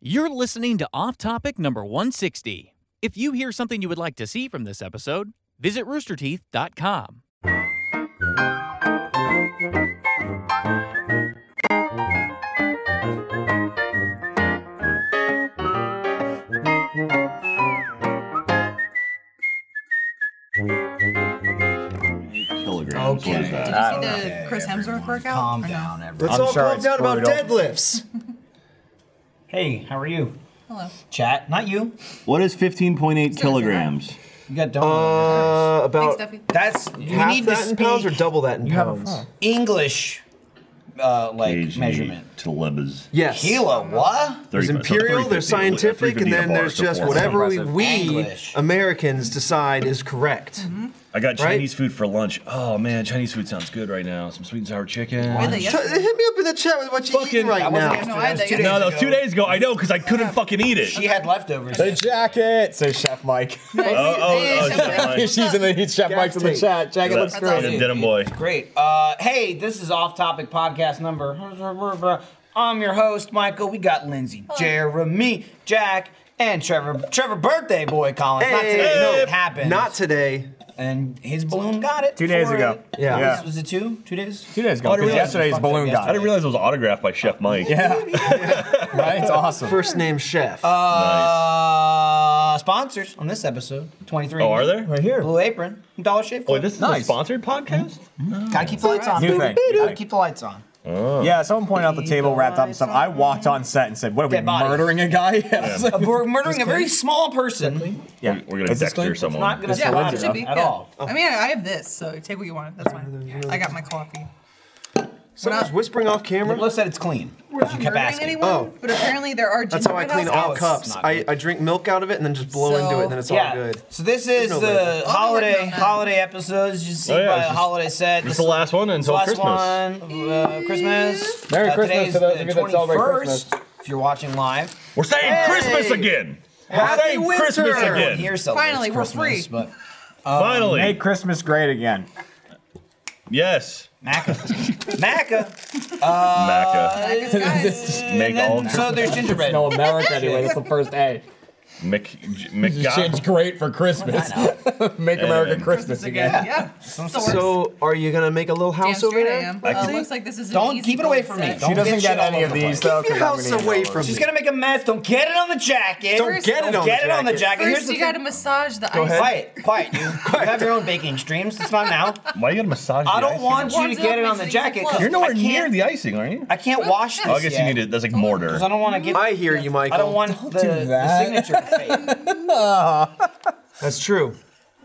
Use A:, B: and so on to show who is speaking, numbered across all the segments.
A: You're listening to Off Topic number 160. If you hear something you would like to see from this episode, visit roosterteeth.com.
B: Kilograms. What is
C: Okay.
B: that?
D: I
C: Did you
D: don't
C: see the
D: know.
C: Chris Hemsworth
D: Everyone,
C: workout?
D: Calm
C: or no?
D: down, everyone.
E: Let's all
D: sure
E: calm
D: it's
E: down about
D: brutal.
E: deadlifts.
D: Hey, how are you?
C: Hello.
D: Chat, not you.
B: What is 15.8
C: Still doesn't
B: kilograms?
D: You got do
E: Uh,
C: Thanks,
E: about
C: Duffy.
D: That's you
E: half
D: need
E: that
D: to
E: in
D: speak
E: pounds or double that in pounds.
D: English, uh, like
B: Page eight
D: measurement.
B: To Lebas.
E: Yes.
D: Kilo, what?
E: There's imperial, there's scientific, and then there's just whatever we,
D: Impressive.
E: we
D: English. Mm-hmm.
E: Americans decide is correct.
F: I got
E: Right?
F: Chinese food for lunch. Oh man, Chinese food sounds good right now. Some sweet and sour chicken.
C: Really?
E: Ch-
C: Yesterday?
E: hit me up in the chat with what you eat
F: Fucking- I
E: right
D: wasn't
E: now.
C: No,
D: gonna That
C: I
D: was
C: had that
D: two
C: yesterday.
F: No, that was two
D: ago.
F: days ago. I know because I couldn't fucking eat it.
D: She had leftovers.
G: The jacket, says Chef Mike.
C: Nice.
F: Oh, oh,
C: Yeah,
F: oh,
C: yeah,
F: Chef
C: yeah.
F: Mike.
G: She's in the heat. Chef
E: Gas
G: Mike's in the
E: tape.
G: chat. Jacket looks
C: That's
G: great.
C: awesome.
F: And Denim boy.
D: Great. Uh, hey, this is off topic podcast number. I'm your host, Michael. We got Lindsay, Jeremy, Jack, and Trevor. Trevor, birthday boy, Collins. not
E: Hey,
D: today.
E: hey,
D: no, it happened.
E: Not today.
D: and his balloon got it.
G: Two days
D: for
G: ago.
D: it.
E: Yeah.
D: Was-
G: Yeah.
D: Was it two? Two days?
G: Two days ago,
F: Oh, I didn't
G: 'cause
F: realize-
G: yesterday's
D: fucked up
G: balloon
F: I
G: got
F: didn't
G: it.
F: realize it was autographed by Chef Mike.
G: Yeah. right? It's awesome.
E: First name chef.
F: Nice.
D: Uh, sponsors on this episode 23.
F: Oh, are there? Right
G: here.
D: Blue Apron, Dollar Shave
F: Oh,
D: Club.
F: wait, this is a
G: Nice.
F: sponsored podcast?
D: Gotta keep the lights on.
G: New
D: baby.
G: thing.
D: Gotta keep the lights on.
G: Yeah, someone pointed out the table wrapped up and stuff. I walked on set and said, What are we
D: Dead body.
G: murdering a guy? Yeah. I was like,
D: Uh, We're murdering a very small person.
G: yeah.
F: We're gonna
G: Is this
F: Dexter
G: clean?
F: someone.
D: Not gonna
G: This
C: Yeah,
G: for
D: survive
C: well,
G: Lindsay,
C: it should be.
D: at
C: yeah.
D: all.
C: I mean, I have this, so take what you want. That's fine. I got my coffee.
E: Someone's whispering off camera.
D: Let's said it's clean.
C: We're
D: You
C: not
D: kept
C: murdering
D: asking.
C: anyone,
E: Oh.
C: but apparently there are
E: That's how I
C: gingerbread
E: clean
C: house
E: all cups.
D: not
E: I, I drink milk out of it and then just blow into it, and then it's all good.
D: So this is
E: There's no
D: the
E: label.
D: holiday
C: on that.
D: holiday episodes. You see
F: Oh, yeah,
D: by
F: it's
D: the
F: just-
D: holiday set.
F: This is the last one until
D: last
F: Christmas.
D: one. Uh, Christmas.
G: Merry
D: Uh,
G: Christmas
D: today's
G: to those
D: the
G: of you that celebrate
D: 21st,
G: Christmas.
D: If you're watching live,
F: We're saying
D: Hey!
F: Christmas again. We're
D: Happy
F: saying
D: winter!
F: Christmas
D: Everyone
F: again.
D: here Um, celebrates
C: Finally, we're free.
D: Christmas, But
F: Finally.
G: Make Christmas great again.
F: Yes.
D: Maca.
F: Maca.
C: Guys,
F: Make
C: guys,
D: Uh, And then,
F: all.
D: so there's gingerbread.
G: No America anyway. That's the first A.
F: Mc,
G: Just
F: McGo-
G: change great for Christmas. Make America
F: And-
G: Christmas again.
C: yeah. So,
E: So, are you gonna make a little house over
C: straight I
E: there?
C: am. Uh, it looks like this is an
D: Don't
C: easy
D: keep it away
C: build
D: from me.
C: set.
D: Don't
G: She doesn't
D: bitch
G: get
D: all
G: any
D: over
G: of
D: the place.
G: these though. 'cause
E: Your
G: I'm
E: house
G: gonna eat
E: away
G: all of
E: from
G: it.
D: She's
E: me.
D: gonna make a mess. Don't get it on the jacket.
E: Don't get it
D: Don't
E: on the
D: get it on the
E: jacket.
D: jacket. Here's
C: First,
D: the
C: you got to
D: thing.
C: massage the
E: Go
C: ice.
E: ahead.
D: Quiet, quiet. You, you have your own baking streams. It's not now.
F: Why you gotta massage the
D: I don't
F: icing?
D: want you to
C: Warms it
D: get
C: up,
D: it
C: makes
D: on the
C: it easy
D: jacket.
C: flow.
D: 'cause
F: You're nowhere
D: I
F: near
D: can't-
F: the icing, are you?
D: I can't wash this.
F: Oh, I guess
D: yet,
F: you need it. That's like mortar.
D: Cause I don't want to get.
E: I hear you, Michael.
D: I don't want the,
G: do
D: the
G: that.
D: signature fade.
E: That's true.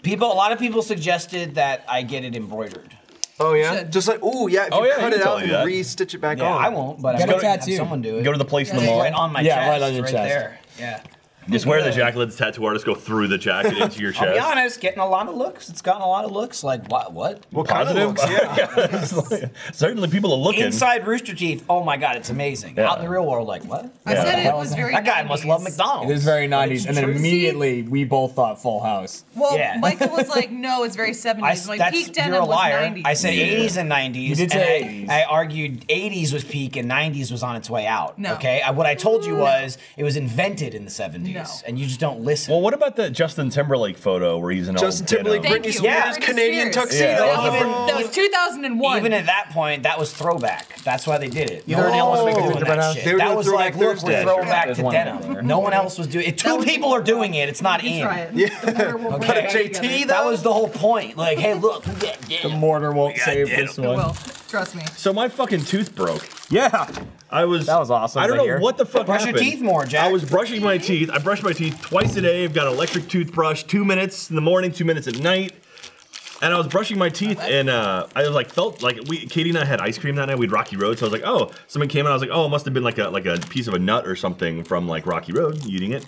D: People, a lot of people suggested that I get it embroidered.
E: Oh yeah,
C: should.
E: just like oh yeah, if
F: Oh,
E: you
F: yeah,
E: cut
F: you
E: it
F: can
E: out
F: totally
E: and
F: do that.
E: re-stitch it back
D: Yeah,
E: on.
D: I won't, but
G: Get
D: I'm
G: a
D: gonna have
G: tattoo.
D: someone do it.
F: Go to the place in the
C: Yeah,
F: mall.
D: right on my
G: Yeah,
D: chest.
G: right on your chest.
D: there. Yeah.
F: Just wear the jacket, let the tattoo artist go through the jacket into your
D: I'll
F: chest.
D: be honest, getting a lot of looks. It's gotten a lot of looks. Like what? What?
E: What kind of looks? Yeah.
F: Certainly, people are looking.
D: Inside Rooster Teeth. Oh my God, it's amazing.
F: Yeah.
D: Out in the real world, like what?
C: I said
F: Yeah.
C: it was very.
D: That guy must
C: 90s.
D: love McDonald's.
G: It is very 90s.
D: It's
G: And then
D: true.
G: immediately we both thought Full House.
C: Well,
D: Yeah.
C: Michael was like, "No, it's very 70s."
D: I,
C: I'm like
D: that's,
C: peak denim
D: you're a
C: was
D: liar.
C: 90s.
D: I said
F: Yeah.
D: 80s and 90s.
G: You did say 80s.
D: and I, I argued 80s was peak and 90s was on its way out.
C: No.
D: Okay. I, what I told you was it was invented in the 70s,
C: No.
D: and you just don't listen.
F: well, what about that Justin Timberlake photo where he's in
E: Justin
F: all denim?
E: Timberlake,
C: Thank
E: Britney
C: you.
E: Spears,
D: Yeah. Britney
E: Canadian
C: Spears.
E: tuxedo.
F: Yeah.
C: That
D: Oh.
C: was, even, that was 2001.
D: Even at that point, that was throwback. That's why they did it. No one
G: know
D: else
G: what
D: was
G: they
D: doing
G: did
D: that
G: about
D: shit.
E: They were
D: that
E: doing
D: was like,
E: Throwback
D: look, we're
E: Thursday.
D: throwing back
G: There's
D: to
G: one
D: denim. No one else was doing it. Two people are doing it. It's not
C: You
D: in.
C: try it. The water will bring it
E: JT,
C: together.
D: That was the whole point. Like, hey, look, we got
G: The
D: denim.
G: mortar won't
F: Yeah,
G: save
F: yeah.
G: this
C: It
G: one.
C: will. Trust me.
F: So my fucking tooth broke.
G: Yeah.
F: I was
G: That was awesome
F: I don't
G: to
F: know
G: hear.
F: what the fuck
D: Brush your
F: happened.
D: teeth more, Jack.
F: I was brushing my teeth. I brush my teeth twice a day. I've got an electric toothbrush, two minutes in the morning, two minutes at night. And I was brushing my teeth, and uh, I was like, felt like we Katie and I had ice cream that night. We'd Rocky Road, so I was like, oh, someone came in. I was like, oh, it must have been like a like a piece of a nut or something from like Rocky Road, eating it.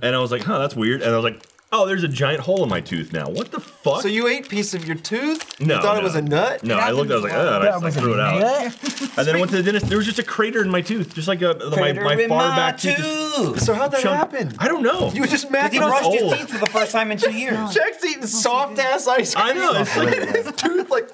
F: And I was like, huh, that's weird. And I was like, oh, there's a giant hole in my tooth now. What the fuck?
E: So you ate piece of your tooth?
F: No,
E: You thought
F: no.
E: it was a nut?
F: No, I looked. I was like, ugh, and I just like, threw it out. And then I went to the dentist. There was just a crater in my tooth, just like a my,
D: Crater
F: my
D: in
F: far
D: my
F: back tooth. is
D: tooth.
E: So how'd that
F: chunk-
E: happen?
F: I don't know.
E: You were just mad
D: He
E: that I was
D: brushed his
F: old.
D: teeth for the first time in two years.
E: Jack's eating soft ass ice cream.
F: I know. It's like,
E: His tooth like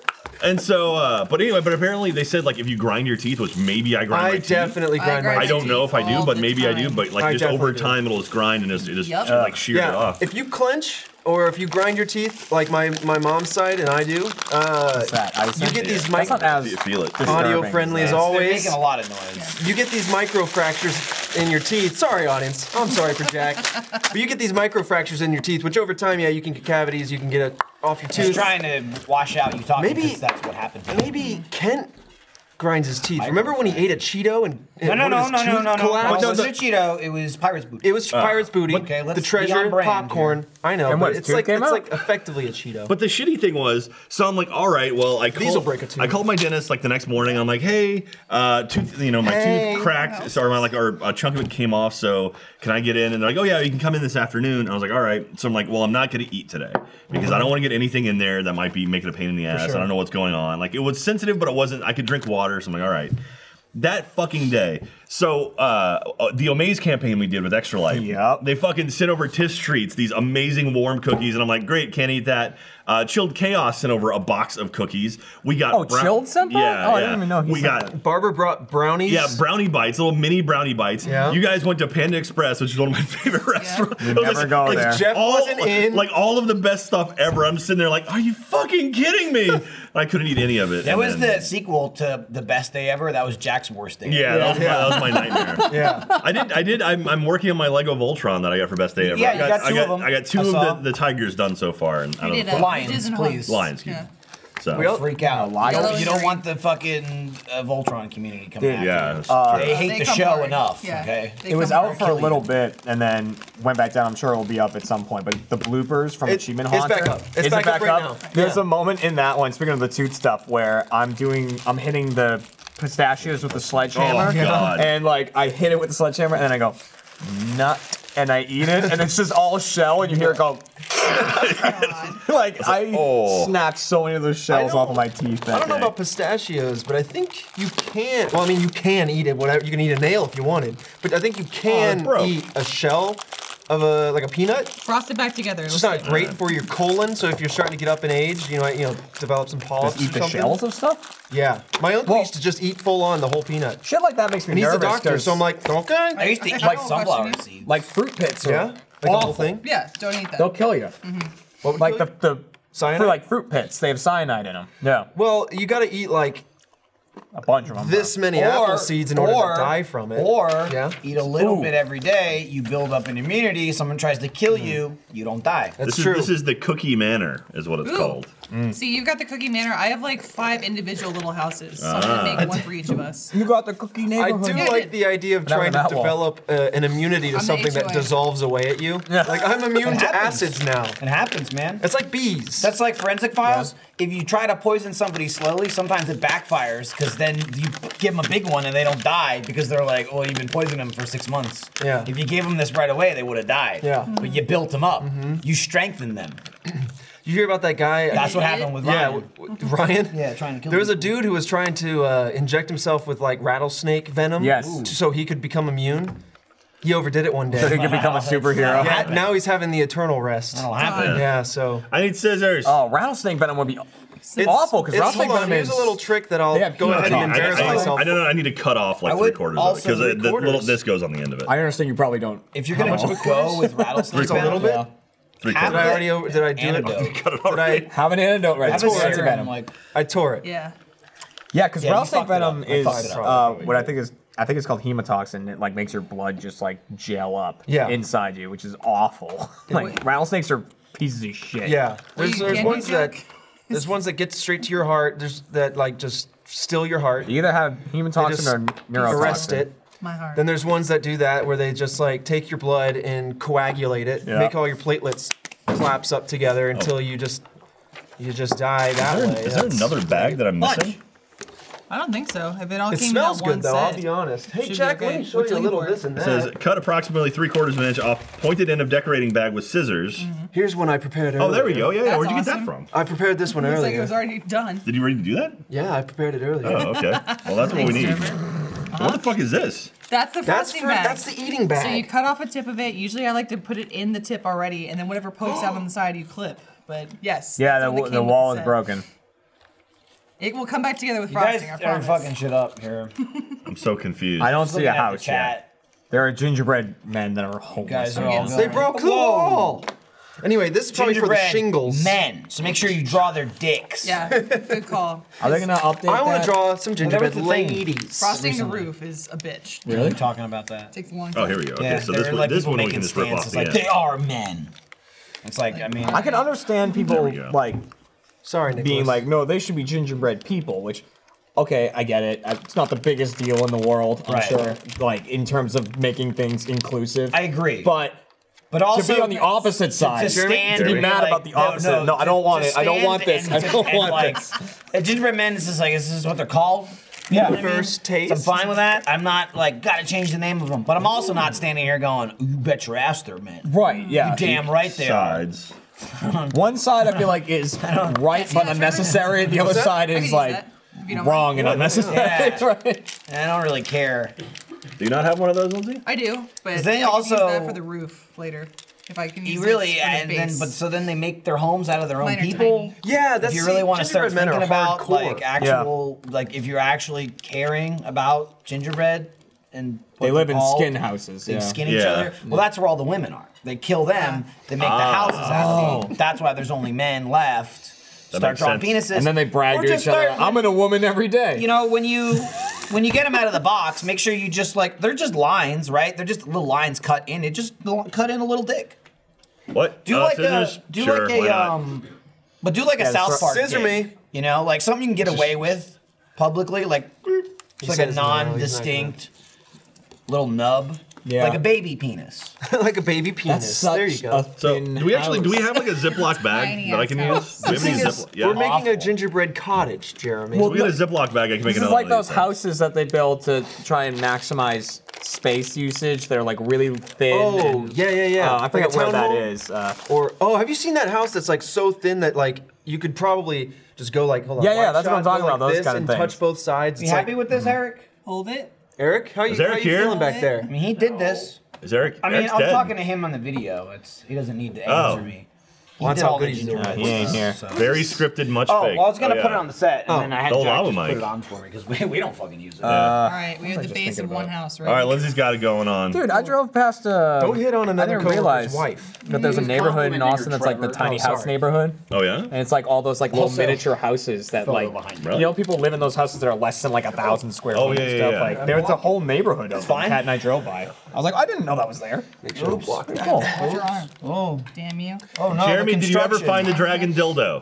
F: And so, uh, but anyway, but apparently they said like if you grind your teeth, which maybe I grind my
E: I
F: teeth.
E: definitely
C: I
E: grind my
F: I
E: teeth.
F: don't know if I do,
C: All
F: but
C: the
F: maybe I do.
C: time.
F: But like
E: I
F: just over
E: definitely do.
F: time, it'll just grind and just, it just
C: Yup.
F: like shear it
E: Yeah,
F: off.
E: if you clench or if you grind your teeth, like my my mom's side and I do, uh,
G: that? I was
E: you get these mic
G: That's not as
F: you feel it.
E: audio
G: disturbing.
E: friendly as
G: They're
D: They're
E: always.
D: making a lot of noise.
E: You get these micro fractures in your teeth. Sorry, audience. I'm sorry for Jack, but you get these micro fractures in your teeth, which over time, yeah, you can get cavities. You can get it off your
D: Just
E: tooth.
D: trying to wash out you talking
E: Maybe-
D: because that's what happened.
E: Maybe Kent grinds his teeth. Remember when he ate a Cheeto and, and
D: No, no,
E: one of
D: no,
E: his
D: no, no,
E: tooth
D: no, no.
E: collapsed?
D: It was a Cheeto. It was Pirate's Booty.
E: It was Pirate's Booty,
D: okay, let's
E: the
D: be
E: treasure,
D: on brand
E: popcorn. I know,
G: Uh, And what,
E: but
G: his
E: it's
G: tooth
E: like it's
G: came out?
E: like effectively a Cheeto.
F: But the shitty thing was, so I'm like, all right, well, I
E: These'll
F: called,
E: break a tooth.
F: I called my dentist like the next morning. I'm like, hey, uh, tooth, you know, my
E: Hey.
F: tooth cracked. Sorry, my like, or a chunk of it came off. So can I get in? And they're like, oh yeah, you can come in this afternoon. And I was like, all right. So I'm like, well, I'm not gonna eat today because I don't want to get anything in there that might be making a pain in the ass. I don't know what's going on. Like it was sensitive, but it wasn't. I could drink water. So I'm like, all right. That fucking day. So uh, uh, the Omaze campaign we did with Extra Life.
G: Yep.
F: They fucking sent over Tiff Streets, these amazing warm cookies, and I'm like, great, can't eat that. Uh, Chilled Chaos sent over a box of cookies. We got
G: Oh, Chilled sent that?
F: Yeah,
G: Oh, I
F: yeah.
G: didn't even know he
F: we
G: sent
F: got.
G: that.
E: Barber brought brownies.
F: Yeah, brownie bites, little mini brownie bites.
E: Yeah.
F: You guys went to Panda Express, which is one of my favorite restaurants. It was
G: never go there.
E: Jeff
F: all-
E: wasn't in.
F: Like all of the best stuff ever. I'm sitting there like, are you fucking kidding me? I couldn't eat any of it.
D: That
F: and
D: was
F: then-
D: the sequel to the best day ever. That was Jack's worst day.
F: Yeah, that was, my,
E: Yeah.
F: that was my nightmare.
E: Yeah.
F: I did. I did. I'm, I'm working on my Lego Voltron that I got for best day ever.
D: Yeah,
F: I
D: you
F: got,
D: got two
F: I got,
D: of 'em.
F: I got two
D: I saw.
F: of the, the tigers done so far, and I
C: We
F: don't
C: did
F: know.
C: uh,
D: Lions,
C: we did some
D: please.
C: hugs.
F: lions.
C: Yeah.
F: So
E: We all-
D: Freak out.
G: No, lions.
D: Oh. You don't, you don't
C: Yellow
D: want the fucking uh, Voltron community coming after
G: Dude,
F: yeah,
D: you. Uh,
F: it's true.
D: They
C: They
D: hate the
C: come
D: show
C: hard.
D: enough.
C: Yeah,
D: Okay.
C: they
G: It was
C: come
G: out
C: hard.
G: for a little bit and then went back down. I'm sure it'll be up at some point. But the bloopers from
E: It-
G: Achievement
E: it's
G: Haunter
E: back up. It's
G: is it
E: back up right now.
G: There's
E: Yeah.
G: a moment in that one. Speaking of the tooth stuff, where I'm doing, I'm hitting the pistachios with the sledgehammer,
F: Oh, God.
G: and like I hit it with the sledgehammer, and then I go nut, and I eat it, and it's just all shell, and you hear it go. like I
F: oh.
G: snapped so many of those shells
E: I
G: off
E: don't-
G: of my teeth. That
E: I don't know
G: day.
E: about pistachios, but I think you can. Well, I mean, you can eat it. Whatever, you can eat a nail if you wanted, but I think you
F: Oh,
E: can
F: bro.
E: eat a shell of a like a peanut. It's
C: Frost it back together.
E: just not great for your colon. So if you're starting to get up in age, you know, you know, develop some polyps
G: Just eat
E: or
G: the
E: something.
G: shells of stuff.
E: Yeah, my uncle
G: Well-
E: used to just eat full on the whole peanut,
G: Shit like that makes me
E: and he's
G: nervous.
E: a doctor,
G: 'cause,
E: so I'm like, okay,
D: I used to eat
C: Like-
D: sunflower seeds.
G: like fruit pits. Or,
E: yeah, like the whole thing.
C: Yeah, don't eat that.
G: They'll kill you.
E: Mm-hmm. What would
G: Like
E: kill
G: the,
E: you?
G: the
E: Cyanide?
G: for like fruit pits, they have cyanide in them. Yeah,
E: Well, you got to eat like
G: a bunch of them.
E: this many apple seeds in order to die from it.
D: Or
E: yeah,
D: eat a little
G: Ooh.
D: bit every day. You build up an immunity. Someone tries to kill you, you don't die.
E: that's
F: this is
E: true.
F: this is the Cookie Manor, is what it's
C: Ooh.
F: called.
C: See, you've got the Cookie Manor. I have like five individual little houses, so I'm
E: Ah.
C: gonna make one for each of us.
G: You got the cookie
E: I
G: neighborhood.
E: do
C: Yeah, I
E: like
C: did.
E: the idea of
G: But not
E: trying
G: on
E: to
G: that wall.
E: develop uh, an immunity to
C: On the
E: something that
C: HOA.
E: dissolves away at you.
G: Yeah.
E: Like I'm immune to
D: happens.
E: acids now.
D: It happens, man.
E: It's like bees.
D: That's like forensic files. If you try to poison somebody slowly, sometimes it backfires because then you give them a big one and they don't die because they're like, "Well, you've been poisoning them for six months."
E: Yeah.
D: If you gave them this right away, they would have died.
E: Yeah. Mm-hmm.
D: But you built them up. You strengthened them.
E: you hear about that guy?
D: That's what happened with Ryan.
E: Yeah, w- w- Ryan.
D: Yeah, trying to kill
E: There was a
D: people.
E: dude who was trying to uh, inject himself with like rattlesnake venom.
G: Yes.
E: t- So he could become immune. He overdid it one
G: so he
E: day.
G: can become a superhero.
E: yeah, now he's having the eternal rest.
D: That'll happen.
E: Yeah, so
F: I need scissors.
G: Oh, rattlesnake venom would be
E: it's
G: awful because
E: it's-
G: rattlesnake
E: hold on,
G: venom
E: Here's
G: is.
E: a little trick that I'll
G: They have
E: go
G: huge
F: I,
E: ahead
F: need,
E: and
G: teeth.
E: embarrass
F: I, I,
E: myself.
F: I, no, no, no, I need to cut off like
D: I
F: three
D: would
F: quarters of it
D: also-
F: because
E: Three
F: the little
E: quarters?
F: this goes on the end of it.
G: I understand you probably don't.
D: If you're gonna go with rattlesnake
E: Just a little
D: venom,
E: bit.
F: Three
D: Half
E: Did I
F: quarters.
E: already over, did I do
D: Antidote.
E: it?
F: Cut it
E: Did I,
F: already.
G: have an antidote right
D: have
G: there.
D: a
G: That's
D: serum.
G: venom.
D: I'm like,
E: I tore it.
C: Yeah.
G: yeah, because
D: Yeah, you
G: rattlesnake
D: fucked it up.
G: venom
D: I
G: is
D: fucked it up.
G: uh, what I think is. I think it's called hematoxin. It like makes your blood just like gel up
E: Yeah.
G: inside you, which is awful. like rattlesnakes are pieces of shit.
E: Yeah,
C: you
E: there's, there's
C: kidding
E: ones
C: me,
E: that
C: Jack?
E: there's ones that get straight to your heart. There's that like just still your heart.
G: You either have
E: They
G: hematoxin
E: just
G: or neurotoxin.
E: arrest it.
C: My heart.
E: Then there's ones that do that where they just like take your blood and coagulate it,
G: Yeah.
E: make all your platelets collapse up together until you just you just die that
F: Is
E: way.
F: there- Is there
E: That's-
F: another bag that I'm missing?
D: Lunch.
C: I don't think so. If it all
E: It
C: came
E: smells
C: in that one
E: good though.
C: set.
E: I'll be honest. Hey
C: Should be
E: Jack, let
C: okay.
E: me show
C: What's
E: you a
C: in
E: little
C: for it?
E: this and
F: It
E: that.
F: says cut approximately three quarters of an inch off pointed end of decorating bag with scissors.
C: Mm.
E: Here's one I prepared. Earlier.
F: Oh, there we go. Yeah, yeah.
C: That's
F: Where'd you get that
C: awesome.
F: from?
E: I prepared this one
C: It's
E: earlier.
C: like it was already done.
F: Did you already do that?
E: yeah, I prepared it earlier.
F: Oh, okay. Well, that's what we need.
C: Server.
F: What the fuck is this?
C: That's the
E: That's
C: frosting
E: for,
C: bag.
E: that's the eating bag.
C: So you cut off a tip of it. Usually, I like to put it in the tip already, and then whatever pokes out on the side, you clip. But yes.
G: Yeah,
C: that's
G: the,
C: what
G: w-
C: they
G: the
C: came with
G: wall is
C: set.
G: broken.
C: It will come back together with
D: You guys
C: frosting. I
D: are
C: promise.
D: fucking shit up here.
F: I'm so confused.
G: I don't see
D: Looking
G: a
D: at the
G: house yet.
D: chat,
G: There are gingerbread men that are homeless.
D: guys are
G: I
D: all
G: guess.
D: going-
E: They broke the wall. Anyway, this is probably for the
D: Gingerbread
E: shingles.
D: Men, so make sure you draw their dicks.
C: Yeah, good call.
G: Are they gonna update?
E: I want
G: that?
E: to draw some gingerbread
D: Well, that was the thing.
E: ladies.
C: Frosting the roof is a bitch.
D: Really? talking about that.
C: takes a long time.
F: Oh, here we go. Okay,
D: Yeah,
F: so
D: there
F: this
D: are,
F: one,
D: like,
F: this
D: people
F: one we
D: making
F: can just rip off
D: stances
F: the
D: like,
F: end.
D: They are men. It's like, I mean,
G: I can understand
F: There
G: people
F: we go.
G: like
E: Sorry, Nicholas.
G: being like, no, they should be gingerbread people, which. Okay, I get it. Uh, It's not the biggest deal in the world, I'm
D: Right.
G: sure. Like in terms of making things inclusive,
D: I agree.
G: But
D: but also
G: to be on the opposite side,
D: to stand
G: to be
D: and
G: mad
D: like-
G: about the opposite. No, I don't
D: to-
G: want
D: to
G: it. I don't
D: stand
G: want this.
D: and
G: I
D: to-
G: don't
D: and,
G: want
D: like,
G: this.
D: uh, Gingerbread men is just like this is what they're called. Yeah,
E: First
D: I'm
E: taste.
D: fine with that. I'm not like gotta change the name of them, but I'm also not standing here going, "You bet your ass they're men."
G: Right? Yeah.
D: You damn right they are.
F: Sides.
G: One side I feel like is right but unnecessary. The other side
C: I could
G: is
C: use
G: like
C: that, if you don't
G: wrong
C: mind.
G: and unnecessary.
D: Yeah.
G: right?
D: And I don't really care.
F: Do you not have one of those, Lindsay?
C: I do, but
D: they
C: I could use
D: also-
C: that for the roof later if I can use
D: You
C: it
D: really,
C: for the
D: and then
C: base.
D: but so then they make their homes out of their own
C: Mine are
D: people.
C: tiny.
E: yeah, that's
D: if you really want to start
E: gingerbread men
D: thinking
E: are
D: about
E: hardcore.
D: like actual, like if you're actually caring about gingerbread and what
G: They live in
D: call-
G: skin houses.
D: They
G: Yeah.
D: skin each
F: Yeah.
D: other. Well, that's where all the women are. They kill them. They make the houses
G: Oh.
D: out of them. That's why there's only men left.
F: That
D: start
F: makes
D: drawing
F: sense.
D: penises,
G: and then they brag
D: Or
G: to
D: just
G: each other.
D: start-
G: I'm in a woman every day.
D: you know when you when you get them out of the box, make sure you just like they're just lines, right? They're just little lines cut in. It just l- cut in a little dick.
F: What?
D: Do
F: Uh,
D: like
F: scissors?
D: a do
F: Sure,
D: like
F: why
D: a
F: not?
D: um, but do like a
G: Yeah,
D: South
G: scissor-
D: Park.
E: scissor
D: dick,
E: me.
D: You know, like something you can get away with publicly, like it's like a
E: says no, he's not gonna-
D: non-distinct little nub,
G: Yeah.
D: like a baby penis.
E: like a baby
G: That's
E: penis.
G: such
E: There you go.
G: a
F: So,
G: thin
F: do we actually do we
G: house.
F: have like a Ziploc bag
C: Tiny
F: that I can
C: ass
F: use?
C: house.
F: Do we have any
E: Thing is,
F: Ziploc? Yeah.
E: We're making a
D: Awful.
E: gingerbread cottage, Jeremy.
G: Well,
F: we got a Ziploc bag. I can make
G: This is
F: another
G: like
F: one of
G: those
F: these things.
G: houses that they build to try and maximize space usage. They're like really thin.
E: Oh,
G: and-
E: yeah, yeah, yeah.
G: Uh, I
E: Like
G: forget
E: a
G: where
E: town
G: that
E: hall?
G: is. Uh,
E: or oh, have you seen that house that's like so thin that like you could probably just go like hold on.
G: Yeah, yeah,
E: wide
G: that's what
E: shot,
G: I'm
E: go
G: talking
E: like
G: about, those
E: this
G: kind of
E: and
G: things. Mm-hmm.
E: touch both sides.
D: You
E: It's
D: happy
E: like,
D: with this, Eric?
C: hold it.
E: Eric? How you,
F: Is Eric
E: how you
F: here?
E: feeling back there?
D: I mean, he did this.
F: Is Eric?
D: I mean,
F: Eric's
D: I'm
F: dead.
D: talking to him on the video. It's he doesn't need to
F: Oh.
D: answer me. He
E: Well, that's
D: did
E: how
D: all the
E: good he's doing.
D: gingerbread
G: he ain't
D: stuff,
G: here.
D: so-
F: Very scripted, much
D: Oh,
F: fake.
D: well, I was gonna
F: yeah.
D: put it on the set, and
E: Oh.
D: then I had
F: The
D: Jack
F: lava
D: just
F: mic.
D: put it on for me because we, we don't fucking use it.
F: Uh,
C: All right, we have the
G: just
C: base
G: thinking
C: of one
G: about it.
C: house, right?
F: All right, Lindsay's got it going on.
G: Dude, I drove past a.
E: Don't hit on another
G: I didn't
E: coworker's
G: realize
E: wife.
G: That there's a
D: He's
G: neighborhood in
D: complimenting
G: Austin
D: your
G: that's like the
D: Trevor.
G: tiny
E: Oh,
G: house
E: sorry.
G: neighborhood.
F: oh
G: And
F: yeah.
G: it's like all those like little
D: Also,
G: miniature houses that
D: photo
G: like
D: behind you.
F: Really?
G: you know people live in those houses that are less than like a thousand square
F: Oh,
G: feet
F: yeah,
G: and
F: yeah,
G: stuff.
F: yeah.
G: Like there's a whole neighborhood of them.
D: fine.
G: Cat and I drove by. I was like, I didn't know that was there.
E: Make sure to block it.
G: Cool.
C: Watch your arm.
D: Oh,
C: Damn you.
D: oh no!
F: Jeremy,
D: the
F: did you ever
D: construction.
F: find a dragon dildo?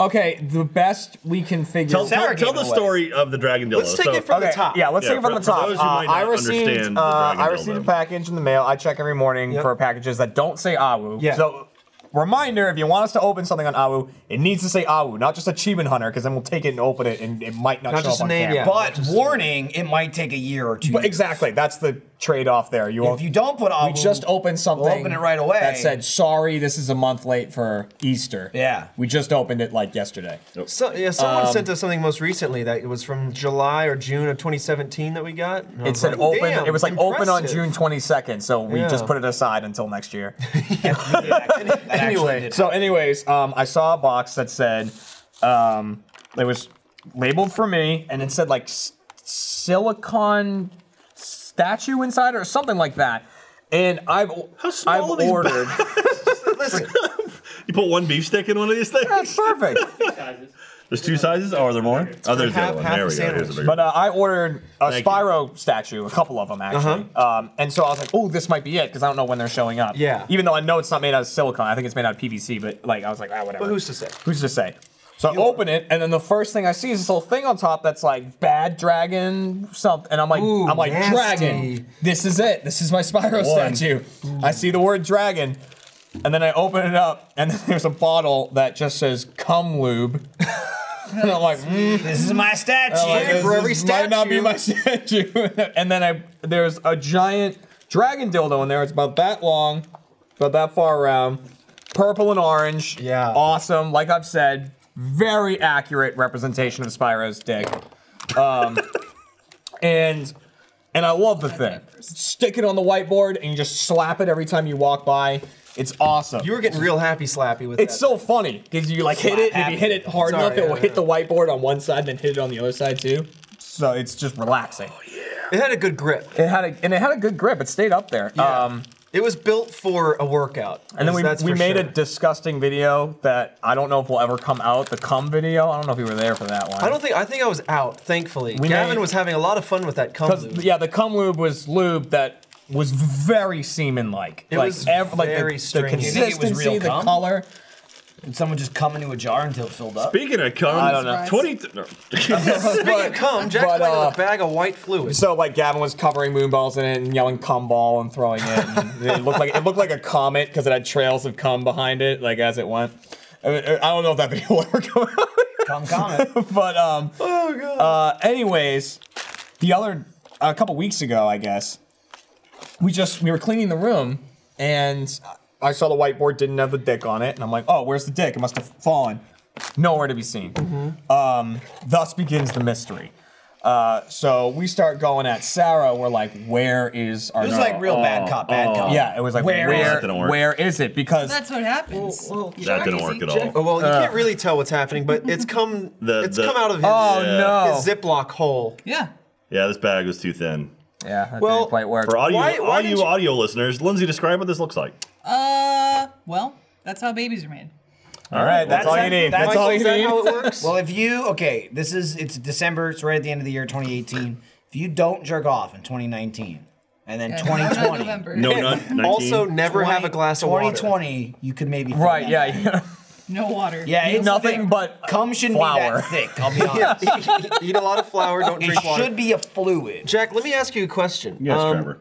G: Okay, the best we can figure.
F: Tell, tell,
D: Sarah
F: tell
D: gave
F: the
D: it away.
F: story of the dragon dildo.
E: Let's take
F: So-
E: it from
G: okay,
E: the top.
G: Yeah, let's
F: Yeah,
G: take it from
F: for-
G: the
F: for
G: top.
F: those
G: Uh,
F: who might
G: I
F: not
G: received
F: understand
G: uh,
F: the
G: I
F: Dragon
G: received a
F: Dildo.
G: package in the mail. I check every morning
E: Yep.
G: for packages that don't say AWU.
E: Yeah.
G: So reminder, if you want us to open something on AWU, it needs to say AWU, not just Achievement Hunter, because then we'll take it and open it, and it might not,
E: Not
G: show
E: just
G: up on
E: a name,
G: camera.
E: yeah.
D: But warning, it might take a year or two.
G: But exactly, that's the trade-off there. You
D: If you don't put
G: We
D: on,
G: just opened something.
D: We'll open it right away.
G: That said, sorry, this is a month late for Easter.
D: Yeah.
G: We just opened it like yesterday.
E: So, yeah,
G: Um,
E: someone sent us something most recently that it was from July or June of 2017 that we got. and I
G: It
E: was
G: said
E: like,
G: open.
E: "Damn,
G: it was like open on
E: impressive."
G: June 22nd, so we
E: Yeah.
G: just put it aside until next year.
D: anyway.
G: So, anyways, um, I saw a box that said, um, it was labeled for me, and it said like s- silicon statue inside or something like that. And I've
F: How small
G: I've
F: are these
G: ordered.
E: Listen,
F: You put one beef stick in one of these things.
G: That's perfect.
F: There's two sizes. Oh, are there more? Oh, there's the
E: half-
F: other one.
E: half
F: There
E: a
F: we go. Here's the
E: sandwich.
F: bigger.
G: But uh, I ordered a
F: Thank you.
G: Spyro statue, a couple of them
E: Uh-huh.
G: actually. Um, and so I was like, oh, this might be it because I don't know when they're showing up.
E: Yeah.
G: Even though I know it's not made out of silicone, I think it's made out of PVC. But like, I was like, ah, whatever.
E: But who's to say?
G: Who's to say? So I open it, and then the first thing I see is this little thing on top that's like bad dragon something, and I'm like,
E: Ooh,
G: I'm like
E: nasty.
G: dragon. This is it. This is my Spyro
F: One.
G: statue. I see the word dragon, and then I open it up, and then there's a bottle that just says cum lube, and I'm like, mm,
D: This is my statue.
G: like,
E: for
G: this
E: every
G: is- Might not be
E: statue.
G: my statue. and then I there's a giant dragon dildo in there. It's about that long, about that far around. Purple and orange.
E: Yeah.
G: Awesome. Like I've said, very accurate representation of Spyro's dick. Um, and and I love the thing. Stick it on the whiteboard and you just slap it every time you walk by. It's awesome.
E: You were getting real happy slappy with
G: It's
E: that.
G: so funny because you like hit it, and if you hit it hard
E: Sorry,
G: enough, it will
E: yeah,
G: hit the whiteboard on one side, then hit it on the other side too. So it's just relaxing.
E: Oh, it had a good grip.
G: It had a, and it had a good grip. It stayed up there. Um,
E: It was built for a workout.
G: and then we,
E: That's
G: we
E: for
G: made
E: sure.
G: a disgusting video that I don't know if will ever come out. The cum video. I don't know if you were there for that one.
E: I don't think I think I was out. Thankfully,
G: We
E: Gavin
G: made-
E: was having a lot of fun with that cum.
G: Because
E: lube.
G: yeah, the cum lube was lube that was very semen like.
E: It
G: like,
E: was
G: ev- like
E: very
G: the, the
E: stringy. You think
D: it was
G: consistency,
D: real
G: the
D: cum?
G: color.
D: Did someone just come into a jar until it filled up?
F: Speaking of cum,
G: I don't know.
F: 20. no.
E: Speaking of cum, Jack's
G: but,
E: playing
G: uh,
E: with a bag of white fluid.
G: So like Gavin was covering moonballs in it and yelling cum ball and throwing it. And it looked like it looked like a comet because it had trails of cum behind it, like as it went. I, mean, I don't know if that video will ever go out,
D: Come comment.
G: but um. Uh, anyways, the other a couple weeks ago, I guess, we just we were cleaning the room and I saw the whiteboard didn't have the dick on it, and I'm like, oh, where's the dick? It must have fallen. Nowhere to be seen. Um, thus begins the mystery. Uh, so we start going at Sarah. We're like, where is our? Oh.
D: It was like real bad cop, bad cop.
G: yeah, it was like where,
D: Where is
F: it? Didn't work.
G: where is it? Because
C: That's what
D: Oh,
C: happens.
F: That didn't work at
E: Oh,
F: all.
E: well, you
G: uh,
E: can't really tell what's happening, but it's come
F: The-
E: it's
F: the-
E: come out of his,
G: oh
F: Yeah.
G: no,
E: his Ziploc hole.
C: Yeah.
F: Yeah, this bag was too thin.
G: yeah, that
E: Well,
G: didn't quite work.
F: For audio,
E: Why- why
F: all you
E: did you-
F: audio listeners, Lindsay, describe what this looks like.
C: Uh, well, that's how babies are made.
G: all right, that's,
D: That's-
G: all you need.
D: that's-
G: That's, all
E: Michael,
G: you
E: is that
G: need.
E: how it works?
D: Well, if you okay, this is it's December. It's right at the end of the year, 2018. If you don't jerk off in 2019, and then
C: Yeah, no, not
D: 2020,
C: November.
F: No, not 19.
E: also, never
D: 20
E: have a glass of water.
D: 2020, you could maybe. fill
G: Right,
D: that
G: yeah,
D: gap.
G: yeah.
C: No water.
D: Yeah,
G: Eat
D: it's
G: nothing
D: thick.
G: but
D: cum shouldn't
G: flour.
D: be that thick. I'll be honest.
E: Eat a lot of flour. Don't
D: it
E: drink water.
D: should be a fluid.
E: Jack, let me ask you a question.
F: Yes,
E: Um,
F: Trevor.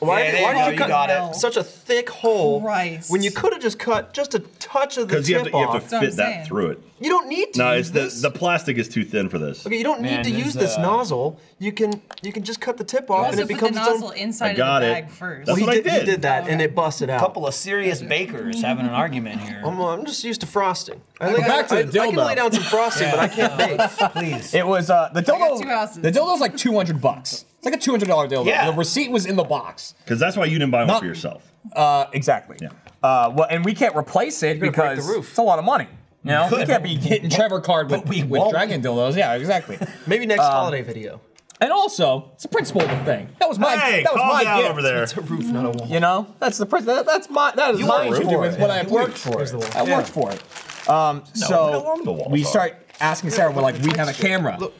E: Why,
D: Yeah,
E: did-
D: there
E: why
D: you
E: did
D: go,
E: you
D: you
E: cut
D: got
C: it.
E: such a thick hole
C: Christ.
E: when you could have just cut just a touch of the
F: Because
E: tip
F: you have to, you have
E: off?
F: to
C: That's what I'm
F: fit that
C: saying.
F: through it.
E: You don't need to.
F: No,
E: use
F: it's the,
E: this.
F: the plastic is too thin for this.
E: Okay, you don't
D: Man,
E: need to
D: there's uh,
E: use this
D: a-
E: nozzle. You can you can just cut the tip off
C: Also
E: and it
C: put the
E: becomes its
C: nozzle
E: own.
C: inside of the
F: got it.
C: bag first.
F: That's
E: he,
F: what I
E: did, he
F: did.
E: did that and it busted out.
D: A couple of serious bakers having an argument here.
E: I'm, I'm just used to frosting. I lay
G: back
E: down-
G: to the
E: I, I can
G: dildo.
E: lay down some frosting, but I can't bake.
D: Please.
G: It was uh, the
C: got two
G: dildo.
C: houses.
G: The dildo's like two hundred bucks. It's like a two hundred dollar dildo.
D: Yeah.
G: The receipt was in the box.
F: Because that's why you didn't buy one
G: Not-
F: for yourself.
G: Uh, exactly.
F: Yeah.
G: Uh, well, and we can't replace it
E: You're gonna break
G: because
E: the roof.
G: it's a lot of money. You know, we can't be hitting Trevor Card with,
D: But we
G: with
D: won't.
G: dragon dildos. Yeah, exactly.
E: Maybe next
G: um,
E: holiday video.
G: and also, it's the principle of the thing. That was my.
F: hey,
G: that was
F: calm
G: my
F: down
G: gift.
F: over there.
E: It's a roof, not a wall.
G: You know, that's the prin- that, That's my. That is my
D: worked
G: issue
D: for
G: with
D: it.
G: what I
D: You
G: worked
D: worked for
G: for.
D: it.
G: I
D: Yeah.
G: worked for it. Um,
F: look how long the
G: so
F: walls
G: we
F: are.
G: start asking Sarah. We're like, we have a camera.
E: Look.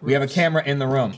G: We have a camera in the room.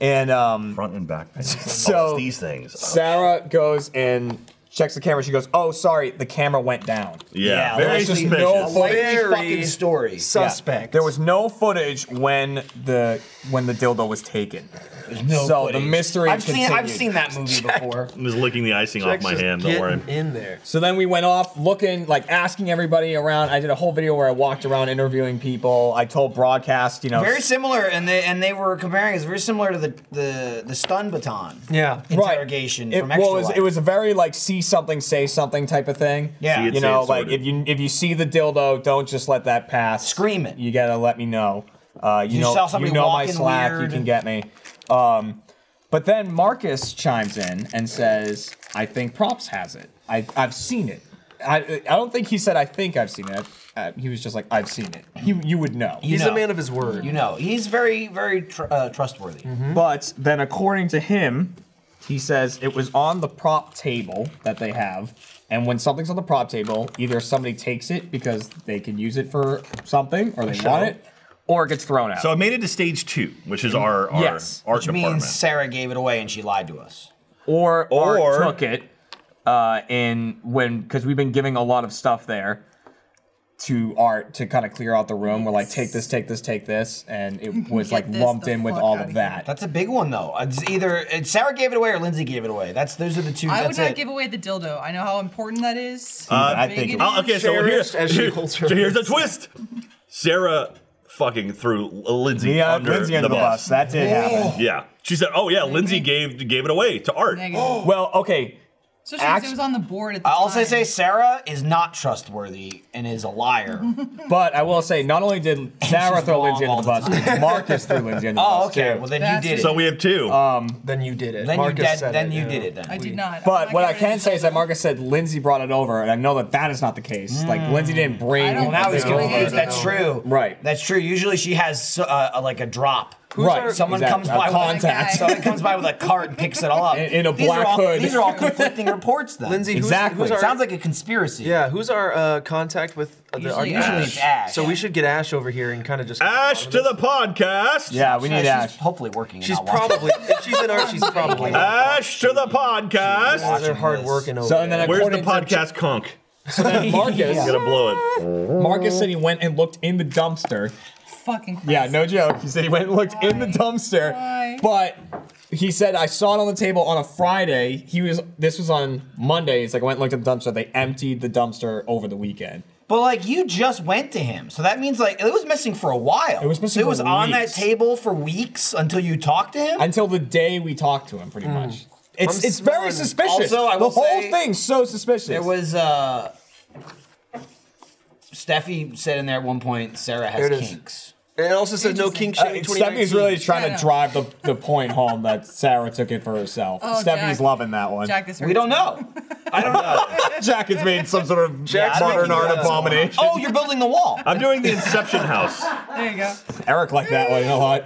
G: And um,
F: Front and back.
G: So-
F: so these things.
G: Sarah goes and checks the camera. She goes, "Oh, sorry, the camera went down."
F: yeah,
D: yeah,
F: very
D: there's just
F: suspicious.
G: no
D: Likely
E: Very-
D: fucking story.
E: Suspect.
G: There was no footage when the when the dildo was taken.
D: There's no
G: so
D: footage.
G: the mystery
D: I've seen. I've
G: continued.
D: seen that movie before.
F: I'm just licking the icing off
E: Jack's
F: my
E: just
F: hand. Don't worry.
E: getting In there.
G: So then we went off looking, like asking everybody around. I did a whole video where I walked around interviewing people. I told broadcast, you know,
D: Very similar, and they and they were comparing. It's very similar to the the the stun baton.
E: Yeah.
G: Right.
D: interrogation
G: It,
D: from
G: well,
D: Extra
G: it was,
D: Life.
G: it was a very like see something, say something type of thing.
D: Yeah. See it,
F: say
G: you know,
F: it
G: like
F: sorted.
G: if you if you see the dildo, don't just let that pass.
D: Scream it.
G: You gotta let me know. Uh, you,
D: You
G: know,
D: saw somebody
G: you know my
D: walking
G: slack. You
D: weird.
G: can get me. Um, but then Marcus chimes in and says, "I think Props has it. I I've seen it. I I don't think he said I think I've seen it. Uh, he was just like I've seen it. He, you would know.
D: You
E: He's
D: know.
E: a man of his word.
D: You know, he's very very tr- uh, trustworthy.
G: Mm-hmm. But then, according to him, he says it was on the prop table that they have. And when something's on the prop table, either somebody takes it because they can use it for something or they want it, or it gets thrown out.
F: So I made it to stage two, which is our our
G: Yes.
F: art
D: Which
F: department.
D: means Sarah gave it away and she lied to us.
G: or, or
F: Or-
G: took it uh, in when because we've been giving a lot of stuff there to art to kind of clear out the room. We're like, take this, take this, take this, and it was
C: Get
G: like
C: this
G: lumped
C: the
G: in with
C: fuck
G: all
C: outta
G: of
C: here.
G: that.
D: That's a big one though. It's either it's Sarah gave it away or Lindsay gave it away. That's those are the two.
C: I would
D: that's
C: not
D: it.
C: give away the dildo. I know how important that is.
G: I
C: Big
G: think it
C: it
F: Oh,
C: is.
F: okay, so here's,
E: Cherished as she holds her
F: so here's a twist. Sarah fucking threw Lindsay
G: Yeah,
F: under
G: Lindsay under the bus. That did happen.
F: Yeah, she said, "Oh yeah, Lindsay gave gave it away to Art."
C: Negative.
G: Well, okay.
C: Especially
D: Act-
C: because it was on the board at the
D: I also
C: time.
D: say Sarah is not trustworthy and is a liar.
G: But I will say, not only did Sarah
D: She's
G: throw
D: wrong
G: Lindsay under
D: all
G: the
D: the
G: bus, Marcus threw Lindsay under the bus.
D: oh, okay.
G: too.
D: Well, then
C: That's
D: you did it.
F: So we have two.
E: Then you did it.
D: then you
E: Marcus
D: did.
E: said
D: Then
E: it,
D: you
E: yeah.
D: did it. Then
C: I did not.
G: But what I
C: got
G: can
C: rid of
G: say is that
C: Sarah.
G: Marcus said Lindsay brought it over, and I know that that is not the case. Like Lindsay didn't bring.
C: Hmm. I don't
D: Well, now he's
C: it's Yeah.
D: confused. That's true.
G: Right.
D: That's true. Usually she has uh, a- like a drop.
G: Right,
D: Someone comes
G: exactly. A
D: by
G: contact.
D: With a, someone comes by with a cart and picks it all up
G: In- in a
D: These are
G: black
D: all-
G: hood.
D: These are all conflicting reports, though.
E: Lindsay, who's,
G: Exactly.
E: who's our,
D: sounds like a conspiracy.
E: yeah. Who's our uh, contact with uh, the
C: Usually
E: our-
D: Usually it's Ash.
E: So we should get Ash over here and kind of just
F: Ash to the podcast.
G: Yeah, we need
D: Ash.
G: Ash.
D: She's hopefully working. and
E: She's
D: not watching.
E: probably if she's in our she's probably
F: Ash to the podcast.
E: they're hard working over.
G: So and then
F: Where's the
G: according to-
F: podcast conk?
G: So then Marcus,
F: Gonna blow it.
G: Marcus said he went and looked in the dumpster.
C: Fucking Christ.
G: Yeah, no joke. He said he went and looked in the dumpster,
C: Why?
G: but he said I saw it on the table on a Friday. He was this was on Monday. He's like I went and looked at the dumpster. They emptied the dumpster over the weekend.
D: But like you just went to him, so that means like it was missing for a while.
G: It was
D: So
G: missing
D: it
G: for
D: was on that
G: weeks.
D: table for weeks until you talked to him.
G: until the day we talked to him, pretty much. It's
E: I'm
G: it's very
E: smelling-
G: suspicious.
D: Hmm. Also, I will
G: the whole
D: say-
G: thing's so suspicious.
D: There was uh Steffi said in there at one point Sarah has
E: There it is.
D: kinks.
E: and it also says no
C: Interesting.
E: king
G: Uh,
E: shaming.
G: Stephanie's really trying
C: Yeah, I
G: to
C: know.
G: drive the, the point home that Sarah took it for herself.
C: Oh,
G: Stephanie's
C: Jack.
G: loving that one.
C: Jack, this
D: We
C: hurts
D: don't
C: me.
D: know.
G: Jack has made some sort of
E: Jack's
G: modern
E: making
G: art
E: that up.
G: abomination.
D: Oh, you're building the wall.
F: I'm doing the Inception House.
C: There you go.
G: Eric liked that one a lot.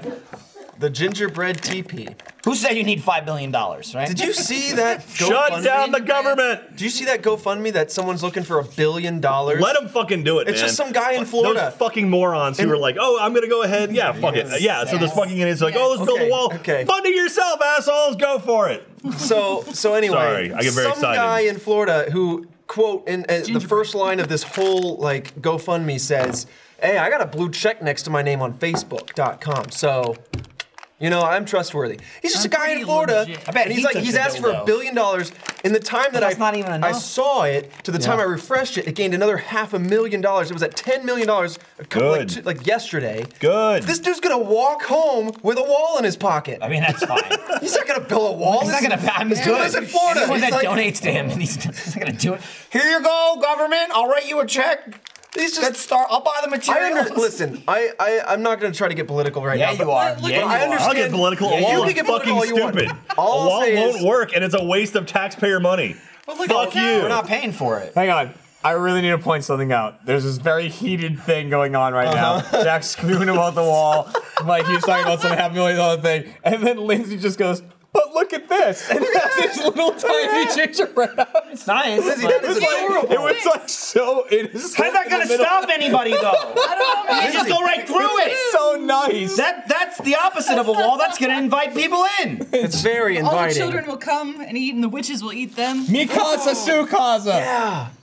E: the gingerbread teepee.
D: Who said you need five billion dollars, right?
E: Did you see that?
F: Shut
E: GoFundMe?
F: down the government.
E: Do you see that GoFundMe that someone's looking for a billion dollars?
F: Let them fucking do it.
E: It's
F: man.
E: just some guy in
F: Fu-
E: Florida.
F: Those fucking morons who were like, "Oh, I'm gonna go ahead. Yeah, fuck it. Yeah." So this
C: Yes.
F: fucking idiots like, "Oh, let's build
E: Okay,
F: a wall.
E: okay.
F: Fund it yourself, assholes. Go for it."
E: So so anyway,
F: Sorry, I get very
E: some
F: excited.
E: guy in Florida who quote in uh, the first line of this whole like GoFundMe says, "Hey, I got a blue check next to my name on Facebook.com." So. You know, I'm trustworthy. He's just
C: I'm
E: a guy in
C: pretty
E: Florida,
C: legit.
D: I bet
E: and
D: he
E: he's like,
D: took
E: he's
D: the
E: asked for a
D: dildo.
E: billion dollars. In the time that
D: that's
E: I,
D: not even
E: I
D: enough.
E: saw it, to the time I refreshed it, it gained another half a million dollars. It was at ten million dollars, a couple like,
F: Good.
E: two, like yesterday.
F: Good.
E: This dude's gonna walk home with a wall in his pocket.
D: I mean, that's fine.
E: He's not gonna build a wall.
D: He's not
E: This-
D: gonna. I'm
E: He
D: good.
E: lives in Florida.
D: Anyone
E: He's
D: that
E: like-
D: donates to him, and he's, he's not gonna do it. Here you go, government. I'll write you a check.
E: He's just-
D: Let's start. I'll buy the
E: I
D: materials.
E: under, listen, I, I, I'm not going to try to get political right
D: Yeah,
E: now. but
D: you are.
C: Look, look,
D: Yeah,
C: I
D: you are.
E: understand-
F: I'll get political.
E: Yeah,
F: a
E: you
F: wall
E: can
F: is
E: get political
F: fucking
E: all you want.
F: stupid.
E: All
F: a
E: I'll
F: wall
E: say
F: won't
E: is-
F: work, and it's a waste of taxpayer money.
C: But look,
F: Fuck
C: look out.
F: you.
D: We're not paying for it.
G: Hang on. I really need to point something out. There's this very heated thing going on right now. Jack's screaming about the wall. Mike, he's talking about some half million dollar thing. And then Lindsay just goes, but look at this. And that's his little tiny gingerbread house.
D: It's nice.
E: that is
D: How's
E: adorable.
G: It was like so innocent.
D: that
G: in
D: gonna
G: the middle.
D: stop anybody though?
C: I don't know. man.
D: You just go right through
G: It's
D: it.
G: so nice.
D: That that's the opposite of a wall. That's gonna invite people in.
E: It's very
C: All
E: inviting.
C: the children will come and eat, and the witches will eat them.
G: Mikasa Sukasa.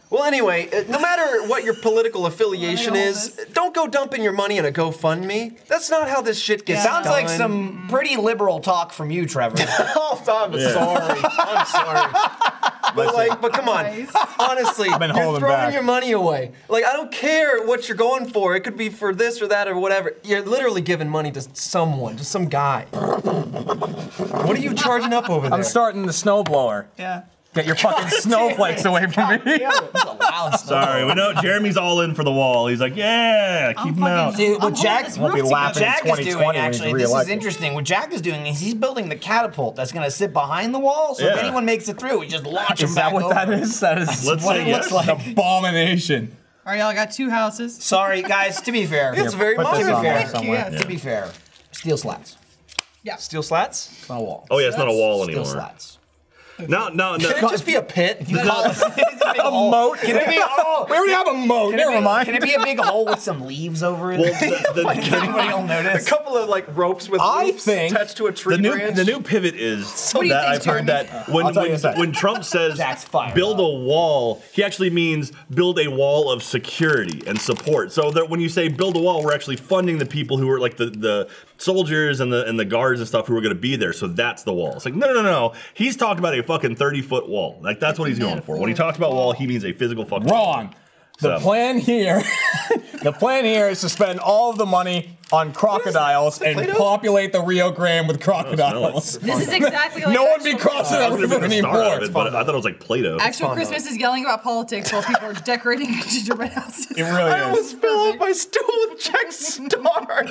E: Well, anyway, uh, no matter what your political affiliation
C: Well, I know
E: is,
C: this.
E: don't go dumping your money in a GoFundMe. That's not how this shit gets
D: Sounds like
E: done.
D: some pretty liberal talk from you, Trevor.
E: Oh, I'm sorry. I'm sorry. But like, but come on.
C: Nice.
E: Honestly, you're
G: been
E: throwing
G: holding back.
E: your money away. Like, I don't care what you're going for. It could be for this or that or whatever. You're literally giving money to someone, to some guy. what are you charging up over there?
G: I'm starting the snowblower.
C: Yeah.
G: Get your fucking snowflakes away from me.
D: Loud stuff.
F: Sorry, we know Jeremy's all in for the wall. He's like, "Yeah, keep him
C: fucking
F: out."
D: Dude,
C: I'm
D: what Jack,
C: holding this Won't be roof
D: what
G: laughing in
D: Jack is doing
G: 2020 when he's
D: actually, this is
G: reelected.
D: interesting. What Jack is doing is he's building the catapult that's going to sit behind the wall. So if
F: Yeah.
D: anyone makes it through, we just launch him
G: Is that
D: back
G: what
D: over.
G: that is? That is
F: Let's
G: what
F: say
G: it
F: yes.
G: looks like. Abomination.
C: All right, y'all I got two houses.
D: Sorry, guys. To be fair,
E: It's very
G: Put this
E: modern.
G: on there
C: Thank you,
G: somewhere.
C: yes.
D: to be fair, steel slats.
C: Yeah.
E: Steel slats?
D: It's not a wall.
F: Oh yeah, it's not a wall
D: steel
F: anymore.
D: slats.
F: No, no, no.
E: Could it just be a pit?
D: You call it a moat? Can it be? Oh,
G: We already have a moat. Never mind.
D: Can it be a big hole with some leaves over it?
F: Well, the- the-
D: like
F: the-
D: anybody will
E: A
D: notice.
E: couple of like ropes with
G: I
E: loops
G: think
E: attached to a tree
F: The new,
E: branch.
F: the new pivot is
C: do you
F: that
C: think,
F: I've heard
C: Jeremy?
F: that when,
G: I'll tell you in
F: when,
G: a sec.
F: when Trump says
D: Zach's fired
F: build
D: up.
F: a wall, he actually means build a wall of security and support. So that when you say build a wall, we're actually funding the people who are like the, the soldiers and the and the guards and stuff who are going to be there. So that's the wall. It's like no no no no. He's talking about a fucking thirty foot wall. Like that's what he's going for. When he talks about wall, he means a physical fucking wall.
G: Wrong. The
F: So-
G: plan here, the plan here is to spend all of the money on crocodiles and
E: Play-Doh?
G: populate the Rio Grande with crocodiles.
C: This is exactly like
G: no one be
C: actual-
G: crossing
F: I
G: that
F: wasn't
G: river
F: even gonna start out
G: anymore.
F: of it, but I thought it was like Play-Doh.
C: Actual Christmas is yelling about politics while people are decorating gingerbread houses.
G: It really is.
E: almost fell off my stool with Jack Star.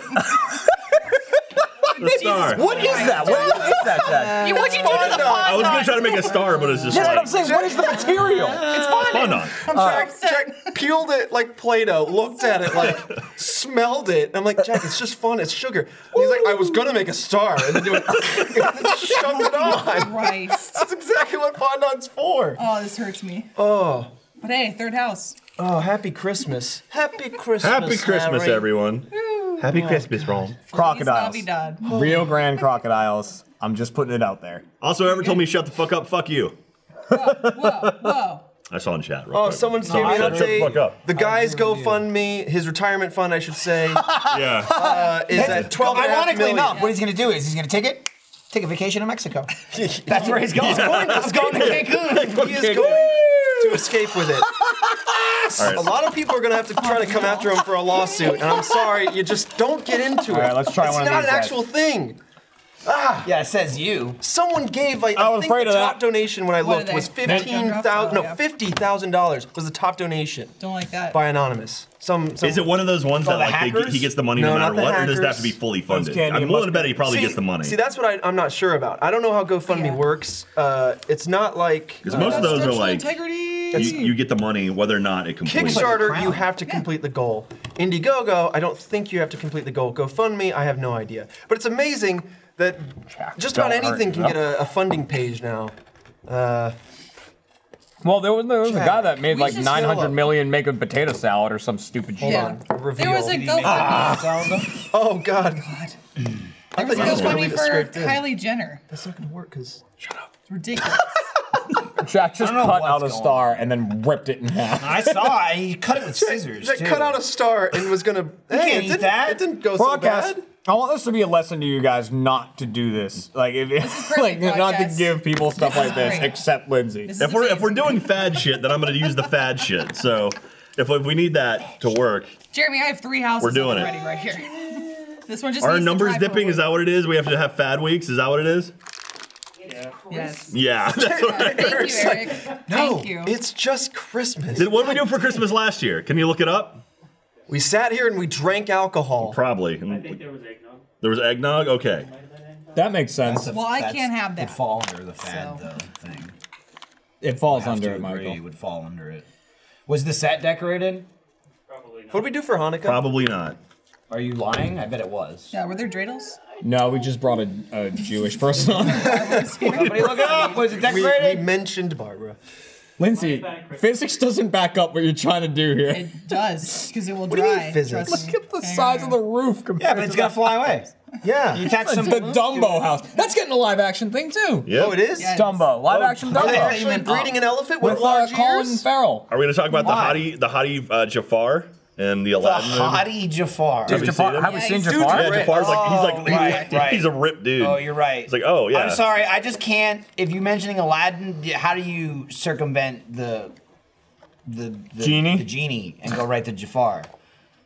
F: the star.
G: What is that? What is that, Jack?
C: You- What'd you do to the
F: I
C: fondant?
F: was gonna try to make a star, but it's just
G: That's what I'm
F: like
G: saying. What is the material?
F: fondant.
C: I'm so upset.
E: Jack peeled it like Play-Doh, looked at it like, smelled it. And I'm like, Jack, it's just fun. It's sugar. And he's like, I was gonna make a star, and then you went, shoved it on.
C: Christ.
E: That's exactly what fondant's for.
C: Oh, this hurts me. Oh. But hey, third house.
E: Oh, happy Christmas! Happy Christmas! Oh,
F: Happy Christmas,
E: Harry.
F: everyone. Happy Christmas, Ron.
G: Crocodiles.
C: It's Navidad.
G: Rio Grande crocodiles. I'm just putting it out there.
F: Also, whoever told me shut the fuck up, fuck you.
C: Whoa, whoa.
F: I saw in chat. real
E: Oh,
F: quick.
E: someone's
F: Someone
E: giving an
F: said,
E: update.
F: Shut the fuck up.
E: The guy's GoFundMe, his retirement fund, I should say, uh,
F: Yeah.
E: is at twelve. and a half
D: Ironically
E: million.
D: enough, what he's going to do is he's going to take it, take a vacation to Mexico. That's where he's going. He's going to Cancun.
E: he is going to escape with it.
F: All
E: A
F: right.
E: lot of people are going to have to try to come after him for a lawsuit, and I'm sorry, you just don't get into it.
G: right, let's try
E: it's
G: one of
E: not
G: these
E: an
G: guys.
E: actual thing.
D: Yeah, it says you.
E: Someone gave like I,
G: I was
E: think
G: afraid
E: the
G: of
E: top
G: that.
E: donation when I
C: What are
E: looked
C: they?
E: was fifteen thousand,
C: Yeah.
E: no fifty thousand dollars was the top donation
C: Don't like that.
E: by anonymous. Some, some
F: Is it one of those ones that
D: the
F: like they, get-
D: hackers?
F: he gets the money no,
E: No,
F: matter
E: not the
F: what, or does that have
E: hackers.
F: to be fully funded?
G: candy
F: I'm
G: and
F: willing to
G: mustard.
F: bet he probably gets the money.
E: See, that's what I, I'm not sure about. I don't know how GoFundMe
C: Yeah.
E: works. Uh, it's not like uh,
F: Because most of those are
C: Structural
F: like
C: integrity.
F: you, you get the money whether or not it completes.
E: Kickstarter,
D: Crown.
E: you have to complete the goal. Indiegogo, I don't think you have to complete the goal. GoFundMe, I have no idea. But it's amazing that just about
G: don't hurt
E: anything can
G: me.
E: get a, a funding page now.
G: Well, there was, there was a guy
E: Jack,
G: that made
C: we
G: like
C: should
G: 900
E: fill up.
G: million make a potato salad or some stupid shit.
C: yeah.
E: Reveal.
C: There was a
E: Ah,
C: GoFundMe.
E: oh God,
C: There was a
E: I thought you were gonna
C: GoFundMe
E: leave it
C: for
E: scraped in.
C: Kylie Jenner.
E: that's not gonna work because
C: It's ridiculous.
G: Jack just cut out a
D: what's going
G: star and then ripped it in half.
D: I saw it. He cut it with scissors.
E: Jack
D: too.
E: cut out a star and was gonna. hey,
D: can't
E: it
D: eat
E: didn't,
D: that.
E: It didn't go so
G: Podcast.
E: bad.
G: I want this to be a lesson to you guys not to do this. Like, if, like
C: perfect
G: not to
C: podcast.
G: give people stuff
C: This is
G: like this,
C: great.
G: except Lindsay.
C: This is
F: If we're if we're
C: amazing.
F: doing fad shit, then I'm gonna use the fad shit. So if, if we need that to work,
C: Jeremy, I have three houses
F: We're doing it.
C: already right here. This one just
F: are
C: needs to
F: numbers
C: dry for a
F: dipping? Is
C: week.
F: that what it is? We have to have fad weeks. Is that what it is?
C: Yes.
F: Yeah. That's what I-
C: Thank you, Eric.
E: No,
C: Thank you.
E: it's just Christmas.
F: Did- what did we do for Christmas last year? Can you look it up?
E: we sat here and we drank alcohol.
F: Probably. I think there was eggnog. There was eggnog. Okay.
G: that makes sense.
C: well, I
D: That's-
C: can't have
D: would
C: that.
D: fall under the fad
C: So.
D: though thing.
G: It falls
D: Have
G: under
D: to
G: it,
D: agree,
G: Michael.
D: would fall under it. Was the set decorated?
E: What did we do for Hanukkah?
F: Probably not.
D: Are you lying? I bet it was.
C: Yeah, were there dreidels?
G: No, we just brought a, a Jewish person on.
D: Somebody look it up. Was it
E: We,
D: decorated?
E: we mentioned Barbara.
G: Lindsay, physics doesn't back up what you're trying to do here.
C: It does, because it will
E: do you mean
C: dry.
E: physics?
C: trust me.
G: Look at the size of the roof
D: yeah,
G: compared
D: but it's
G: to
D: gonna fly away.
E: Yeah.
D: You attach some.
G: the Dumbo house. That's getting a live action thing too.
F: Yeah.
E: Oh, it is.
C: Yeah,
G: Dumbo, live action
E: Are they
G: Dumbo.
E: actually breeding an elephant with,
G: With uh,
E: large
G: Colin
E: ears?
G: Farrell.
F: Are we gonna talk about
D: Why?
F: the hottie, the hottie uh, Jafar and the
D: The
F: Aladdin? movie?
D: hottie Jafar.
F: Have you seen him?
G: Have we
C: Yeah,
G: seen
C: he's-
G: Jafar?
F: Yeah, Jafar's like he's like he's,
D: right, right.
F: he's a ripped dude.
D: Oh, you're right.
F: It's like oh yeah.
D: I'm sorry, I just can't. If you're mentioning Aladdin, y- how do you circumvent the the, the
G: Genie?
D: the genie and go right to Jafar?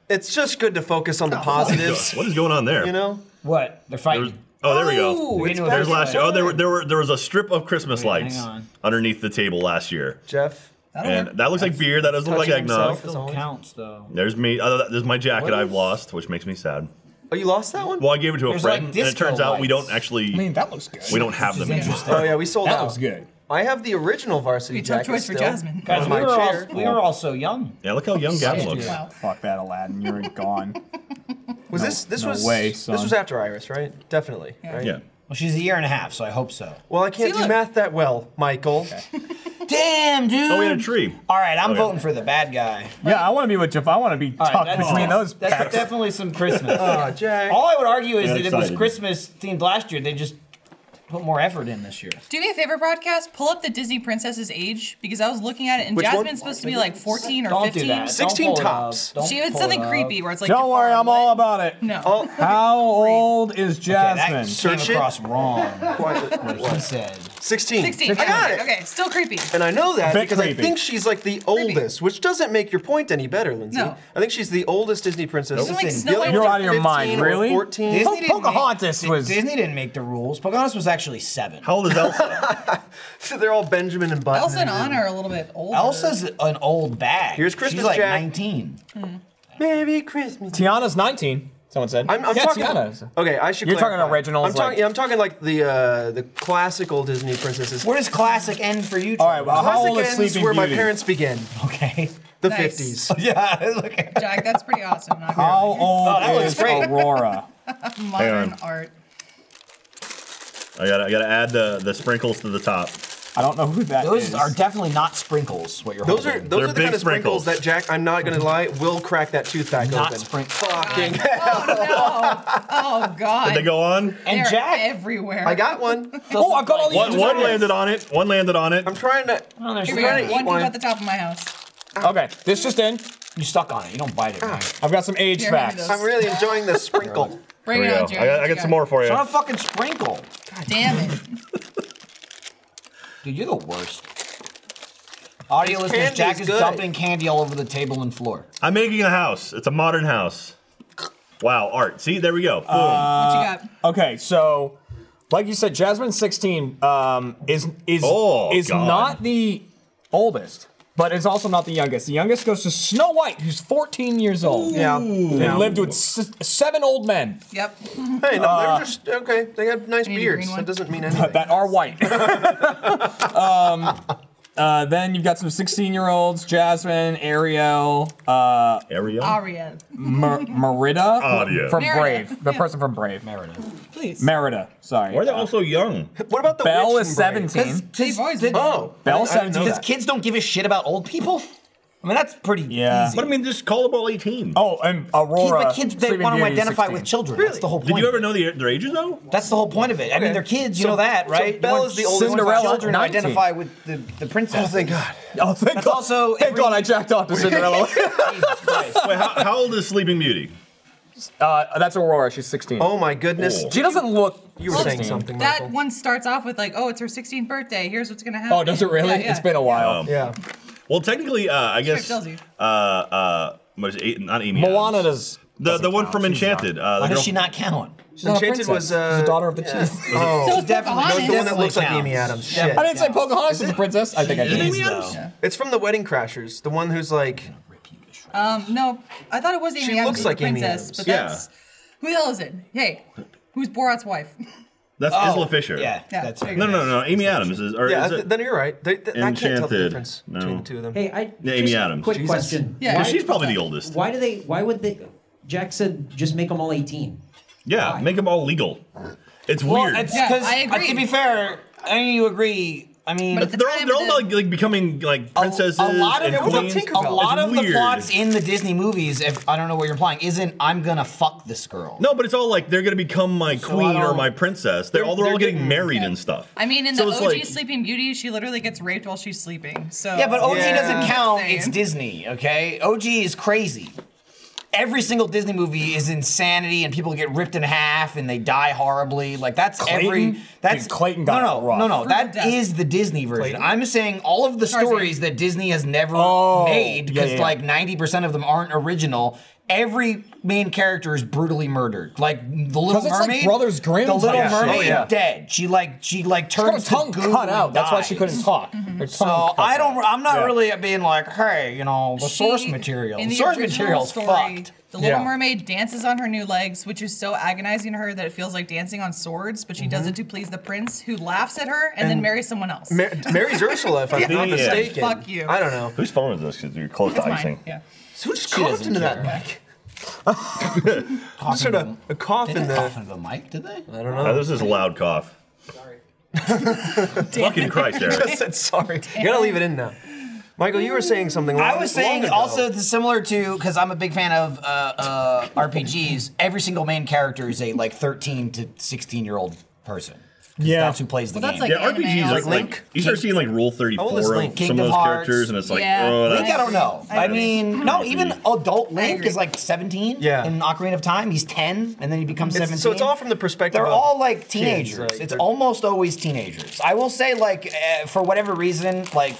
E: It's just good to focus on the positives,
F: What is going on there?
E: you know?
D: What they're
F: There's-
D: fighting?
F: oh, there we
D: Ooh,
F: go.
D: it's
F: There's
D: back
F: last
D: to
F: year. Oh, there were there were there was a strip of Christmas
D: Wait,
F: lights
D: hang on.
F: underneath the table last year,
E: Jeff.
C: That'll work.
F: and that looks like beer. That doesn't look like
E: touching
F: eggnog.
E: himself. Still
D: counts though.
F: There's me. Oh, that- there's my jacket
D: What
F: I've
D: is-
F: lost, which makes me sad.
E: Oh, you lost that one?
F: Well, I gave it to a
D: There's,
F: friend,
D: like,
F: and it
D: disco
F: turns out we
D: lights.
F: don't actually
G: I mean, that looks good.
F: we don't have them anymore.
E: Oh yeah, we sold
G: That
E: out.
G: looks good.
E: I have the original varsity
C: Be a tough
E: jacket
C: choice for
E: still.
C: Jasmine.
D: Guys,
E: On
D: we
E: my
D: were, all,
E: chair.
D: we were all so young.
F: Yeah, look how young Gavin looks.
C: Wow.
G: Fuck that, Aladdin. You're gone.
E: Was this this
G: no
E: was
G: way, son.
E: this was after Iris, right? Definitely. Right?
F: Yeah.
D: Well, she's a year and a half, so I hope so.
E: Well, I can't
C: See,
E: do
C: look.
E: math that well, Michael.
D: Damn, dude.
F: Oh, we had a tree.
D: All right, I'm
F: Okay.
D: voting for the bad guy.
G: yeah, I want to be with Jafar. I want to be
D: All right,
G: tucked between those
D: that's
G: packs.
D: definitely some Christmas.
E: Ah, Jack.
D: all I would argue is
F: Yeah,
D: that it was
F: excited.
D: Christmas themed last year. They just put more effort in this year.
C: Do me a favor, podcast. Pull up the Disney princess's age because I was looking at it, and
E: Which one?
C: Jasmine's supposed to be like 14 or
D: Don't
C: 15.
D: do that. Don't
E: 16
D: pull it up.
E: tops.
D: Don't
C: She had
D: pull
C: something
D: it up.
C: creepy where it's like.
G: Don't
C: Jafar,
G: worry, I'm
C: what?
G: all about it.
C: No.
G: How old is
D: Yeah, that
G: Jasmine?
D: came
E: Search it.
D: across wrong.
E: Quiet.
D: He said
E: 16.
C: 16.
E: I got it.
C: Okay, still creepy.
E: And I know that
H: Bit
E: because
H: creepy.
E: I think she's like the oldest, which doesn't make your point any better, Lindsay.
C: No.
E: I think she's the oldest Disney princess.
C: Doesn't make
E: The
C: Snow White
E: other ones
C: look
E: are
H: out of your mind,
E: 15 or
H: really?
E: 14.
D: Disney
G: Po-
D: didn't make-
G: Pocahontas
D: Di-
G: was-
D: Disney didn't make the rules. Pocahontas was actually seven.
F: How old is Elsa?
E: So they're all Benjamin and Button.
C: Elsa and Anna are a little bit older.
D: Elsa's an old bag.
E: Here's
D: She's
E: Christmas
D: like
E: Jack.
D: 19.
E: Merry Christmas.
G: Tiana's 19. Someone said.
E: I'm, I'm
G: yeah,
E: talking.
G: Tiana.
E: Okay, I should.
G: You're talking
E: clarify.
G: originals,
E: I'm talking.
G: like-
E: yeah, I'm talking like the uh, the classical Disney princesses.
D: Where does classic end for you?
G: All right, well, how
E: Classic
G: old is
E: ends
G: Sleeping
E: where my
G: Beauty?
E: parents begin.
D: Okay.
E: The
C: Nice.
E: 50s.
D: yeah. Look at
C: Jack, that's pretty awesome. Not
G: How
C: gonna
G: old
D: Oh, that looks
G: is
D: great.
G: Aurora?
C: lie. Modern
F: on.
C: art.
F: I gotta, I gotta add the, the sprinkles to the top.
G: I don't know who that is.
D: Those are definitely not sprinkles. What you're
E: Those are
D: holding.
E: those
F: They're
E: are the
F: big
E: kind of sprinkles
F: sprinkles.
E: that Jack. I'm not gonna lie. Will crack that tooth back
D: Not
E: open.
D: sprinkles.
E: Fucking.
C: Oh, no. Oh, God.
F: They go on.
C: They're
D: And Jack-
C: everywhere.
E: I got one.
G: oh, I've got all these.
F: One, one landed on it. One landed on it.
E: I'm trying to.
C: Here
E: I'm
C: we go.
E: trying
C: One
E: to eat
C: came
E: one.
C: at the top of my house.
G: Okay, this just in.
D: You suck on it. You don't bite it. man.
G: I've got some age
C: Here, hand me
G: facts.
C: those.
E: I'm really enjoying this sprinkle.
C: Bring
F: Here we
C: it
F: go.
C: on,
F: I
C: Jack.
F: got, I got some more for you.
D: It's not a fucking sprinkle.
C: Damn it.
D: Dude, you're the worst. Audio
E: This
D: listeners,
E: candy's
D: Jack is
E: good.
D: dumping candy all over the table and floor.
F: I'm making a house. It's a modern house. Wow, art. See, there we go. Boom.
C: What you
G: Uh,
C: got?
G: Okay, so like you said, Jasmine 16 um, is is
F: Oh,
G: is
F: God.
G: not the oldest, but it's also not the youngest. The youngest goes to Snow White, who's 14 years old.
E: Yeah.
G: And lived with s- seven old men
C: Yep.
E: Hey, no, they're just okay. They got nice
C: need a
E: beards.
C: green one?
E: That doesn't mean anything.
G: that are white. um, uh, then you've got some 16 year olds Jasmine, Ariel, uh,
F: Ariel.
C: Ariel.
G: Mer- Merida
E: Ah,
F: Ariel.
G: from
C: Merida,
G: Brave, the
C: yeah.
G: person from Brave. Merida.
C: Please.
G: Merida, sorry.
F: Why are they all so young?
E: What about the
G: Belle
E: witch
G: is
E: and brain?
G: 17.
C: These boys.
E: Oh,
G: Belle
E: I didn't know
G: 17.
D: Because
E: that.
D: kids don't give a shit about old people. I mean, that's pretty
G: Yeah.
D: easy.
F: But I mean, just call them all 18.
G: Oh, and
D: Kids,
G: Aurora.
D: but kids, they
G: Sleeping
D: want to
G: Beauty is
D: identify
G: 16.
D: with children. That's the whole point.
F: Did you ever know the, their ages though?
D: That's the whole point of it. I mean, they're kids. You know that, right?
E: Belle
D: You want
E: is the oldest one.
D: Cinderella
G: Cinderella,
D: children to
G: 19.
D: identify with the, the princess.
E: Oh, thank God.
G: Oh, thank God.
D: also
G: thank
D: every-
G: God I jacked off to Cinderella.
F: Wait, how, how old is Sleeping Beauty?
G: uh, that's Aurora. She's 16.
E: Oh my goodness.
F: Oh.
G: She doesn't look.
E: You were saying something,
C: That
E: Michael.
C: one starts off with like, oh, it's her 16th birthday. Here's what's gonna happen.
G: Oh, does it really?
C: Yeah, yeah.
G: It's been a while.
F: Um,
E: Yeah.
F: Well, technically, uh, I guess.
C: tells you.
F: Uh, uh, what is it? Eight- Not Amy.
G: Moana
F: Adams.
G: does.
F: The, the one from Enchanted. Uh, the
D: Why
F: girl-
D: does she not count?
G: She's not a
E: Enchanted was,
G: princess.
E: uh,
G: She's the daughter of the
E: yeah.
G: chief.
E: Oh,
C: So it's
E: That was the one
C: Pocahontas.
E: that looks like
D: Definitely
E: Amy
D: counts.
E: Adams.
D: Yeah.
E: Shit.
G: I didn't say Pocahontas is a princess. I think I
D: It
G: did.
D: is, though.
E: It's from the Wedding Crashers, the one who's like,
C: Um, no, I thought it was Amy
E: She
C: Adams.
E: looks
C: who's
E: like
C: the
E: Amy
C: princess,
E: Adams.
C: But
F: Yeah.
C: that's who the hell is it? Hey, who's Borat's wife?
F: That's Isla Fisher.
D: Oh, Yeah,
C: Yeah,
D: that's
C: there
D: right.
C: you
F: No, no, no, no. Amy Adams is. Or
E: yeah,
F: is
E: th-
F: it-
E: then you're right. They, th- I can't tell the
F: Enchanted.
E: difference between
F: No.
E: the two of them.
I: Hey, I
F: Yeah, Amy
I: just a
F: Adams.
I: Quick
E: Jesus.
I: question.
C: Yeah.
I: Why-
F: she's probably the oldest.
I: Why do they? Why would they? Jack said just make them all 18.
F: Yeah, make them all legal. It's
D: Well,
F: weird.
D: it's
C: Yeah,
D: 'cause,
C: I
D: uh,
C: agree.
D: to be fair, I mean, you agree. I mean,
C: But at the
F: they're all,
C: time
F: they're
C: of
F: all
C: the-
F: like, like becoming like princesses
D: a lot of
F: and
D: it was
F: queens.
D: a, a lot
F: It's
D: of the
F: weird.
D: plots in the Disney movies. If I don't know what you're implying, isn't I'm gonna fuck this girl?
F: No, but it's all like they're gonna become my queen or
D: don't-
F: my princess. They're, all they're,
E: they're
F: all getting
E: getting-
F: married and stuff.
C: I mean, in
F: So
C: the
F: it's
C: OG
F: like-
C: Sleeping Beauty, she literally gets raped while she's sleeping. So
D: Yeah, but OG
E: Yeah.
D: doesn't count. It's
C: Same.
D: Disney, okay? OG is crazy. Every single Disney movie is insanity, and people get ripped in half, and they die horribly. Like that's every
G: Clayton?
D: that's
G: Dude, Clayton
D: no,
G: got it
D: no,
G: rough.
D: no, no.
C: Fruit of
D: That
C: Death.
D: is the Disney version. I'm saying all of the
C: Tarzan.
D: stories that Disney has never
G: Oh,
D: made,
G: yeah,
D: because
G: yeah, yeah.
D: like 90 percent of them aren't original. Every main character is brutally murdered. Like the Little
G: 'Cause it's like
D: Mermaid,
G: Brothers Grimm
D: The Little
G: type shit.
D: Mermaid
G: Oh, yeah.
D: dead. She like she like
G: She got her
D: turns
G: tongue
D: to goo
G: cut
D: and
G: out. That's why she
D: dies.
G: couldn't talk. Her tongue
D: So
G: cut
D: I
G: out.
D: don't. I'm not
G: Yeah.
D: really being like, hey, you know, the
C: she-
D: source material.
C: in
D: The
C: the
D: source
C: original
D: material's
C: story,
D: fucked.
C: The Little
G: Yeah.
C: Mermaid dances on her new legs, which is so agonizing to her that it feels like dancing on swords. But she does it to please the prince, who laughs at her and, then marries someone else.
E: Mar- Mary's Ursula, if I'm not
F: Yeah.
E: mistaken.
C: Fuck you.
E: I don't know.
F: Whose phone is this? Because you're close
C: That's
F: to
C: mine.
F: icing.
C: Yeah.
E: Who just coughed
D: doesn't
E: into that
D: care.
E: mic? Just sort of a cough
D: Did
E: in
D: they cough
E: the.
D: into the mic? Did they?
E: I don't
F: Uh,
E: know.
F: this is a loud cough. Sorry. Fucking Christ, Eric.
E: I said sorry. You gotta leave it in now. Michael, you were saying something.
D: I
E: long-
D: was saying
E: long ago.
D: also it's similar to because I'm a big fan of uh, uh, RPGs. Every single main character is a like 13 to 16 year old person. Yeah. That's who plays the
C: Well, that's
D: game.
C: like-
F: Yeah, RPGs
C: Like
F: like,
D: Link?
F: like you start seeing like Rule Thirty
D: old is
F: Four
D: Link?
F: of some of
D: Kingdom
F: those
D: Hearts.
F: characds, and it's like,
C: Yeah.
F: oh,
C: Link
D: Link, I
F: that's
D: don't know.
C: I
D: I,
C: agree.
D: mean, no, even adult Link
C: agree.
D: is like 17.
E: Yeah.
D: In Ocarina of Time, he's 10, and then he becomes 17.
E: It's- so it's all from the perspective
D: They're
E: of
D: all like
E: kids,
D: teenagers.
E: right?
D: It's
E: They're-
D: almost always teenagers. I will say, like, uh, for whatever reason, like,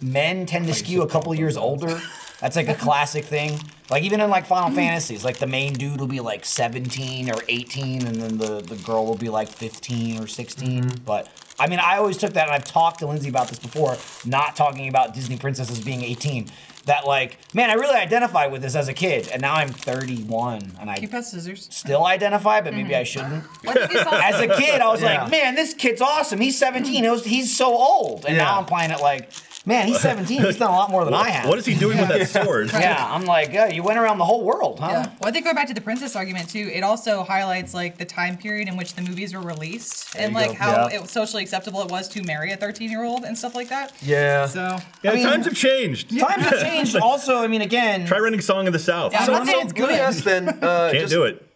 D: men tend to skew a couple years older. That's like a classic thing. Like even in like
E: Hmm.
D: Final Fantasies, like the main dude will be like 17 or 18, and then the, the girl will be like 15 or 16.
E: Mm-hmm.
D: But I mean, I always took that, and I've talked to Lindsay about this before, not talking about Disney princesses being 18. That like, man, I really identified with this as a kid, and now I'm 31, and I
C: Keep that scissors.
D: still identify, but maybe I shouldn't.
C: What did these all
D: As a kid, I was like, man, this kid's awesome. He's 17. It was- he's so old. And now
E: Yeah.
D: I'm playing it like, man, he's 17. He's done a lot more than I have.
F: what is he doing with that sword?
D: Yeah, I'm like, yeah, you went around the whole world,
E: Oh.
D: huh?
C: Yeah. Well, I think going back to the princess argument too, it also highlights like the time period in which the movies were released and like how it was socially acceptable it was to marry a 13 year old and stuff like that.
E: Yeah.
C: So
F: Yeah,
D: I mean-
F: times have changed.
D: Times have changed. Also, I mean, again,
F: Try running song in the South.
C: Yeah, I'm
E: So,
C: not saying
E: so
C: it's
E: let me
C: good.
E: ask then. Uh,
F: Can't
E: just
F: do it.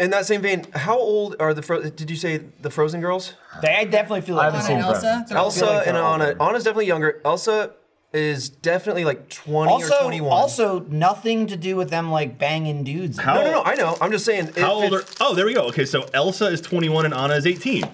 E: In that same vein, how old are the? Fro- did you say the Frozen girls?
D: they I definitely feel like
G: haven't
C: Anna
G: seen
C: and Elsa. they're
E: Elsa
C: all-
E: and Anna. Anna's definitely younger. Elsa is definitely like twenty or
D: also,
E: twenty-one.
D: also nothing to do with them like banging dudes.
F: How-
E: no, no, no. I know. I'm just saying.
F: How
E: if
F: old are?
E: it-
F: Oh, there we go. Okay, so Elsa is 21 and Anna is 18.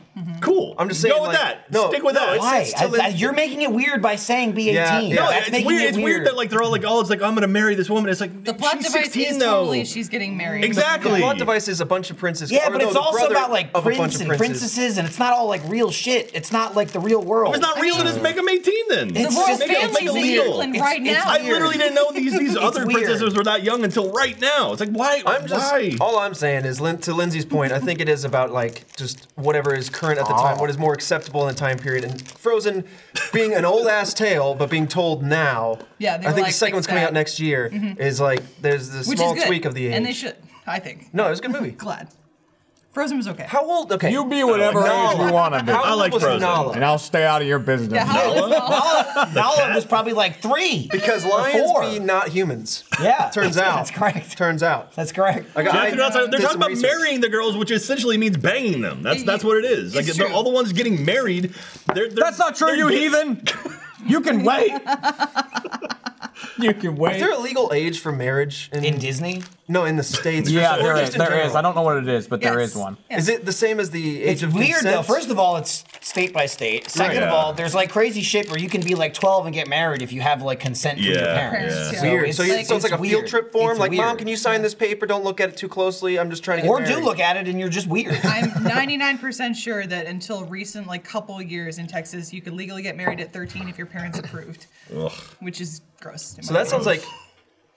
F: Cool.
E: I'm just saying,
F: Go with
E: like,
F: that.
E: no,
F: Stick with
E: no,
F: that.
E: it's-
D: Why? I,
E: still in-
D: I- you're making it weird by saying be 18.
E: Yeah, yeah.
D: No,
E: No,
D: that's
F: it's
D: making
F: weird.
D: it
F: It's weird that like they're all like, oh, it's like I'm gonna marry this woman. It's like
C: The plot
F: she's
C: device
F: 16
C: is
F: though.
C: totally she's getting married.
F: Exactly.
E: The plot device is a bunch of princes.
D: Yeah,
E: or
D: but
E: no,
D: it's
E: the
D: also
E: brother
D: about like
E: of a bunch
D: prince
E: of
D: and
E: princes.
D: princesses, and it's not all like real shit. It's not like the real world.
F: It's not real. It doesn't make them 18 then.
C: The
D: It's
C: royal
D: just- it's
C: family's in
F: illegal.
C: England
D: It's-
C: right
D: it's
C: now.
F: I literally didn't know these these other
D: weird.
F: princesses were that young until right now. It's like why?
E: I'm just
F: why?
E: all I'm saying is Lin- to Lindsay's point. I think it is about like just whatever is current at the time, what is more acceptable in the time period, and Frozen being an old ass tale, but being told now.
C: Yeah, they
E: I
C: were
E: think
C: like,
E: the second one's
C: fix
E: coming
C: that. Mm-hmm.
E: out next year. Is like there's this
C: Which
E: small
C: is good.
E: tweak of the age.
C: And they should, I think.
E: No, it was a good movie.
C: Glad. Frozen was okay.
E: How old? Okay,
G: You be whatever
E: No.
G: age you want to be,
E: How
F: I
E: old
F: like
E: was
F: Frozen.
E: Nala?
G: and I'll stay out of your business.
C: yeah, how old is Nala?
D: Nala was probably like three.
E: Because
D: or
E: lions
D: four.
E: be not humans.
D: Yeah,
E: Turns out.
D: That's correct.
E: Turns out.
D: That's correct.
E: I got-
F: Yeah,
E: I
F: they're not talking- they're
E: did
F: talking
E: some
F: about
E: research.
F: marrying the girls, which essentially means banging them. That's that's what it is. Like
C: It's
F: they're
C: true.
F: all the ones getting married. They're, they're,
G: That's not true,
F: they're
G: you
F: getting-
G: heathen. You can wait. you can
E: Is
G: wait.
E: there a legal age for marriage in,
D: In Disney,
E: No, in the states.
G: Yeah,
E: or
G: there
E: just
G: is.
E: in
G: There
E: general?
G: is. I don't know what it is, but there
C: Yes.
G: is one.
C: Yeah.
E: Is it the same as the age
D: it's
E: of
D: weird
E: consent?
D: though. First of all, it's state by state. Second
F: Right.
D: of
F: Yeah.
D: all, there's like crazy shit where you can be like 12 and get married if you have like consent from your
F: Yeah,
D: parents.
C: yeah.
D: So
E: Weird.
D: it's
E: so, you- so it's like a
D: weird.
E: field trip form.
D: It's
E: like, mom,
D: weird.
E: can you sign this paper? Don't look at it too closely. I'm just trying to get
D: Or
E: married.
D: do look at it and you're just weird.
C: I'm 99% sure that until recent, like couple years in Texas, you could legally get married at 13 if your parents approved, which is gross. in
E: So
C: my
E: that sounds like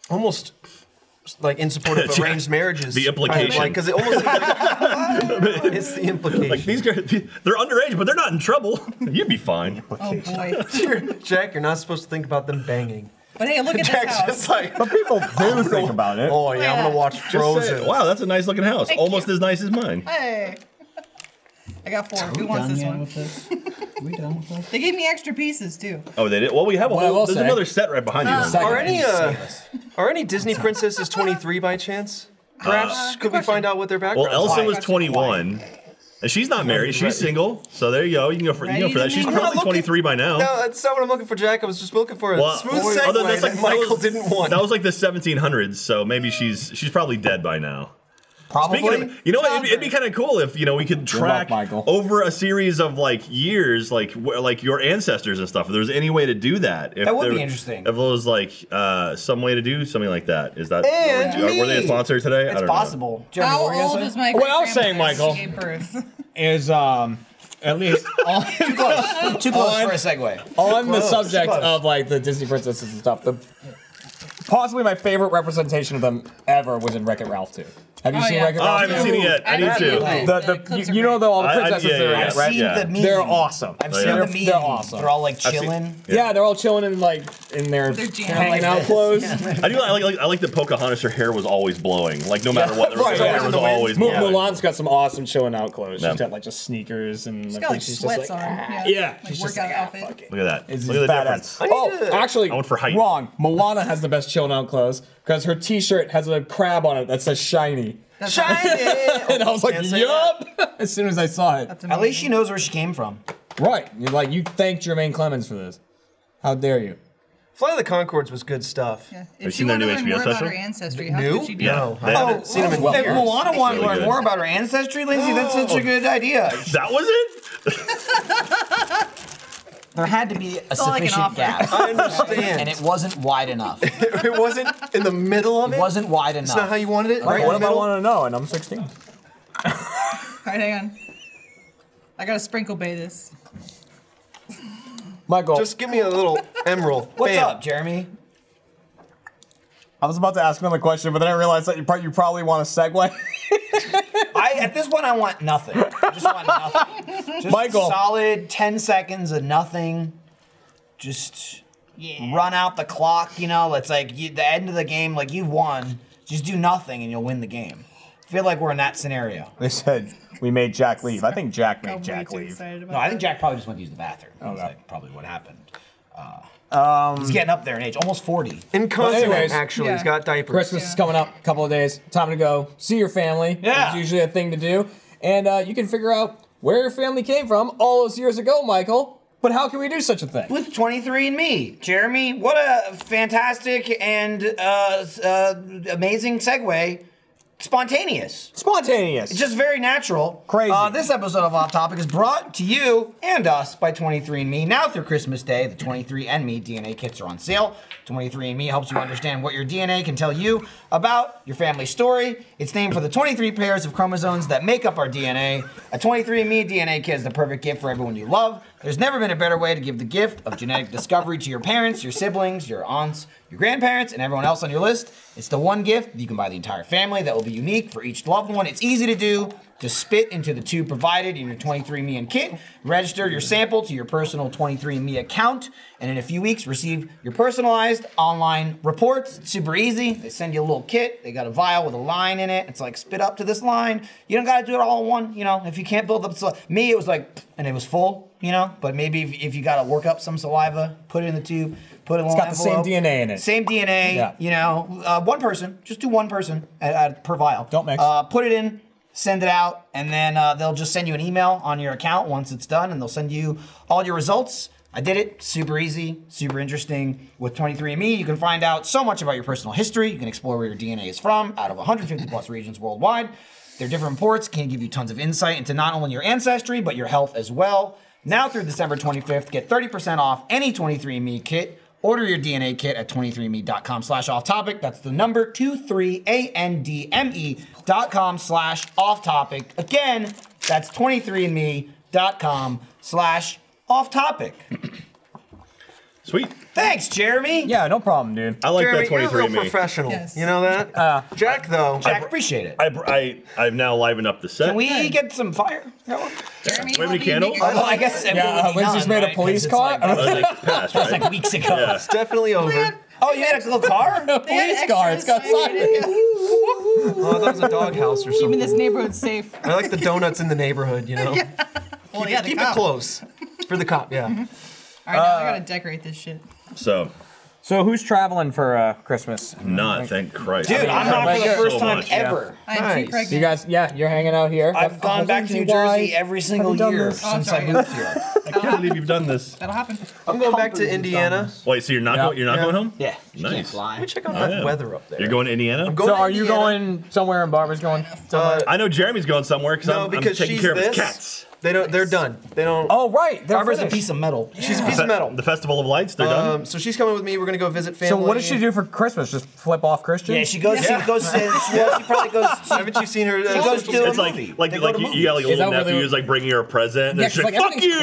E: almost like in support of
F: Yeah.
E: arranged marriages.
F: The implication.
E: Like, because it almost seems like it's the implication.
F: Like these guys, they're underage, but they're not in trouble. You'd be fine.
C: opinion. Oh boy.
E: Jack, you're not supposed to think about them banging.
C: But hey, look at this
E: Jack's
C: house.
E: just like,
G: But people do think about it.
E: oh yeah, I'm
C: Yeah.
E: gonna watch
F: Just say,
E: Frozen.
F: wow, that's a nice looking house.
C: Thank
F: Almost
C: you.
F: as nice as mine.
C: Hey. I got four. Who wants this one?
I: this? we done with this?
C: They gave me extra pieces too.
F: Oh, they did. Well, we have a
G: Well, I
F: whole.
G: will
F: There's
G: say-
F: another set right behind
C: Oh,
F: you.
E: Are any uh, are any Disney princesses 23 by chance? Perhaps could we find out what their
F: Well,
E: background?
F: Elsa
E: is?
F: was 21, and she's not married. She's single. So there you go. You can go for, you can go for that. She's
C: Ready to mingle.
E: I'm
F: probably
E: not looking-
F: 23 by now.
E: No, that's not what I'm looking for, Jack. I was just looking for a
F: Well,
E: smooth
F: although
E: segue that Michael
F: was-
E: didn't want.
F: That was like the 1700s, so maybe she's she's probably dead by now. Speaking
D: Probably.
F: of, you know, what, it'd, be- it'd be kind of cool if you know we could track
G: Michael.
F: over a series of like years, like wh- like your ancestors and stuff. If there's any way to do that, if
D: That would be
F: there-
D: interesting.
F: If there was like uh, some way to do something like that, is that
D: And
F: were, were they a
D: me.
F: sponsor today? I
D: It's
F: don't
D: possible. Jeremy, what were
C: How
D: you gonna
C: old
D: say?
C: is my
G: What I was saying,
C: great-grandmother
G: Michael.
C: when she gave birth?
G: Is um at least on,
D: Too close
G: on-
D: for a segue.
G: on the
E: Close,
G: subject
E: close.
G: of like the Disney princesses and stuff. The possibly my favorite representation of them ever was in Wreck It Ralph 2. Have you
C: Oh,
G: seen
C: yeah.
G: Wreck It
F: Oh,
G: Ralph?
F: I haven't seen it yet. I need to.
G: The, the,
C: clips
G: you,
C: are
G: you know
C: great.
G: the, all the
F: I- I-
G: princesses
F: yeah,
G: that
F: yeah,
G: are in it,
F: yeah.
G: right?
D: seen
F: Yeah.
D: the meme.
G: They're awesome.
D: I've seen
G: they're,
D: the meme.
G: They're awesome.
D: They're all like
F: I've seen-
D: chilling.
G: yeah. they're all chilling in like in their
C: Their jams.
G: hanging
C: Like
G: out clothes.
F: I do. I like, like. I like that Pocahontas. Her hair was always blowing. Like no matter what, her
G: Right,
F: hair
G: yeah.
F: was always
G: Mul-
F: blowing.
G: Mulan's got some awesome chilling out clothes.
F: Yeah.
G: She's got like just sneakers and
C: She's got like
G: she's
C: sweats
G: just
C: on.
G: like, "Ah."
C: Yeah.
G: yeah,
C: Like
G: she's just
C: workout
G: like, ah,
C: outfit.
G: fuck it.
F: Look at that.
G: It's
F: Look at
G: just
F: the
G: badass.
F: difference.
G: Oh, actually,
F: I went for height.
G: wrong. Moana has the best chilling out clothes. because her T-shirt has a crab on it that says shiny,
E: Shiny!
G: and I was like,
E: Can't say that.
G: yup. As soon as I saw it,
C: That's
D: At least she
C: amazing.
D: knows where she came from.
G: right? You're like, you thank Jermaine Clemens for this. How dare you?
E: Flight of the Concords was good stuff.
C: Yeah.
F: you
C: If she
F: seen their
C: wanted to
F: new HBO
C: learn more about
F: special?
C: her ancestry, how
E: New?
C: could she do
F: Yeah.
C: that?
E: Oh,
F: They haven't seen them in
D: If
F: years.
D: Moana wanted to
F: really
D: learn
F: good.
D: more about her ancestry, Lindsay, that's such a good idea.
F: That was it?
D: There had to be a
C: all I can
D: sufficient
C: offer.
D: gap,
E: I
D: and
E: understand.
D: it wasn't wide enough. It
E: it wasn't in the middle of it.
D: wasn't wide enough.
E: It's not how you wanted it. Right
G: What
E: in
G: if
E: the
G: I
E: middle.
G: want to know? And I'm 16.
C: All right, hang on. I gotta sprinkle bay this.
G: Michael,
E: Just give me a little emerald.
D: What's
E: Bam.
D: up, Jeremy?
G: I was about to ask another question, but then I realized that you, pro- you probably want to segue.
D: I at this point I want nothing. I just want nothing. Just
G: Michael.
D: solid ten seconds of nothing. Just run out the clock. You know, it's like you, the end of the game. Like you won. Just do nothing and you'll win the game. I feel like we're in that scenario.
G: they said we made Jack leave. I think Jack made
C: I'm way
G: Jack
C: too
G: leave.
C: excited about
D: No, I think
C: that.
D: Jack probably just went to use the bathroom. That's
G: Okay.
D: like probably what happened. Uh, he's getting up there in age, almost forty.
E: Incontinent,
G: But anyways-
E: actually.
C: Yeah.
E: He's got diapers.
G: Christmas is
C: Yeah.
G: coming up, a couple of days. Time to go see your family.
D: Yeah.
G: It's usually a thing to do. And uh, you can figure out where your family came from all those years ago, Michael. But how can we do such a thing?
D: With 23 and me, Jeremy, what a fantastic and uh, s- uh, amazing segue. Spontaneous.
G: Spontaneous.
D: It's just very natural.
G: Crazy.
D: Uh, this episode of Off Topic is brought to you and us by 23andMe. Now through Christmas Day, the 23andMe DNA kits are on sale. 23andMe helps you understand what your DNA can tell you about your family story. It's named for the 23 pairs of chromosomes that make up our DNA. A 23andMe DNA kit is the perfect gift for everyone you love. There's never been a better way to give the gift of genetic discovery to your parents, your siblings, your aunts, your grandparents, and everyone else on your list. It's the one gift that you can buy the entire family that will be unique for each loved one. It's easy to do. Just spit into the tube provided in your 23andMe and kit. Register your sample to your personal 23andMe account, and in a few weeks, receive your personalized online reports. It's super easy. They send you a little kit. They got a vial with a line in it. It's like spit up to this line. You don't got to do it all in one. You know, if you can't build up saliva. me, it was like, pfft, and it was full. You know, but maybe if, if you got to work up some saliva, put it in the tube, put it in. It's
G: got the same DNA in it.
D: Same DNA.
G: Yeah.
D: You know, uh, one person. Just do one person at, at, per vial.
G: Don't mix.
D: Uh, put it in, send it out, and then uh, they'll just send you an email on your account once it's done, and they'll send you all your results. I did it. Super easy, super interesting. With 23andMe, you can find out so much about your personal history. You can explore where your DNA is from out of 150 plus regions worldwide. Their different reports can give you tons of insight into not only your ancestry, but your health as well. Now through December 25th, get 30% off any 23andMe kit Order your DNA kit at 23andme.com slash off topic. That's the number 23andme.com E slash off topic. Again, that's 23andme.com slash off topic.
F: Sweet.
D: Thanks, Jeremy.
G: yeah, no problem, dude.
F: I like
E: Jeremy,
F: that
E: you're a
F: 23
E: real
F: me.
E: professional.
C: Yes.
E: You know that? Jack, though.
D: Jack, appreciate it.
F: I, br- I, I've now livened up the set.
D: Can we get some fire? going?
C: Jeremy,
F: Wait a minute,
C: how do you
F: candle?
C: make-
D: Although I guess it
G: Yeah,
D: really
G: uh, Lindsay's
D: none,
G: made a
D: right?
G: police
D: 'Cause it's
G: car?
D: Like,
F: I was like, pass,
D: that's
F: right?
D: like weeks ago.
F: Yeah.
E: It's definitely over.
C: Yeah.
D: Oh, you had a little car?
C: They had
G: Police car. It's got
C: extras, so I
G: silent.
C: didn't-
E: Oh, that was a doghouse or
C: Keeping
E: something.
C: this neighborhood safe.
E: I like the donuts in the neighborhood, you know?
C: Well, yeah, the
E: Keep
C: cop.
E: it close. For the cop, yeah.
C: All right, now I gotta decorate this shit.
F: So,
G: So who's traveling for uh, Christmas?
F: not, thank Christ.
D: Dude, I'm not for the
G: Thank you
F: so
D: first time
F: much.
D: ever.
C: I am
E: Nice.
C: too pregnant.
G: You guys, yeah, you're hanging out here.
D: I've
G: That's the
D: gone
G: whole
D: back to New
G: reason why-
D: Jersey every single
G: done
D: year
G: this?
C: Oh,
D: since
C: sorry.
D: I moved here.
F: I can't believe you've done this.
C: That'll happen.
E: I'm going back to Indiana.
F: Wait, so you're not,
G: Yeah.
F: go- you're not
E: Yeah.
F: going home?
D: Yeah, you can't
F: Nice.
D: fly.
E: Let me check out
F: I
E: that
F: am.
E: weather up there.
F: Oh, You're going to Indiana?
E: I'm going
G: So
E: to
G: are you
E: Indiana.
G: going somewhere and Barbara's going?
E: Uh,
F: I know Jeremy's going somewhere because
E: no,
F: I'm,
E: because
F: I'm taking
E: she's
F: care of his
E: this.
F: cats.
E: They don't. They're done. They don't.
G: Oh, right. They're
D: Barbara's a
G: finished.
D: piece of metal.
E: she's a piece
F: Fe-
E: of metal.
F: The Festival of Lights, they're done.
E: Um, so she's coming with me. We're gonna go visit family.
G: So what does she do for Christmas? Just flip off Christian?
D: Yeah, she goes. She goes. To, she, well, she probably goes. To,
E: Haven't you seen her?
D: she goes to
F: It's
D: a
F: like,
D: movie.
F: like,
D: They go
F: like
D: to
F: you,
D: movies.
F: you got like a
G: Is that
F: little
G: where they-
F: nephew who's like bringing her a present. And
G: Yeah,
F: she's
G: 'cause,
F: like,
G: like,
F: fuck
G: everything's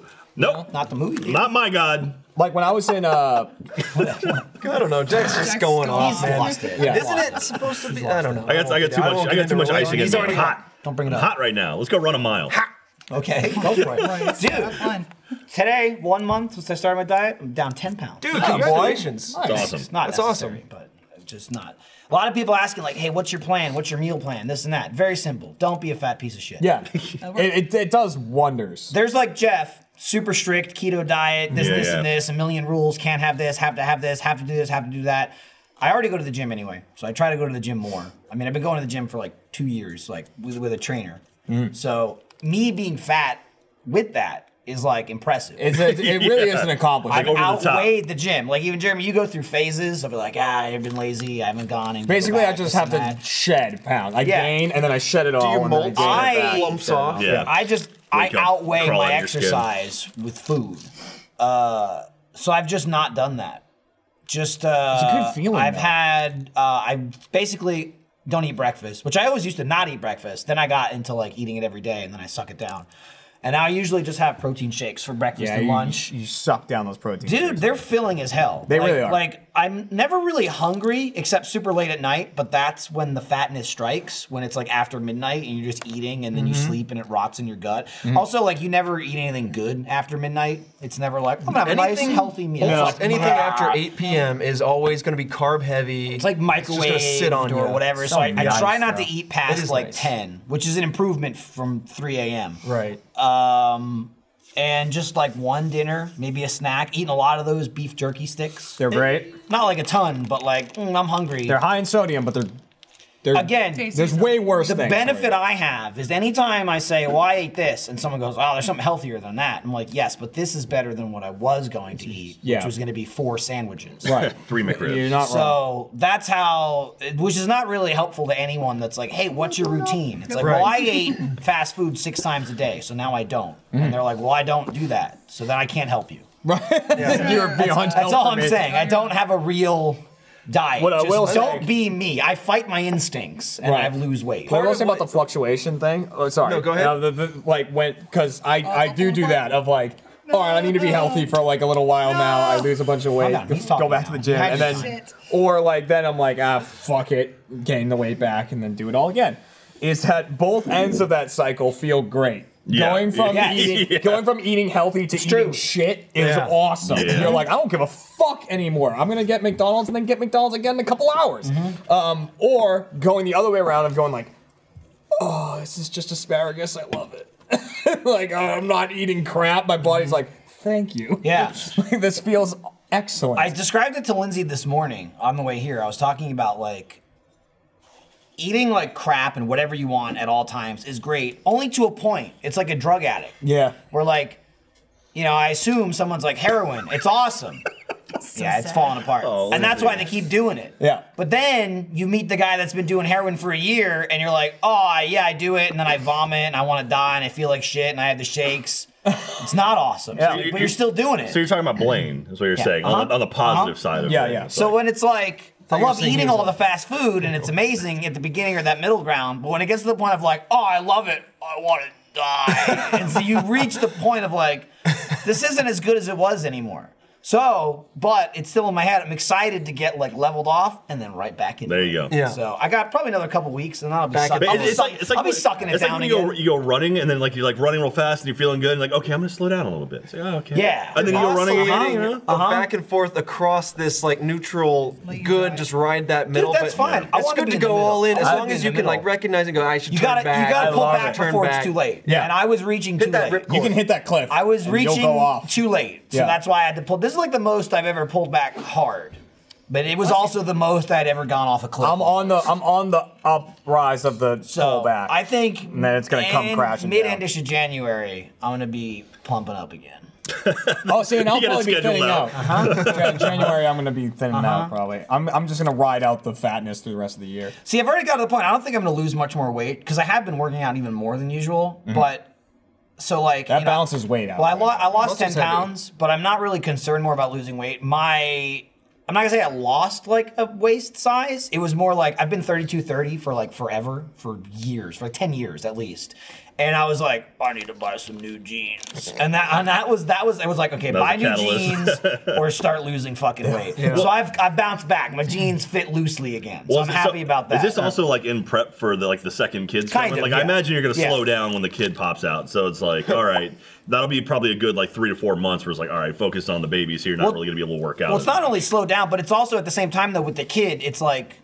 F: you! Nope,
D: Not the movie.
F: not my God.
G: Like when I was in uh,
E: I don't know. Jack's just
C: Jack's
E: going
C: gone.
E: off, man.
D: Lost it.
G: Yeah.
E: Isn't it supposed to be? I don't know.
F: I got, I got too
E: won't
F: much. I
E: get
F: got
E: into
F: too much
E: religion.
F: icing in
E: He's
F: there.
E: already
F: Hot.
D: Don't bring it up.
F: Hot right now. Let's go run a mile.
D: Okay, go for it,
C: Have
D: dude.
C: fun.
D: Today, one month since I started my diet, I'm down ten pounds.
E: Dude, congratulations.
F: It's awesome.
D: it's not
E: That's
D: necessary, but just not. A lot of people asking like, "Hey, what's your plan? What's your meal plan? This and that." Very simple. Don't be a fat piece of shit.
G: yeah, it, it, it does wonders.
D: There's like Jeff, super strict keto diet, this,
F: Yeah,
D: this,
F: yeah.
D: and this, a million rules, can't have this, have to have this, have to do this, have to do that. I already go to the gym anyway, so I try to go to the gym more. I mean, I've been going to the gym for like two years, like with, with a trainer.
G: Mm-hmm.
D: So me being fat with that is like impressive.
G: It's a, it really
F: Yeah.
G: is an
D: I've
G: accomplishment.
F: over the top.
D: outweighed the, gym. Like even Jeremy, you go through phases of like, ah, I've been lazy, I haven't gone. And
G: Basically, I just have to shed pounds. I
D: Yeah.
G: gain and then I shed it all.
E: you
G: and then I
E: mold
G: gain it
D: I-
G: back.
E: lumps off?
F: Yeah.
D: I just
F: Wake
D: I
F: up,
D: outweigh
F: crawl out
D: my
F: of your skin.
D: exercise with food. Uh, so I've just not done that. Just uh,
G: good feeling,
D: I've
G: though.
D: had uh, I basically don't eat breakfast, which I always used to not eat breakfast. Then I got into like eating it every day, and then I suck it down. And now I usually just have protein shakes for breakfast
G: Yeah,
D: and
G: you,
D: lunch.
G: you suck down those proteins.
D: Dude, they're filling as hell.
G: They
D: like,
G: really are.
D: Like I'm never really hungry except super late at night, but that's when the fatness strikes. When it's like after midnight and you're just eating, and then you sleep and it rots in your gut. Also, like you never eat anything good after midnight. It's never like I'm gonna have a nice
E: Anything-
D: healthy meal. It's
E: Almost
D: like,
E: anything
D: "Blah."
E: after 8 p.m. is always going to be carb heavy.
D: It's like microwave or
E: you.
D: whatever. So I, I
G: nice,
D: try not
G: though.
D: to eat
E: It
D: past
E: is
D: like
E: nice.
D: 10, which is an improvement from 3 a.m.
E: Right.
D: Um, and just like one dinner, maybe a snack, eating a lot of those beef jerky sticks.
G: They're great.
D: not like a ton, but like mm, I'm hungry.
G: They're high in sodium, but they're they're
D: Again,
C: Tasty.
G: There's way worse
D: the
G: things.
D: benefit I have is anytime I say, "Well, I ate this," and someone goes, "Oh, there's something healthier than that," I'm like, "Yes, but this is better than what I was going to eat,
G: Yeah.
D: which was going to be four sandwiches."
G: right.
F: Three McRibs.
G: You're not wrong.
D: So that's how, which is not really helpful to anyone that's like, hey, what's your routine? It's like, well, I ate fast food six times a day, so now I don't.
G: Mm-hmm.
D: And they're like, well, I don't do that, so then I can't help you.
G: You're beyond
D: That's
G: help
D: all
G: for
D: I'm
G: me.
D: saying. I don't have a real diet.
G: What I
D: Just
G: will
D: don't
G: say-
D: be me. I fight my instincts and
G: Right.
D: I lose weight.
G: What I was
E: of
G: saying about
E: what-
G: the fluctuation thing. Oh, sorry.
E: No, go ahead.
G: Uh, the- the- like when, because I I do do that of like, all right, I need to be healthy for like a little while now. I lose a bunch of weight,
D: on, he's
G: go
D: talking
G: back to
D: now.
G: the gym, and then
C: Shit.
G: or like then I'm like ah fuck it, gain the weight back, and then do it all again. Is that both ends of that cycle feel great?
F: Yeah.
G: Going from
D: Yes.
G: eating,
F: Yeah.
G: going from eating healthy to eating
D: true.
G: shit is
E: Yeah.
G: awesome.
F: Yeah.
G: You're like, I don't give a fuck anymore. I'm gonna get McDonald's and then get McDonald's again in a couple hours.
D: Mm-hmm.
G: Um, or going the other way around of going like, oh, this is just asparagus. I love it. like oh, I'm not eating crap. My body's like, thank you.
D: Mm-hmm. Yeah.
G: Like, this feels excellent.
D: I described it to Lindsay this morning on the way here. I was talking about like eating like crap and whatever you want at all times is great, only to a point. It's like a drug addict.
G: yeah.
D: Where like, you know, I assume someone's like heroin. It's awesome. yeah, it's
C: sad.
D: falling apart. and that's why they keep doing it.
G: Yeah.
D: But then you meet the guy that's been doing heroin for a year and you're like, oh, yeah, I do it. And then I vomit and I want to die and I feel like shit and I have the shakes. it's not awesome. But you're still doing it.
F: So you're talking about Blaine, is what you're saying, on, the,
D: Uh-huh.
F: on the positive
D: Uh-huh.
F: side of
G: Yeah,
F: things.
G: yeah.
F: It's
D: So
F: like,
D: when it's like, I
E: you were
D: love
E: saying
D: eating
E: he was Oh.
D: all the
E: a-
D: fast food and it's amazing at the beginning or that middle ground, but when it gets to the point of like, oh, I love it, I want to die. and so you reach the point of like, this isn't as good as it was anymore. So, but it's still in my head. I'm excited to get like leveled off and then right back in.
F: there you go.
E: Yeah.
D: So I got probably another couple weeks and then I'll be,
E: Back
D: suck-
E: in-
F: But
D: I'll
F: it-
D: be
F: it's
D: suck-
F: like it's like
D: I'll be
F: when-
D: sucking it
F: it's
D: down
F: like when you go,
D: again.
F: you go running and then like you're like running real fast and you're feeling good and like okay I'm gonna slow down a little bit. It's like oh okay.
D: Yeah.
F: And then you go
E: Awesome,
F: running again.
E: huh?
F: you know?
E: Go Back and forth across this like neutral, good, just ride that middle.
D: that's
E: but
D: fine. I
E: It's
D: wanna
E: good
D: be
E: to
D: in the
E: go
D: middle.
E: all in as
D: I wanna
E: long
D: be
E: as
D: in
E: you
D: the
E: can like
D: middle.
E: recognize and go. I should
D: You
E: turn
D: gotta,
E: back.
D: you gotta
E: I
D: pull
E: love
D: back
E: it. Turn
D: before
E: back.
D: it's too late.
G: Yeah.
D: And I was reaching
E: Hit
D: too
E: that
D: late.
E: ripcord.
G: You can hit that cliff.
D: I was
G: and
D: reaching
G: You'll go off.
D: too late, so
G: Yeah.
D: that's why I had to pull. This is like the most I've ever pulled back hard, but it was also the most I'd ever gone off a cliff.
G: I'm on the I'm on the uprise of the
D: so
G: pullback.
D: I think
G: And then it's gonna come
D: end-
G: crashing
D: Mid-endish of January, I'm gonna be plumping up again.
G: Oh, see, and I'll
F: You gotta
G: probably be
F: schedule
G: thinning
F: that.
G: out. Yeah, in January, I'm gonna be thinning out probably. I'm, I'm just gonna ride out the fatness through the rest of the year.
D: See, I've already got to the point. I don't think I'm gonna lose much more weight because I have been working out even more than usual. But so like
G: That
D: you know-
G: balances weight out.
D: Well, I, lo- I lost
E: Muscle's
D: ten
E: heavy.
D: pounds, but I'm not really concerned more about losing weight. My I'm not gonna say I lost like a waist size. It was more like I've been 32, 30 for like forever, for years, for like ten years at least. And I was like, I need to buy some new jeans. And that and that was that was it was like, okay,
F: was
D: buy
F: a
D: new
F: catalyst.
D: jeans or start losing fucking weight. So I've I've bounced back. My jeans fit loosely again. So
F: Well,
D: I'm
F: is-
D: happy about that.
F: Is this also like in prep for the like the second kid's
D: Kind
F: coming?
D: of,
F: Like I
D: yeah.
F: imagine you're gonna
D: Yeah.
F: slow down when the kid pops out. So it's like, all right, that'll be probably a good like three to four months where it's like, all right, focus on the babies here. You're not
D: Well-
F: really gonna be able to work out.
D: Well, it's not only slow down, but it's also at the same time though with the kid, it's like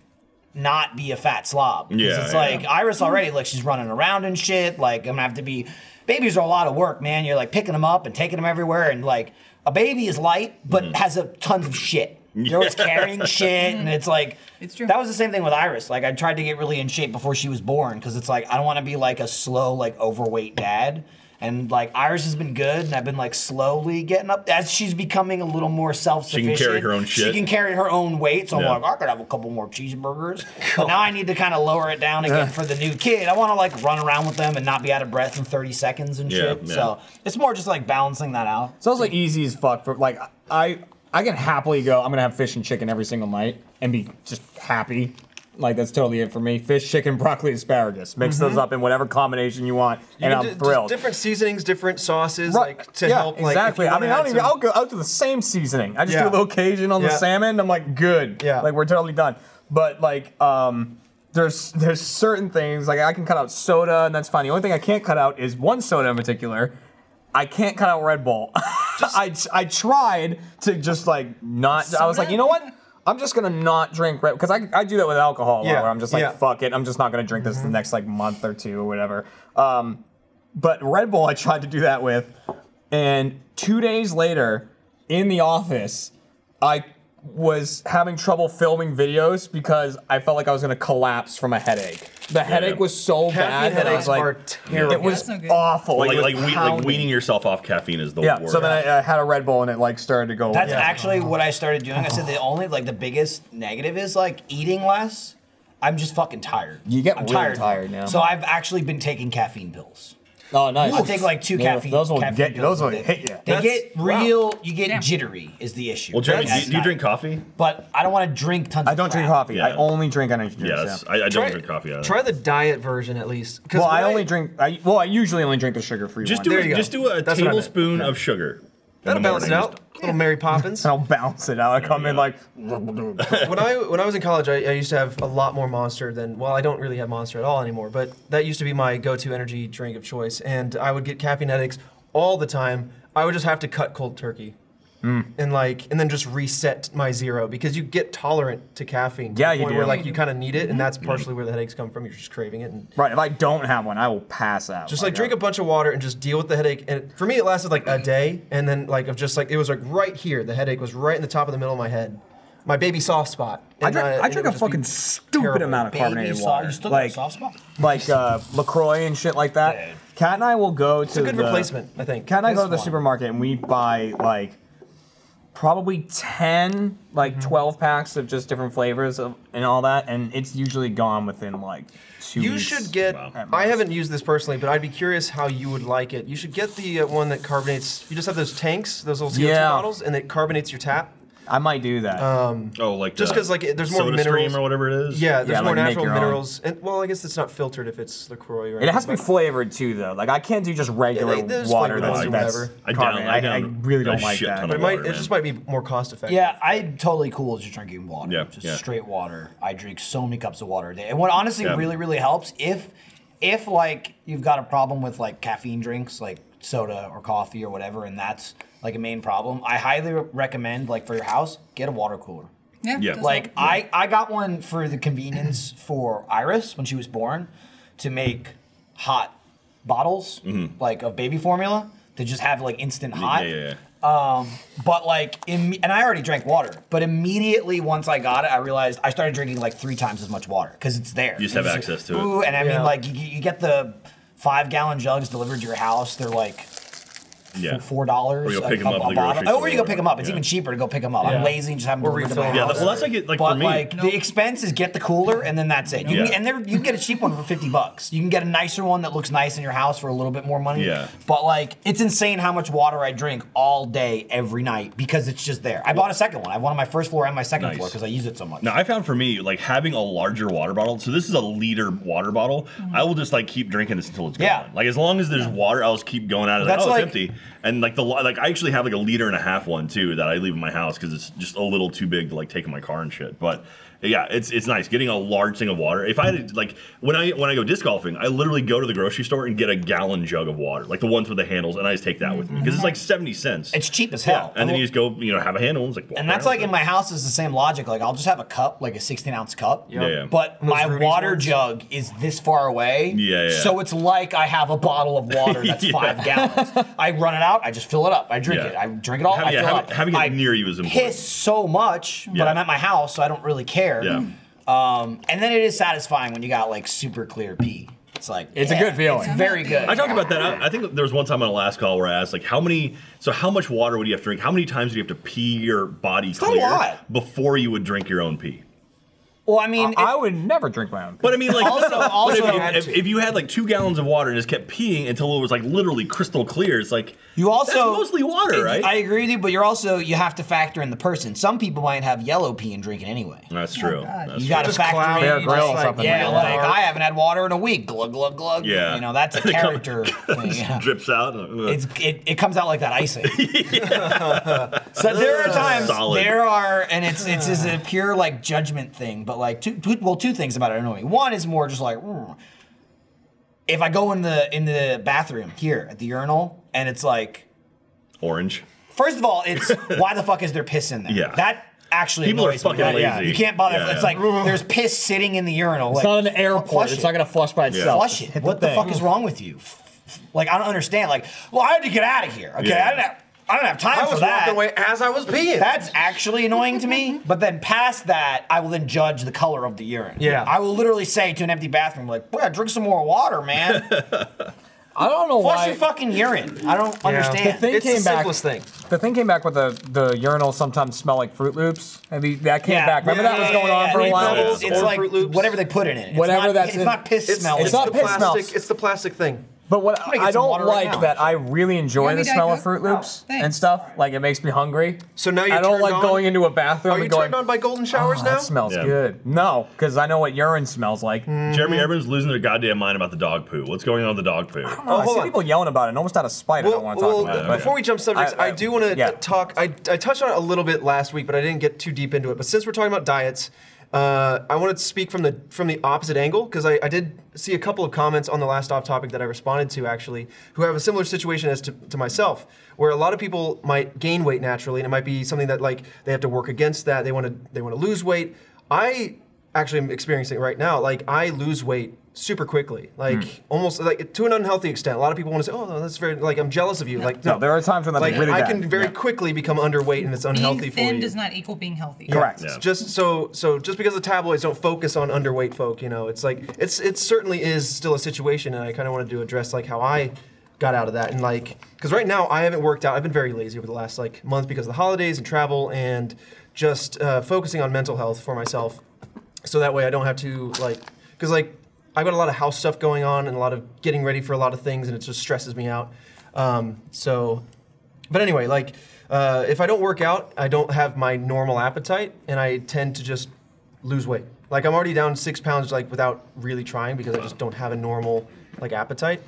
D: not be a fat slob. 'Cause
F: Yeah,
D: it's
F: yeah.
D: like Iris already like she's running around and shit. Like I'm gonna have to be. Babies are a lot of work,
F: Mm.
D: man. You're like picking them up and taking them everywhere, and like a baby is light but has a tons of shit. You're always carrying shit, and it's like
C: It's true.
D: That was the same thing with Iris. Like I tried to get really in shape before she was born because it's like I don't want to be like a slow, like overweight dad. And like Iris has been good, and I've been like slowly getting up as she's becoming a little more self sufficient.
F: carry her own
D: She
F: shit.
D: can carry her own weight, so
F: Yeah.
D: I'm like, I could have a couple more cheeseburgers. But now I need to kind of lower it down
F: Uh.
D: again for the new kid. I want to like run around with them and not be out of breath in 30 seconds and
F: Yeah,
D: shit.
F: yeah.
D: So it's more just like balancing that out.
G: It's also easy as fuck for like I I can happily go. I'm gonna have fish and chicken every single night and be just happy. Like that's totally it for me. Fish, chicken, broccoli, asparagus. Mix those up in whatever combination you want, and
E: You
G: I'm
E: can do-
G: thrilled.
E: just different seasonings, different sauces,
G: Right,
E: like to
G: yeah,
E: help. Like if
G: exactly.
E: you
G: I
E: wanna
G: mean, I
E: add
G: don't even.
E: some-
G: I'll go out to the same seasoning. I just do
E: Yeah.
G: a little Cajun on
E: Yeah.
G: the salmon. and I'm like, good.
E: Yeah.
G: Like we're totally done. But like, um, there's there's certain things like I can cut out soda and that's fine. The only thing I can't cut out is one soda in particular. I can't cut out Red Bull. I I tried to just like not. I was
C: Soda?
G: like, you know what? I'm just gonna not drink Red because I, I do that with alcohol a lot,
E: Yeah,
G: where I'm just like
E: yeah.
G: fuck it I'm just not gonna drink this the next like month or two or whatever. Um, but Red Bull I tried to do that with, and two days later in the office I was having trouble filming videos because I felt like I was gonna collapse from a headache. The headache was so bad that I was
E: headaches are
G: like,
E: terrible.
G: it was
C: That's no good.
G: awful.
F: Like
G: It was
F: like, we, like
G: pounding.
F: weaning yourself off caffeine is the
G: Yeah,
F: worst.
G: so then I, I had a Red Bull and it like started to go.
D: That's actually what I started doing. I said the only like the biggest negative is like eating less. I'm just fucking tired.
G: You get
D: I'm
G: really tired now.
D: So I've actually been taking caffeine pills.
G: oh nice.
D: I take like two
G: Yeah,
D: caffeine.
G: Those will
D: caffeine
G: get you.
D: pills
G: Those will
D: a day.
G: hit you.
D: They
E: That's-
D: get
E: wow.
D: real. You get
C: Damn.
D: jittery is the issue.
F: well, Jeremy,
D: That's
F: do, do you
D: not-
F: drink coffee?
D: But I don't want to drink tons.
G: I
D: of
G: don't drink
D: crap.
G: coffee. I
F: Yeah.
G: only drink energy drinks.
F: Yes,
G: yeah.
F: I, I don't
E: Try-
F: drink coffee. Either.
E: Try the diet version at least. 'cause
G: Well, I
E: what
G: only drink. I, well, I usually only drink the sugar-free
F: Just
G: one.
F: do
E: There
F: a,
E: you go.
F: just do a
E: That's what I meant.
F: tablespoon of sugar.
E: That'll
F: in the
E: balance it
F: morning.
E: out. Little Mary Poppins.
G: I'll bounce it out. I come in like.
E: when I when I was in college, I, I used to have a lot more Monster than well, I don't really have Monster at all anymore. But that used to be my go-to energy drink of choice, and I would get caffeine headaches all the time. I would just have to cut cold turkey,
G: Mm.
E: and like and then just reset my zero because you get tolerant to caffeine. to
G: Yeah,
E: the
G: you
E: point
G: do. Mm-hmm.
E: Where like you kind of need it, and that's partially where the headaches come from. You're just craving it, and
G: Right. If I don't have one, I will pass out. uh,
E: just like drink a bunch of water and just deal with the headache. And for me, it lasted like a
G: Mm-hmm.
E: day, and then like of just like it was like right here. The headache was right in the top of the middle of my head, my baby soft spot.
G: I
E: And,
G: drink,
E: uh,
G: I
E: and it
G: drink
E: would
G: a
E: just be
G: fucking stupid
E: terrible.
G: amount of
D: Baby
G: carbonated
D: soft.
G: water,
D: You still got
G: like
D: soft spot.
G: like uh, Lacroix and shit like that.
D: Dude.
G: Cat and I will go to
E: a good
G: the,
E: replacement, I think.
G: Cat and I go
E: This
G: to the
E: one.
G: supermarket and we buy like probably ten, like
E: Mm-hmm.
G: twelve packs of just different flavors of, and all that, and it's usually gone within like two.
E: You
G: weeks.
E: should get. I haven't used this personally, but I'd be curious how you would like it. You should get the uh, one that carbonates. You just have those tanks, those little CO2
G: Yeah.
E: bottles, and it carbonates your tap.
G: I might do that.
E: Uh,
F: Oh, like
E: Just
F: the
E: 'cause, like, it- there's more
F: soda
E: minerals.
F: stream or whatever it is.
E: Yeah, there's
G: Yeah,
E: more
G: like make
E: natural
G: your own.
E: minerals. And well, I guess it's not filtered if it's Lacroix. Or
G: It has to
E: anything,
G: be flavored too, though. Like I can't do just regular
E: Yeah, they- there's
G: water.
E: flavored
G: That's,
E: ones or
G: that's
E: whatever.
F: I
G: carbonated.
F: down- I
G: I, I
F: down
G: really
F: a
G: don't like
F: shit
G: that.
F: ton
E: But
F: of
E: it might.
F: water,
E: It
F: man.
E: just might be more cost effective.
D: Yeah, I'm totally cool with just drinking water.
F: Yeah,
D: just
F: yeah.
D: straight water. I drink so many cups of water a day. And what honestly
F: Yeah.
D: really, really helps if if like you've got a problem with like caffeine drinks, like soda or coffee or whatever, and that's like a main problem, I highly re- recommend like for your house, get a water cooler.
C: Yeah.
F: Yeah.
C: that's
D: Like
C: all.
D: I, I got one for the convenience for Iris when she was born to make hot bottles like of baby formula to just have like instant hot.
F: Mm-hmm. Yeah, yeah, yeah.
D: Um, but like, in, and I already drank water, but immediately once I got it, I realized I started drinking like three times as much water because it's there.
F: You just have
D: It's
F: access to it.
D: Ooh, and I
E: Yeah.
D: mean, like, you, you get the five gallon jugs delivered to your house. They're like
F: Yeah.
D: four dollars.
F: Or you'll pick 'em up at the grocery
D: Oh, or you go
F: store.
D: pick them up. It's
F: Yeah.
D: even cheaper to go pick them up.
E: Yeah.
D: I'm lazy and just have them
E: Or
D: delivered to my
E: refill.
F: Yeah,
D: house.
F: that- well, that's like it- like
D: but
F: for me.
D: like the expense is get the cooler and then that's it. You,
F: Yeah.
D: can, and there, you can get a cheap one for fifty bucks. You can get a nicer one that looks nice in your house for a little bit more money.
F: Yeah.
D: But like, it's insane how much water I drink all day, every night because it's just there. I bought a second one. I have one on my first floor and my second
F: Nice.
D: floor because I use it so much.
F: Now I found for me like having a larger water bottle. So this is a liter water bottle. I will just like keep drinking this until it's gone.
D: Mm-hmm. Yeah.
F: Like as long as there's water, I'll just keep going out of it.
D: That's
F: Oh,
D: like-
F: it's empty. And like the li- like I actually have like a liter and a half one too that I leave in my house because it's just a little too big to like take in my car and shit. But yeah, it's it's nice getting a large thing of water. If I had to, like when I when I go disc golfing, I literally go to the grocery store and get a gallon jug of water, like the ones with the handles, and I just take that with me because it's like seventy cents.
D: Mm-hmm. It's cheap as
F: yeah,
D: hell.
F: and then you just go, you know, have a handle. And, it's like, walk
D: And that's
F: around
D: like
F: with
D: in
F: it.
D: my house is the same logic. Like I'll just have a cup, like a 16 ounce cup.
F: Yeah, yeah.
D: But
E: Those
D: my
E: Rudy's
D: water
E: ones?
D: jug is this far away.
F: Yeah, yeah.
D: So it's like I have a bottle of water that's
F: Yeah.
D: five gallons. I run running out, I just fill it up. I drink
F: Yeah.
D: it. I drink it all. Oh, I
F: Having it-
D: fill it
F: having-
D: up.
F: having it
D: I
F: near you is important.
D: Piss so much, but
F: Yeah.
D: I'm at my house, so I don't really care.
F: Yeah.
D: Um, and then it is satisfying when you got like super clear pee. It's like
H: It's a
D: yeah,
H: good feeling.
D: It's very good.
F: I talked about that. I, I think there was one time on a last call where I asked, like, how many, so how much water would you have to drink? How many times do you have to pee your body
D: not a
F: clear
D: lot.
F: before you would drink your own pee?
D: Well, I mean,
G: I
D: it-
G: would never drink my own.
F: But I mean, like,
D: Also-
F: but if-
D: also-
F: if, if you had like two gallons of water and just kept peeing until it was like literally crystal clear, it's like
D: You also
F: that's mostly water, right?
D: I agree with you, but you're also you have to factor in the person. Some people might have yellow pee and drink it anyway.
F: that's true. that's
D: Oh, You got to
E: Just
D: factor
E: clown,
D: in
E: Bear
D: just
H: Grylls
D: like,
H: up in
D: yeah,
H: there.
D: like I haven't had water in a week. Glug glug glug.
F: Yeah.
D: you know that's a
F: They come-
D: character thing. yeah.
F: true. drips out. and, uh,
D: It's it, it comes out like that icing. so there are times
F: Solid.
D: there are, and it's it's is a pure like judgment thing. But like two, two well two things about it annoy me. One is more just like "Mm." if I go in the in the bathroom here at the urinal and it's like
F: orange.
D: First of all, it's why the fuck is there piss in there?
F: Yeah.
D: That actually
F: People are
D: annoys me.
F: fucking
D: That- yeah,
F: lazy.
D: You can't bother.
F: Yeah.
D: It's like there's piss sitting in the urinal.
H: It's
D: like,
H: not an airport.
D: flush
H: It's
D: it.
H: not gonna flush by
F: Yeah.
H: itself.
D: flush
H: Just
D: it.
H: hit the
D: what the,
H: thing.
D: fuck is wrong with you? Like I don't understand. Like, well, I had to get out of here. Okay,
F: Yeah.
D: I didn't have. I don't have time
E: I
D: for
E: was
D: that.
E: walking away as I was peeing.
D: That's actually annoying to me. But then past that, I will then judge the color of the urine.
E: Yeah.
D: I will literally say to an empty bathroom, like, boy, drink some more water, man.
H: I don't know
D: Flush
H: why.
D: your fucking urine. I don't understand.
H: The thing
E: it's
H: came
E: the
H: back-
E: simplest thing.
H: The thing came back with the the urinals sometimes smell like Fruit Loops. I mean, that came
D: Yeah.
H: back. Remember that was
D: Yeah,
H: going
D: yeah,
H: on
D: yeah.
H: for a
E: Fruit
H: while.
E: Loops
D: It's, it's
E: or
D: like
E: Fruit Loops.
D: whatever they put in it. It's
H: Whatever
D: not,
H: that's
D: It's
H: in-
D: not piss
E: It's,
D: smell.
E: it's,
H: not
E: the
H: piss smells.
E: plastic. It's the plastic thing.
H: But what
D: gonna get
H: I
D: some
H: don't
D: water right
H: like
D: now,
H: that. I really enjoy
C: want
H: the
C: me Diet
H: smell of
C: Coke?
H: Fruit
C: Oh,
H: Looks and
C: thanks.
H: stuff. Like it makes me hungry.
E: So now you're
H: I don't
E: turned
H: like
E: on?
H: going into a bathroom
E: Are you
H: and going.
E: turned on by golden
H: "Oh,
E: showers now?
H: That smells
F: Yeah.
H: good. No, because I know what urine smells like.
D: Hmm.
F: Jeremy,
D: Mm-hmm.
F: everyone's losing their goddamn mind about the dog poo. What's going on with the dog poo?
H: Oh, I
E: hold
H: see
E: on.
H: people yelling about it, and almost out of spite, I
E: Well,
H: don't want to
E: well,
H: talk about it. but-
E: before we jump subjects, I, do want to
H: yeah.
E: talk. I, I touched on it a little bit last week, but I didn't get too deep into it. But since we're talking about diets, uh, I want to speak from the from the opposite angle because I, I did see a couple of comments on the last off topic that I responded to actually, who have a similar situation as to, to myself, where a lot of people might gain weight naturally, and it might be something that like they have to work against that. They want to they want to lose weight. I actually am experiencing right now. Like I lose weight super quickly, like almost like to an unhealthy extent. A lot of people want to say, "Oh, no, that's very like I'm jealous of you." Like
G: No, there are times when that's
E: like
G: really
E: I
G: bad.
E: can very quickly become underweight and it's unhealthy
C: being thin
E: for you.
C: does not equal being healthy.
G: Correct.
E: It's Just so so just because the tabloids don't focus on underweight folk, you know, it's like it's it certainly is still a situation, and I kind of wanted to address like how I got out of that and like because right now I haven't worked out. I've been very lazy over the last like month because of the holidays and travel and just uh, focusing on mental health for myself, so that way I don't have to like because like I've got a lot of house stuff going on and a lot of getting ready for a lot of things, and it just stresses me out. Um, so but anyway, like uh, if I don't work out, I don't have my normal appetite, and I tend to just lose weight. Like I'm already down six pounds, like without really trying, because I just don't have a normal like appetite.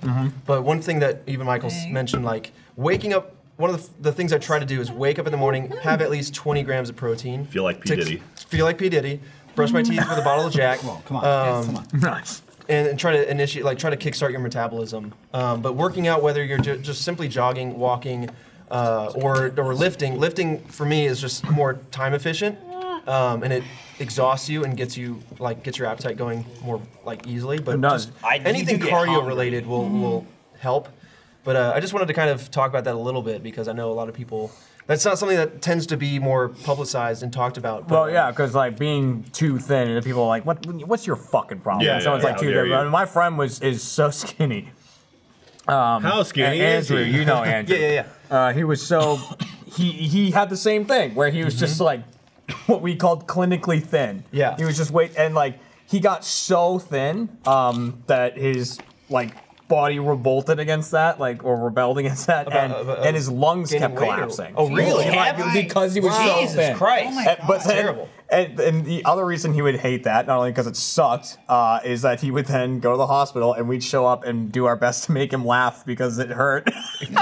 E: But one thing that even Michael's
C: Okay.
E: mentioned, like waking up. One of the, f- the things I try to do is wake up in the morning, have at least 20 grams of protein.
F: Feel like P.
E: to-
F: Diddy.
E: Feel like P Diddy. Brush my teeth with a bottle of Jack. Come on,
D: Come on, come on.
G: Nice.
E: and, and try to initiate, like try to kickstart your metabolism. Um, but working out, whether you're ju- just simply jogging, walking, uh, or or lifting, lifting for me is just more time efficient, um, and it exhausts you and gets you like gets your appetite going more like easily. But
G: does.
E: just
D: I- you
E: anything
D: do get
E: cardio
D: hungry.
E: related will
G: Mm-hmm.
E: will help. But uh, I just wanted to kind of talk about that a little bit because I know a lot of people. That's not something that tends to be more publicized and talked about. But
G: Well, yeah, because like being too thin, and people are like, "What? What's your fucking problem?"
F: Yeah,
G: And someone's
F: yeah,
G: like
F: how
G: too
F: dare
G: thin.
F: you.
G: And my friend was is so skinny.
F: How skinny
D: Uh,
G: A-
F: is
G: Uh, Andrew,
F: he?
G: you know Andrew.
E: Yeah, yeah,
G: Uh, he was so he he had the same thing where he was just like what we called clinically thin.
E: Mm-hmm. Yeah.
G: He was just weight and like he got so thin um, that his like body revolted against that like or rebelled against that and,
E: about-
G: and his lungs
E: gaining
G: kept
E: weight or-
G: collapsing.
E: Oh, really?
G: Like,
D: Have I?
G: because he was so
D: Jesus
G: thin.
D: Christ.
C: Oh my
G: And-
C: God.
G: but then,
E: terrible.
G: And, and the other reason he would hate that, not only because it sucked, uh, is that he would then go to the hospital and we'd show up and do our best to make him laugh because it hurt.
E: you know,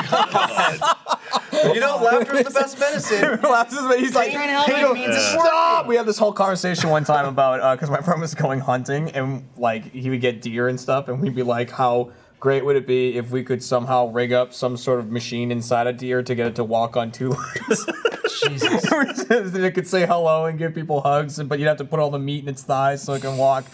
E: laughter is the best medicine.
G: Laughs his way- He's like,
C: Trying to help
G: "Hey,
C: him means it's
G: stop! We had this whole conversation one time about because my friend was going hunting and like he would get deer and stuff, and we'd be like, how great would it be if we could somehow rig up some sort of machine inside a deer to get it to walk on two legs?
E: Jesus.
G: then it could say hello and give people hugs, and- but you'd have to put all the meat in its thighs so it can walk.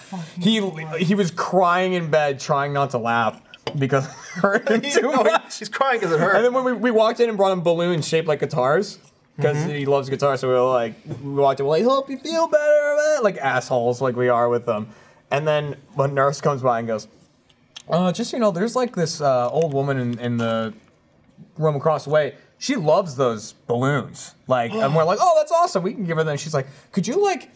G: He he was crying in bed, trying not to laugh. because hurt him too much.
E: He's crying because it hurt.
G: And then when we, we walked in and brought him balloons shaped like guitars, because he loves guitars, so we were like, we walked in, we're like, help you feel better, uh, like assholes, like we are with them. And then a nurse comes by and goes, uh, just so you know, there's like this uh, old woman in, in the room across the way. She loves those balloons. Like, and we're like, oh, that's awesome. We can give her them. She's like, could you like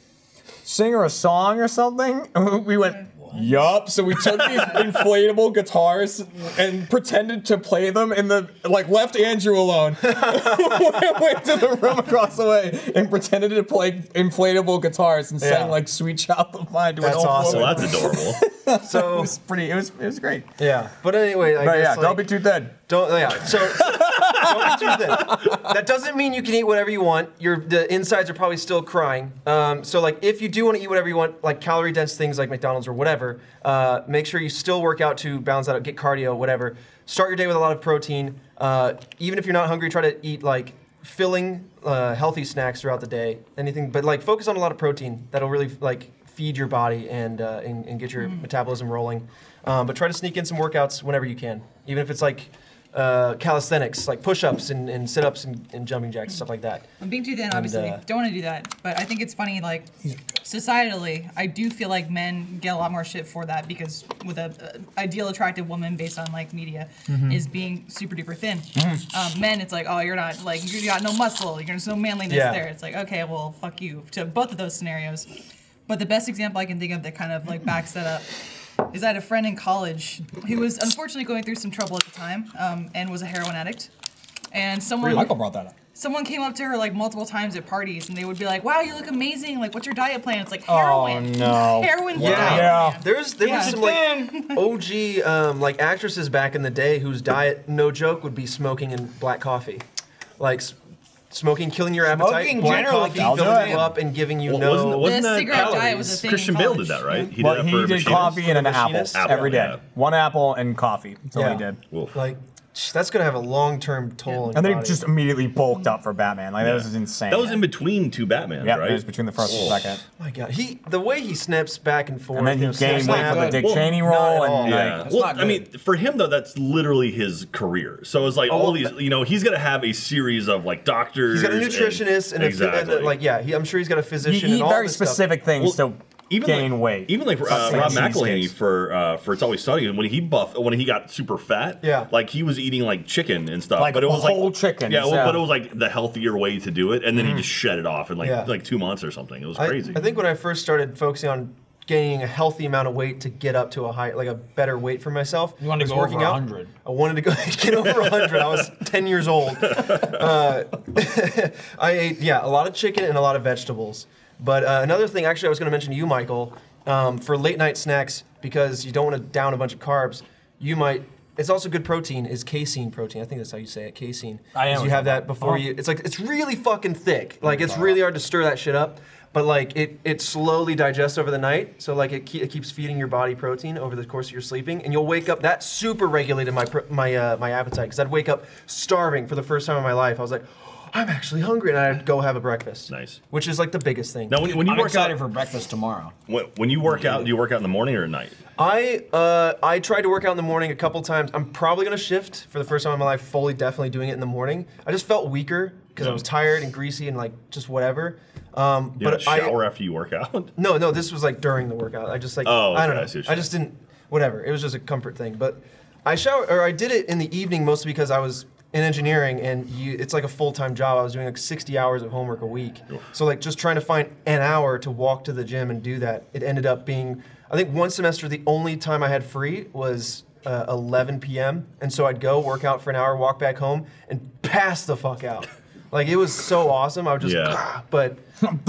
G: sing her a song or something? we went, yup. So we took these inflatable guitars and pretended to play them in the like left Andrew alone. we went to the room across the way and pretended to play inflatable guitars and sang
E: Yeah.
G: like "Sweet Child of Mine" to an
E: That's
G: old
E: awesome.
F: Well,
G: woman.
F: that's adorable.
E: so
G: It was pretty. It was. It was great.
E: yeah, but anyway, I
G: But
E: guess
G: yeah,
E: like,
G: don't be too thin.
E: Don't yeah. So don't be too thin. That doesn't mean you can eat whatever you want. Your the insides are probably still crying. Um, so like if you do want to eat whatever you want, like calorie dense things like McDonald's or whatever, uh, make sure you still work out to balance that out, get cardio, whatever. Start your day with a lot of protein. Uh, even if you're not hungry, try to eat like filling uh, healthy snacks throughout the day. Anything, but like focus on a lot of protein. That'll really like feed your body and uh, and, and get your metabolism rolling. Um, but try to sneak in some workouts whenever you can, even if it's like uh, calisthenics, like push-ups and, and sit-ups and, and jumping jacks, stuff like that.
C: I'm being too thin, obviously.
E: uh,
C: Don't want to do that. But I think it's funny, like, societally, I do feel like men get a lot more shit for that because with a uh, ideal attractive woman based on, like, media
E: Mm-hmm.
C: is being super duper thin. Um, men, it's like, oh, you're not, like, you got no muscle. There's no manliness
E: Yeah.
C: there. It's like, okay, well, fuck you to both of those scenarios. But the best example I can think of that kind of, like, backs that up is I had a friend in college who was unfortunately going through some trouble at the time um, and was a heroin addict. And someone
G: brought that up.
C: someone came up to her like multiple times at parties and they would be like, Wow, you look amazing. Like, what's your diet plan? It's like heroin.
G: no.
C: Heroin's
E: Oh, Yeah.
C: the diet
G: Yeah.
C: plan.
E: There's there
C: Yeah.
E: was some like OG um, like actresses back in the day whose diet, no joke, would be smoking and black coffee, like s- smoking, killing your appetite,
D: Smoking
E: black
D: generally
E: coffee,
D: kills
E: filling
D: you.
E: you up and giving you
F: Well,
E: no.
F: wasn't, wasn't
C: The
F: that
C: cigarette diet was a
F: calories?
C: thing in
F: Christian Bale
C: college.
F: did that, right? He
G: But he did
F: Machinas.
G: coffee and an apple,
E: Machinist?
F: Apple,
G: every day.
F: yeah.
G: One apple and coffee until
E: Yeah.
G: he did.
F: Wolf.
E: Like tch, that's gonna have a long-term toll. on
G: And
E: your
G: then he
E: body.
G: just um, immediately bulked up for Batman. Like that was insane.
F: That was in between two Batmans,
G: yeah,
F: right?
G: it was between the first and second.
E: my God, he the way he snaps back and forth.
G: And then he
E: you know,
G: gained
E: snaps
G: weight for
E: back.
G: the Dick
F: Well,
G: Cheney
E: not at
G: role,
E: all.
G: and
F: Yeah.
G: like,
F: well, I mean, for him though, that's literally his career. So it's like all these, you know, he's gonna have a series of like doctors.
E: He's got a nutritionist and, a phy-
F: exactly.
E: and, like yeah, he, I'm sure he's got a
G: you
E: physician.
G: eat
E: and all
G: very
E: this stuff.
G: specific things
F: Well,
G: to gain
F: like,
G: weight.
F: Even like uh,
G: It's like
F: Rob
G: cheesesteaks.
F: McElhaney for uh, for It's Always Sunny when he buff when he got super fat.
E: Yeah.
F: like he was eating like chicken and stuff.
G: Like
F: but it was
G: whole
F: like
G: chickens,
F: Yeah, well,
G: yeah.
F: but it was like the healthier way to do it, and then he just shed it off in like
E: Mm. Yeah.
F: like two months or something. It was
E: I-
F: crazy.
E: I, think when I first started focusing on gaining a healthy amount of weight to get up to a high, like a better weight for myself, you
D: wanted to go over 100.
E: I wanted to go get over 100. I was 10 years old. Uh, I ate yeah a lot of chicken and a lot of vegetables. But uh, another thing, actually, I was going to mention to you, Michael, um, for late night snacks because you don't want to down a bunch of carbs. You might. It's also good protein is casein protein. I think that's how you say it, casein.
G: I am. Oh.
E: Is You have that before you. It's like it's really fucking thick. Like it's really hard to stir that shit up. But like it, it slowly digests over the night, so like it, ke- it keeps feeding your body protein over the course of your sleeping, and you'll wake up. That super regulated my pr- my uh, my appetite because I'd wake up starving for the first time in my life. I was like, I'm actually hungry, and I'd go have a breakfast.
F: Nice.
E: Which is like the biggest thing.
F: now when, when you
D: I'm
F: work
D: excited
F: out
D: for breakfast tomorrow.
F: when, when you work out, do you work out in the morning or at night?
E: I uh, I tried to work out in the morning a couple times. I'm probably gonna shift for the first time in my life. Fully, definitely doing it in the morning. I just felt weaker because I was tired and greasy and like just whatever. Um,
F: Do you
E: but
F: not shower
E: I
F: after you work out.
E: no no this was like during the workout. I just like
F: Oh,
E: I
F: okay,
E: don't know.
F: I see what
E: I,
F: you're
E: just didn't whatever. It was just a comfort thing. But I shower or I did it in the evening mostly because I was in engineering and you, it's like a full time job. I was doing like 60 hours of homework a week. So like just trying to find an hour to walk to the gym and do that. It ended up being I think one semester the only time I had free was uh, 11 p.m. and so I'd go work out for an hour, walk back home, and pass the fuck out. Like it was so awesome. I would just, ah,
F: Yeah.
E: but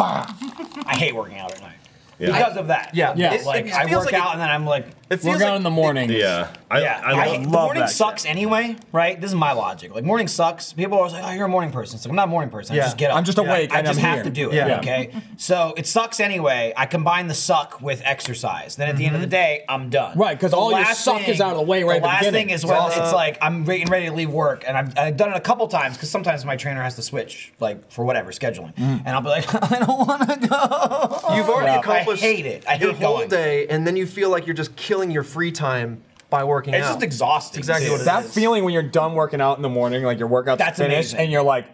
D: I hate working out at night
F: Yeah.
D: because of that.
E: yeah,
D: Yeah,
E: it- it
D: like I
E: feels
D: work
E: like
D: out
E: It,
D: and then I'm like,
E: it feels
H: Work out
E: like
H: in the morning.
F: Yeah, I,
D: yeah,
F: I,
D: hate-
F: love
D: the
G: love
D: morning
G: that shit.
D: sucks anyway, right? This is my logic. Like morning sucks. People are always like, oh, you're a morning person. It's like I'm not a morning person.
E: Yeah.
D: I just get up.
G: I'm just awake
D: I,
G: and
D: just
G: I'm
D: have
G: here.
D: to do it.
E: Yeah.
D: Okay. so it sucks anyway. I combine the suck with exercise. Then at the end of the day, I'm done.
H: Right, 'cause
D: The
H: all your
D: last
H: suck is out of the way right at the
D: The last
H: beginning.
D: thing is when it's like I'm getting ready to leave work, and I've, I've done it a couple times because sometimes my trainer has to switch, like for whatever scheduling, and I'll be like, I don't want to go.
E: You've already
D: Yeah.
E: accomplished
D: Oh, I hate it. I
E: your
D: hate
E: whole
D: going.
E: day, and then you feel like you're just killing your free time by working
D: It's
E: out.
D: just exhausting.
E: exactly
D: too.
E: what it
G: That
E: is.
G: feeling when you're done working out in the morning, like your workout's
D: That's
G: finished,
D: amazing.
G: and you're like,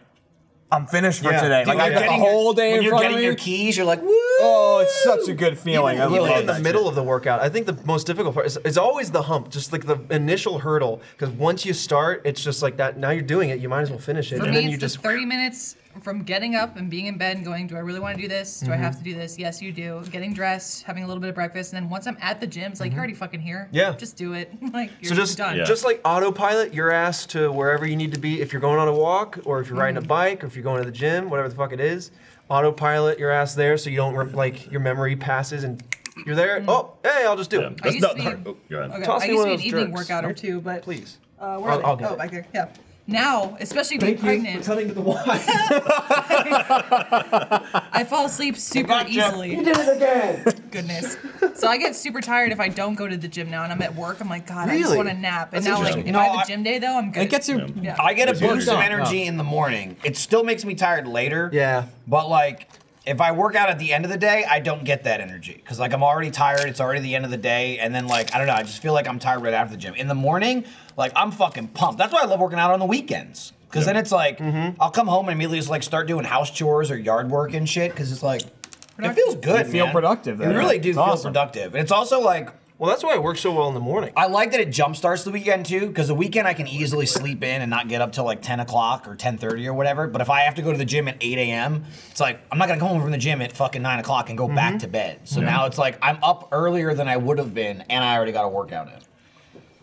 G: I'm finished for
E: Yeah.
G: today.
E: Dude,
G: Like I've
E: you're
G: got the
E: getting
D: your-
G: whole day
D: when
G: in
D: you're
G: front of
D: getting
G: me.
D: your keys, you're like, woo!
G: oh, it's such a good feeling. I
E: Even
G: love
E: in the
G: that
E: middle
G: shit.
E: of the workout, I think the most difficult part is, is always the hump, just like the initial hurdle. Because once you start, it's just like that. Now you're doing it, you might as well finish it,
C: For
E: and
C: me,
E: then
C: it's
E: you
C: just
E: just
C: 30 minutes from getting up and being in bed and going, do I really want to do this? Do
E: Mm-hmm.
C: I have to do this? Yes, you do. Getting dressed, having a little bit of breakfast, and then once I'm at the gym, it's like you're already fucking here.
E: Mm-hmm. Yeah.
C: just do it. like you're
E: So just
C: done.
F: Yeah.
E: just like autopilot your ass to wherever you need to be. If you're going on a walk, or if you're riding a
C: Mm-hmm.
E: bike, or if you're going to the gym, whatever the fuck it is, autopilot your ass there so you don't rem- like your memory passes and you're there. Oh, hey, I'll just do
F: Yeah.
E: it.
C: Mm-hmm. I
F: That's
C: used
F: not
C: to be-
F: hard. Oh, go ahead.
C: Okay,
E: Toss
C: I used to be
E: me one of
C: an
E: those
C: eating
E: jerks.
C: workout or two, but
E: Please.
C: Uh, where are
E: I'll-
C: they?
E: I'll get
C: oh,
E: it.
C: back there. Yeah. Now, especially being
I: Thank you
C: pregnant,
I: for coming to the Y.
C: I fall asleep super easily. You did it again. Goodness. So I get super tired if I don't go to the gym now, and I'm at work. I'm like, God, I just
E: Really?
C: want to nap. And
E: That's
C: now, like, if
E: interesting.
C: I
D: No,
C: have
D: I-
C: a gym day though, I'm good.
G: It gets you.
C: Yeah.
D: I get a
F: It's your
D: boost of
F: turn.
D: energy in the morning. It still makes me tired later.
E: Yeah.
D: But like, if I work out at the end of the day, I don't get that energy because like I'm already tired. It's already the end of the day, and then like I don't know. I just feel like I'm tired right after the gym. In the morning, like I'm fucking pumped. That's why I love working out on the weekends. Cause then it's like
G: Mm-hmm.
D: I'll come home and immediately just like start doing house chores or yard work and shit. Cause it's like it feels good.
G: You feel
D: man.
G: productive
D: You
G: then.
D: really do
G: It's
D: feel
G: awesome.
D: productive, and it's also like
E: Well, that's why it works so well in the morning.
D: I like that it jumpstarts the weekend too, because the weekend I can easily sleep in and not get up till like 10 o'clock or 10:30 or whatever. But if I have to go to the gym at 8 a.m., it's like I'm not gonna come home from the gym at fucking 9 o'clock and go
E: Mm-hmm.
D: back to bed. So now it's like I'm up earlier than I would have been, and I already got a workout in.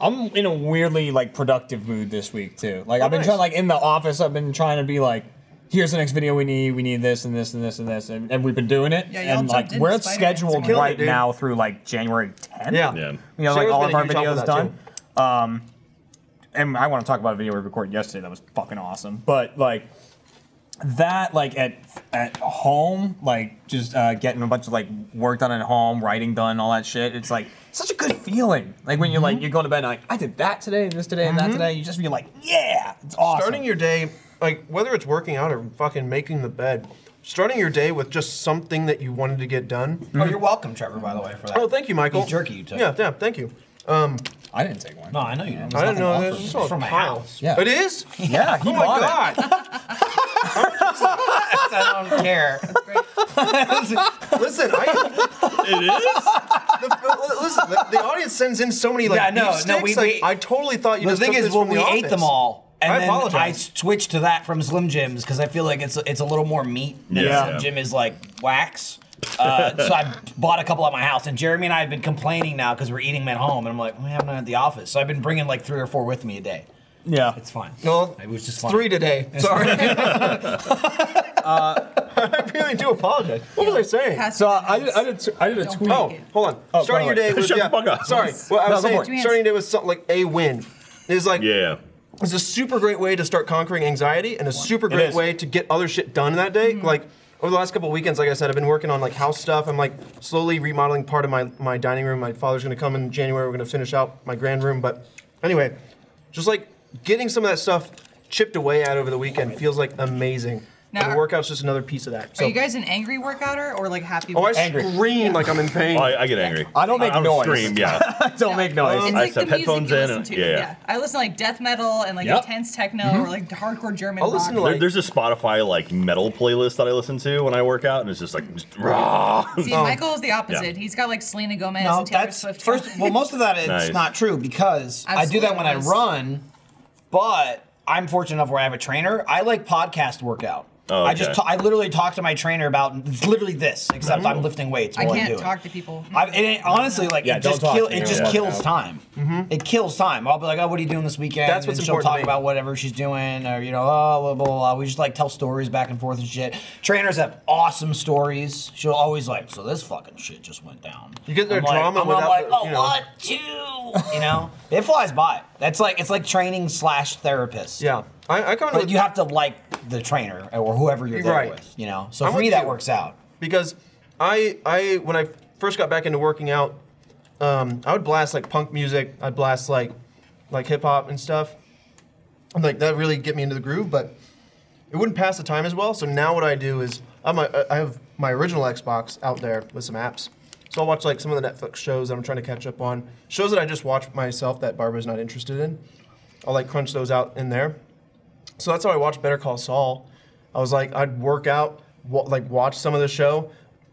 D: Oh,
G: I'm in a weirdly like productive mood this week too. Like I've been
E: nice.
G: trying like in the office, I've been trying to be like, here's the next video we need, we need this and this and this and this, and, and we've been doing it.
C: Yeah, y'all
G: and like
C: jumped into
G: we're at
C: Spider-Man.
G: scheduled
E: It's killing
G: right
E: it, dude.
G: now through like January 10th.
E: Yeah.
F: Yeah.
G: You know, like
E: Sarah's
G: all
E: been
G: of
E: a
G: our
E: huge help with
G: videos
E: that,
G: done.
E: too.
G: Um, and I want to talk about a video we recorded yesterday that was fucking awesome. But like that, like at at home, like just uh, getting a bunch of like work done at home, writing done, all that shit. It's like such a good feeling. Like when you're
E: Mm-hmm.
G: like you're going to bed, and, like I did that today, and this today, and that today. You just you're like, yeah, it's awesome.
E: Starting your day, like whether it's working out or fucking making the bed, starting your day with just something that you wanted to get done.
D: Oh, you're welcome, Trevor, by the way, for that.
E: Mm-hmm. Oh, thank you, Michael.
D: Beef jerky you took.
E: Yeah, yeah, thank you.
G: I didn't take one.
D: No, I know you didn't.
E: I didn't know that.
D: It's
E: It's all
D: from my
E: pile.
D: house.
G: Yeah.
E: It is?
G: Yeah, he
E: Oh my
G: bought it.
E: god.
D: I don't care.
E: Listen, I,
F: It is.
E: the, li- listen, the, the audience sends in so many like
D: Yeah, no,
E: beef
D: no,
E: sticks,
D: we-
E: like,
D: we-
E: I totally thought you
D: the
E: just
D: thing
E: took
D: is,
E: this
D: when
E: from the
D: we ate
E: office.
D: them all, and
E: I
D: then I
E: apologize.
D: switched to that from Slim Jims because I feel like it's it's a little more meat. Than
F: Yeah.
D: Slim Jim is like wax. Uh, so I bought a couple at my house, and Jeremy and I have been complaining now because we're eating them at home, and I'm like, we have none at the office. So I've been bringing like three or four with me a day.
G: Yeah.
D: It's fine.
E: No,
D: it was just fine.
E: three today. Sorry. I really do apologize. What was I saying?
C: Pass
G: So
C: me
G: I, I
C: the
G: did. I did. t- I did a
C: Don't
G: tweet.
E: Oh, hold on.
G: Oh,
E: starting
G: by
E: your
G: the way.
E: day with
F: Shut the
E: yeah,
F: fuck up.
E: Sorry. Well, I
G: No,
E: was
G: go for
E: saying
G: it.
C: Two hands.
E: starting your day with something like a win. It's like
F: Yeah.
E: it's a super great way to start conquering anxiety and a super
G: It
E: great
G: is.
E: way to get other shit done that day.
C: Mm-hmm.
E: Like over the last couple of weekends, like I said, I've been working on like house stuff. I'm like slowly remodeling part of my, my dining room. My father's gonna come in January. We're gonna finish out my grand room. But anyway, just like getting some of that stuff chipped away at over the weekend feels like amazing.
C: Now-
E: and the workout's just another piece of that. So
C: Are you guys an angry workouter or like happy?
E: oh, I
C: workouter?
E: scream like I'm in pain.
F: Oh, I, I get angry.
G: I don't make
F: I, I
G: noise.
F: Scream. Yeah.
G: Don't make noise.
C: It's
F: I
C: like
F: just have
C: the music
F: headphones
C: you
F: in
C: listen
F: and-
C: to.
F: yeah, yeah.
C: I listen to like death metal and like
G: Yep. Mm-hmm.
C: intense techno or like hardcore German
E: I'll
C: rock.
E: listen to
F: There-
E: like
F: there's a Spotify like metal playlist that I listen to when I work out, and it's just like just, raw.
C: See, Michael is the opposite.
F: Yeah.
C: He's got like Selena Gomez
D: No,
C: and Taylor
D: that's
C: Swift.
D: first. Well, most of that it's
F: Nice.
D: not true because I do that when I
C: Absolutely.
D: run, but I'm fortunate enough where I have a trainer. I like podcast workout.
F: Oh,
D: I just
F: okay. Mm-hmm.
D: ta- I literally talk to my trainer about it's literally this, except I'm lifting weights.
C: I
D: while
C: can't
D: do it.
C: talk to people.
D: I, it ain't, honestly, like
G: Yeah,
D: it
G: don't
D: just
G: talk
D: kill,
G: to
D: it
G: me
D: just
G: when you're
D: kills
G: out.
D: time. It kills time. I'll be like, oh, what are you doing this weekend?
E: That's what's
D: and she'll
E: important to
D: talk
E: me.
D: about whatever she's doing, or you know, oh, blah, blah blah. We just like tell stories back and forth and shit. Trainers have awesome stories. She'll always like, so this fucking shit just went down.
E: You get their
D: I'm like-
E: drama
D: I'm,
E: without
D: I'm like,
E: the-
D: oh,
E: you know."
D: what two? You know, it flies by. That's like it's like training slash therapist.
E: yeah. I, I come in
D: but
E: with
D: you have to like the trainer or whoever you're there
E: Right.
D: with. You know, so
E: I'm
D: for me
E: with
D: that
E: you.
D: works out.
E: because I I when I first got back into working out, um, I would blast like punk music. I'd blast like like hip hop and stuff. I'm like that really get me into the groove, but it wouldn't pass the time as well. So now what I do is I'm a, I have my original Xbox out there with some apps. So I'll watch like some of the Netflix shows that I'm trying to catch up on. Shows that I just watch myself that Barbara's not interested in. I'll like crunch those out in there. So that's how I watched Better Call Saul. I was like, I'd work out, wa- like watch some of the show,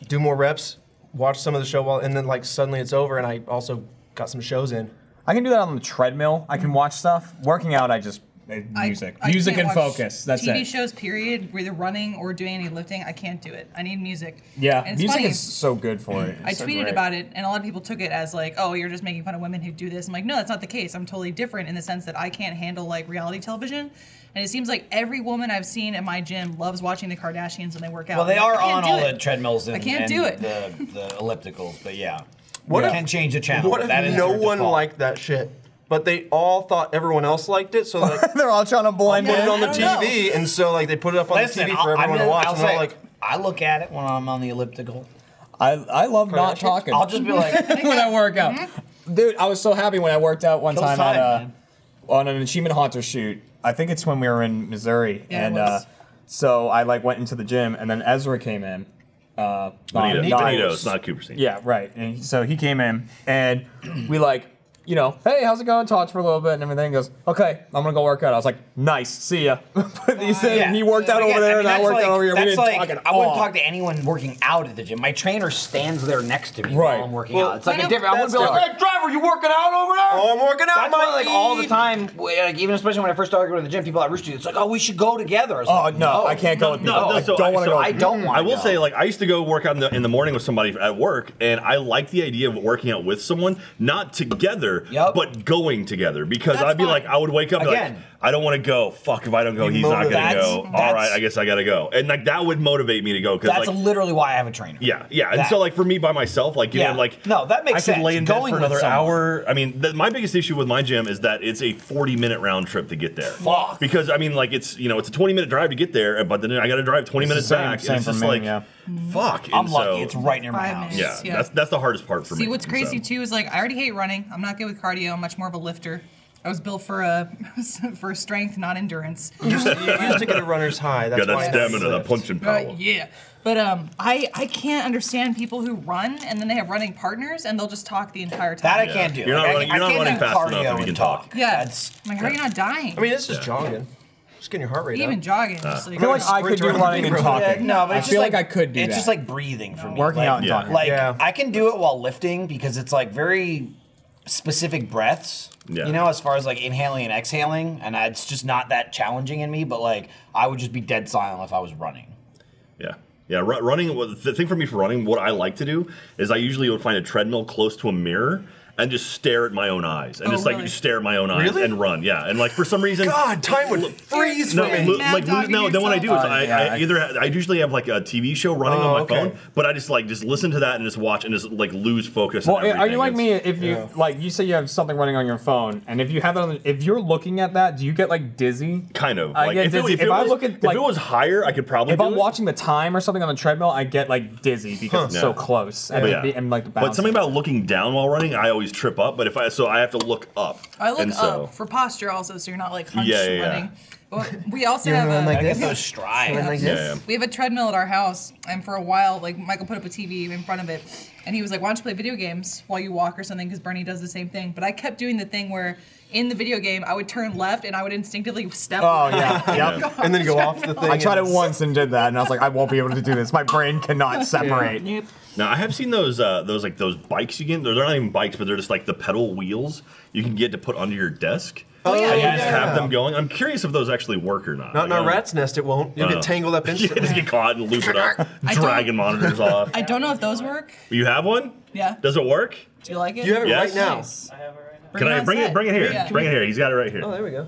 E: do more reps, watch some of the show, while, and then like suddenly it's over, and I also got some shows in.
G: I can do that on the treadmill. I can watch stuff. Working out, I just
C: Mm.
G: eh,
C: I-
H: Music.
C: I
H: Music
C: can't
H: and
C: watch
H: focus. That's
C: TV
H: it.
C: shows, period, whether running or doing any lifting, I can't do it. I need music.
H: Yeah,
C: And it's
H: music
C: funny.
H: is so good for it.
C: I
H: It's so
C: tweeted
H: great.
C: about it, and a lot of people took it as like, "Oh, you're just making fun of women who do this." I'm like, "No, that's not the case. I'm totally different in the sense that I can't handle like reality television." And it seems like every woman I've seen at my gym loves watching the Kardashians when they work out.
D: Well, they
C: I'm like,
D: are
C: "I
D: on
C: can't
D: all
C: do
D: the treadmills and,
C: I can't
D: and
C: do it.
D: The, the ellipticals, but yeah.
E: What
D: you
E: if-
D: can change the channel.
E: What
D: but
E: if
D: that is
E: no
D: their
E: one
D: default.
E: liked that shit, but they all thought everyone else liked it, so like
G: They're all trying to blend
E: put it
G: in.
E: on the
D: I don't
E: TV, and so like they put it up on
D: Listen,
E: the TV
D: I'll-
E: for everyone
D: I'm
E: to watch.
D: I'll
E: and they're
D: say,
E: all like,
D: I look at it when I'm on the elliptical.
G: I, I love not talking.
D: I'll just be like,
H: when I work out. Dude, I was so happy when I worked out one
D: Kills
H: time, at
D: time,
H: uh,
D: man.
H: on an Achievement Hunter shoot.
G: I think it's when we were in Missouri,
C: Yeah, it
G: and uh,
C: was.
G: so I like went into the gym, and then Ezra came in. Uh,
F: Benito,
G: not-
F: Benito, it's not Cooperstein.
G: Yeah, right. And he- so he came in, and we like, you know, hey, how's it going? Talked for a little bit and everything. He goes, okay, I'm gonna go work out. I was like, nice, see ya. Put these in.
D: Oh, yeah.
G: He worked out
D: But
G: over
D: again,
G: there,
D: mean,
G: and I
D: that's
G: worked
D: like-
G: out over here. We
D: that's
G: didn't
D: like-
G: talk at
D: I wouldn't
G: all.
D: talk to anyone working out at the gym. My trainer stands there next to me
G: Right.
D: while I'm working
E: Well,
D: out. It's like
C: I
D: a
C: know,
D: different. I wouldn't be
E: that's
D: like, hey, driver, you working out over there?
E: "Oh, I'm working out,
D: That's why, like
E: Mikey."
D: all the time, w- like even especially when I first started going to the gym, people at Rooster Teeth, it's like, oh, we should go together. I was
G: Oh
D: like,
G: no, I can't go with people. I
F: so
G: don't want to
F: so
G: go.
D: I don't wanna
F: I will
D: go.
F: say, like, I used to go work out in the, in the morning with somebody at work, and I like the idea of working out with someone, not together,
D: Yup.
F: but going together. Because
C: That's
F: I'd be like,
C: fine.
F: I would wake up and be like,
D: Again.
F: I don't want to go. Fuck, if I don't go,
E: You
F: he's not
E: motivate-
F: gonna
D: That's-
F: go. All
D: that's-
F: right, I guess I gotta go. And like that would motivate me to go because
D: That's
F: like.
D: literally why I have a trainer.
F: yeah, yeah, and
D: That.
F: so like for me by myself, like you
D: Yeah.
F: know, like
D: No, that
F: I
D: makes
F: could
D: sense.
F: lay in bed
D: Going
F: for
D: with
F: another
D: someone.
F: hour. I mean, th- my biggest issue with my gym is that it's a forty-minute round trip to get there.
D: Fuck.
F: Because I mean, like it's you know it's a twenty-minute drive to get there, but then I got to drive twenty minutes
G: same-
F: back.
G: same
F: and it's
G: for
F: just
G: me,
F: like
G: yeah.
F: fuck. and
D: I'm lucky.
F: so-
D: It's right near my
C: Five
D: house.
C: minutes.
F: yeah,
C: Yeah.
F: that's that's the hardest part for me.
C: See, what's crazy
F: so.
C: too is like I already hate running. I'm not good with cardio. I'm much more of a lifter. I was built for a for strength, not endurance.
E: you used to get a runner's high. That's
F: Got
E: why I
F: that stamina, that
E: lift.
F: punching power.
C: Right, yeah. But um, I I can't understand people who run and then they have running partners and they'll just talk the entire time.
D: That I
F: Yeah.
D: can't do.
F: You're not
D: Like, I-
F: running-
D: I
F: you're not
D: can't
F: running
D: do
F: fast enough
D: cardio
F: if you
D: and
F: can talk.
C: yeah,
D: That's
C: I'm like, how are you not dying?
E: I mean, it's just jogging, just getting your heart rate
C: even
E: up.
C: jogging. just like,
G: I feel like I could
E: sprint
G: do
E: around
G: running
E: the
G: and
E: room.
D: Yeah,
G: talking.
D: no, but
H: I
D: it's just
H: feel
D: like,
H: like I could do
D: It's
H: that.
D: just like breathing for me.
G: Working
D: like,
G: out and
F: Yeah.
G: talking.
D: Like
E: Yeah.
D: I can do it while lifting because it's like very specific breaths.
F: Yeah.
D: You know, as far as like inhaling and exhaling, and I- it's just not that challenging in me. But like, I would just be dead silent if I was running.
F: Yeah. Yeah, ru- running. well, The thing for me for running, what I like to do is I usually would find a treadmill close to a mirror and just stare at my own eyes, and
C: Oh,
F: just
C: really?
F: like stare at my own eyes
E: Really?
F: and run. Yeah, and like for some reason,
E: God, time would freeze
F: no,
E: for me.
F: lo-
C: Mad
F: like lo-
C: dogging
F: no. Then what I do is
C: yourself.
F: I,
G: yeah,
F: I
G: I-
F: either ha- I usually have like a TV show running
E: Oh,
F: on my
E: okay.
F: phone, but I just like just listen to that and just watch and just like lose focus. on
G: Well, are you
F: everything.
G: like me?
F: It's-
G: If you
E: Yeah.
G: like, you say you have something running on your phone, and if you have that, on the, if you're looking at that, do you get like dizzy?
F: Kind of.
G: I
F: Like,
G: get
F: if, it,
G: dizzy.
F: if,
G: If
F: it
G: I
F: was,
G: look at,
F: if
G: like-
F: it was higher, I could probably.
G: If
F: do
G: I'm
F: it.
G: watching the time or something on the treadmill, I get like dizzy because it's
F: Huh.
G: so
F: Yeah.
G: close. And,
F: But
G: the
F: yeah.
G: be- and, like the bounce.
F: but something about looking down while running, I always trip up. But if I so I have to look up.
C: I look
F: and so,
C: up for posture also, so you're not like hunched
F: Yeah, yeah, yeah.
C: running. But we also have
E: going
C: a
E: like
D: I get those strides.
E: Like
F: Yeah,
E: this.
F: yeah.
C: we have a treadmill at our house, and for a while, like Michael put up a TV in front of it, and he was like, "Why don't you play video games while you walk or something?" Because Bernie does the same thing. But I kept doing the thing where in the video game, I would turn left and I would instinctively step.
G: Oh yeah,
F: Yeah.
G: yep.
E: and then go off the thing.
G: I tried it
E: and-
G: once and did that, and I was like, I won't be able to do this. My brain cannot separate.
F: Now I have seen those uh, those like those bikes you get. They're not even bikes, but they're just like the pedal wheels you can get to put under your desk.
E: Oh,
C: yeah,
E: yeah.
C: yeah.
F: You just have them going. I'm curious if those actually work or not.
E: Not in
F: Like, uh,
E: our
F: I don't-
E: rat's nest, it won't. You'll
F: Oh.
E: get tangled up
F: You
E: instantly.
F: just get caught and loop it up,
C: I don't-
F: dragging monitors off.
C: I don't know if those work.
F: You have one?
C: Yeah.
F: Does it work?
C: Do you like it?
E: You have it
F: Yes.
E: right now.
F: Can I
C: on
F: bring it?
C: set.
F: Bring it here.
C: Yeah.
F: Bring it here. He's got it right
E: Oh,
F: here.
E: there we go.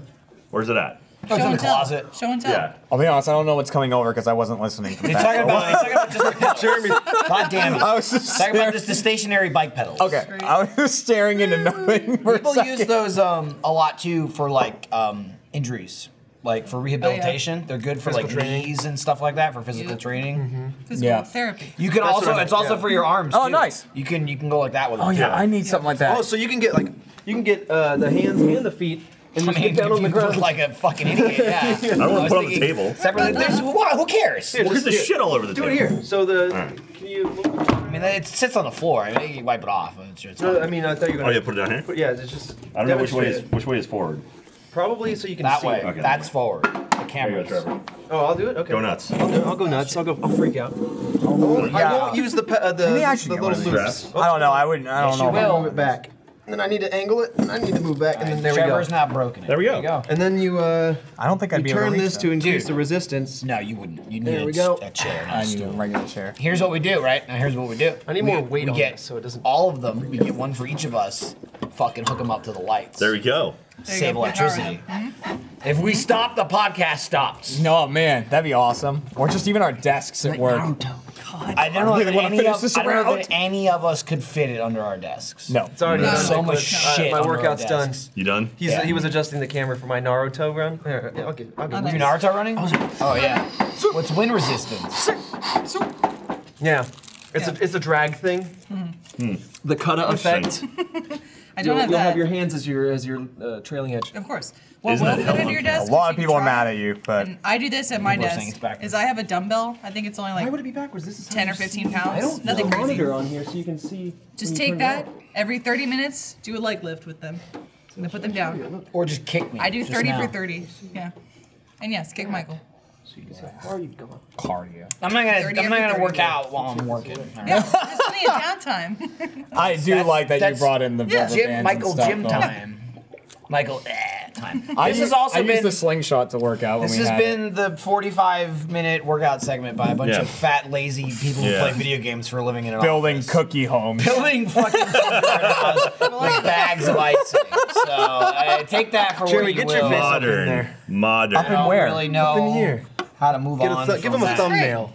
F: Where's it at?
C: Show
D: in
C: and
D: the
C: tell.
D: closet.
C: Show and tell.
F: Yeah.
G: I'll be honest, I don't know what's coming over because I wasn't listening. To
D: You're
G: that.
D: talking about, you're talking about just Jeremy. God damn it!
G: I was just
D: talking about
G: staring-
D: just the stationary bike pedals.
G: Okay, I was staring into nothing for a
D: People
G: second.
D: use those um, a lot too for like um, injuries, like for rehabilitation. They're good for like
E: Oh, Physical training. Mm-hmm.
D: knees and stuff like that for physical
C: Yeah.
D: training.
C: Physical
G: Yeah.
C: therapy.
D: You can
E: That's
D: also
E: what I
D: it's
E: meant,
D: also
E: yeah.
D: for your arms.
G: Oh,
D: too.
G: nice.
D: You can you can go like that with.
G: oh
D: it.
G: yeah, I need something like that.
E: Oh, so you can get like you can get uh, the hands and the feet and
D: I
E: just
D: mean,
E: get down
D: if
E: on the
D: you look
E: ground.
D: like a fucking idiot. Yeah.
F: wanna
D: I was
F: put it on the
D: thinking
F: table.
D: Separately, there's why- who cares?
F: Look at the
E: Just-
F: shit all over the
E: Do
F: table.
E: it here. So the
F: Alright.
E: can you
D: mean, it sits on the floor. I mean, you can wipe it off. It's, it's
E: No, I mean, I thought you were
F: Oh
E: gonna.
F: yeah, put it down here.
E: But yeah, it's just.
B: I don't know which way is
E: demonstrate
B: which way is forward.
E: it. Probably so you can
D: that
E: see.
D: way.
E: it.
B: Okay, that
D: That's
B: way.
D: forward. The
B: There you
D: camera.
B: go, Trevor.
E: Oh, I'll do it. Okay.
F: Go nuts.
E: I'll, do, I'll go nuts. I'll go. I'll freak out. I won't use the pe- uh, the,
G: Let me
E: the
G: actually get
E: little
G: one of these.
E: loops.
G: I don't know. I wouldn't. I don't
D: you
G: know.
D: will.
E: Move it back. And then I need to angle it. And I need to move back. And then there
D: Trevor's
E: we go.
D: not broken. It.
F: There we go.
E: And then you uh,
G: I don't think I'd
E: you
G: be able to
E: turn
G: reach
E: this
G: that.
E: to increase the resistance.
D: No, you wouldn't. You
E: There
D: need
E: we
D: a,
E: go.
D: a chair. Not
G: I
D: a
G: need a
D: stool.
G: regular chair.
D: Here's what we do, right? Now here's what we do.
E: I need
D: we,
E: more weight
D: we
E: on
D: get
E: this so it doesn't-
D: All of them. We get one for each of us. Fucking hook them up to the lights.
F: There we go.
C: There you
D: Save
C: go, put power Mm-hmm. in
D: electricity. If we stop, the podcast stops.
G: No man, that'd be awesome. Or just even our desks at work.
C: Naruto, God.
D: I don't know,
G: really
D: if
G: wanna
D: any
G: finish
D: of,
G: this
D: I don't know
G: round.
D: if any of us could fit it under our desks.
G: No.
E: It's already
C: No.
E: done.
D: So much
E: Uh,
D: shit.
E: my
D: under our
E: workout's done.
D: desks.
F: You done?
E: He's,
D: Yeah.
E: He was adjusting the camera for my Naruto run. Here, yeah, I'll get, I'll get
C: Oh,
E: one.
D: You
C: nice.
D: Naruto running? Oh yeah. What's wind resistance?
E: Yeah. It's,
C: Yeah.
E: A, it's a drag thing. The kata effect.
C: I
E: You'll,
C: don't have
E: you'll
C: that.
E: have your hands as your as your uh, trailing edge.
C: Of course. What
F: Isn't
C: will
F: that
C: fit
F: hell
C: under your
F: on-
C: desk?
G: A lot
C: is
G: of people are
C: try-
G: mad at you, but
C: And I do this at my
D: People are saying
C: desk.
D: it's backwards.
C: Is I have a dumbbell. I think it's only like
E: Why would it be backwards? This is how
C: 10 or
E: you see-
C: 15 pounds.
E: I don't
C: Nothing
E: there's a
C: crazy.
E: monitor on here so you can see.
C: Just
E: when you
C: take
E: turn it
C: that
E: on.
C: every 30 minutes, do a leg lift with them, and then put them down.
D: Or just kick me.
C: I do
D: just
C: 30 for
D: now.
C: 30. Yeah. And yes, kick Michael.
G: cardio.
D: I'm not gonna.
C: 30
D: I'm not
C: every
D: gonna
C: 30
D: work out while I'm working.
C: Yeah, there's plenty of downtime.
G: I do like that you
D: that's-
G: brought in the
D: Yeah,
G: rubber bands
D: Jim,
G: and
D: Michael,
G: stuff,
D: Jim
G: though.
D: time. Michael, eh, time.
G: I
D: this
G: use-
D: has also
G: I used
D: been.
G: the slingshot to work out. When
D: This
G: we
D: has
G: had
D: been
G: it.
D: the 45 minute workout segment by a bunch
F: Yeah.
D: of fat, lazy people who
F: Yeah.
D: play video games for a living in an
G: building
D: office.
G: cookie homes.
D: Building fucking house with bags of icing. So uh, take that for
E: Jeremy,
D: what you
E: get your
D: will.
E: face up in
F: Modern.
E: there.
F: Modern.
D: I don't
G: Where?
D: really know
E: Up in here.
D: how to move
E: Get a
D: on.
E: thu- give
D: from
E: him a
D: that.
E: thumbnail.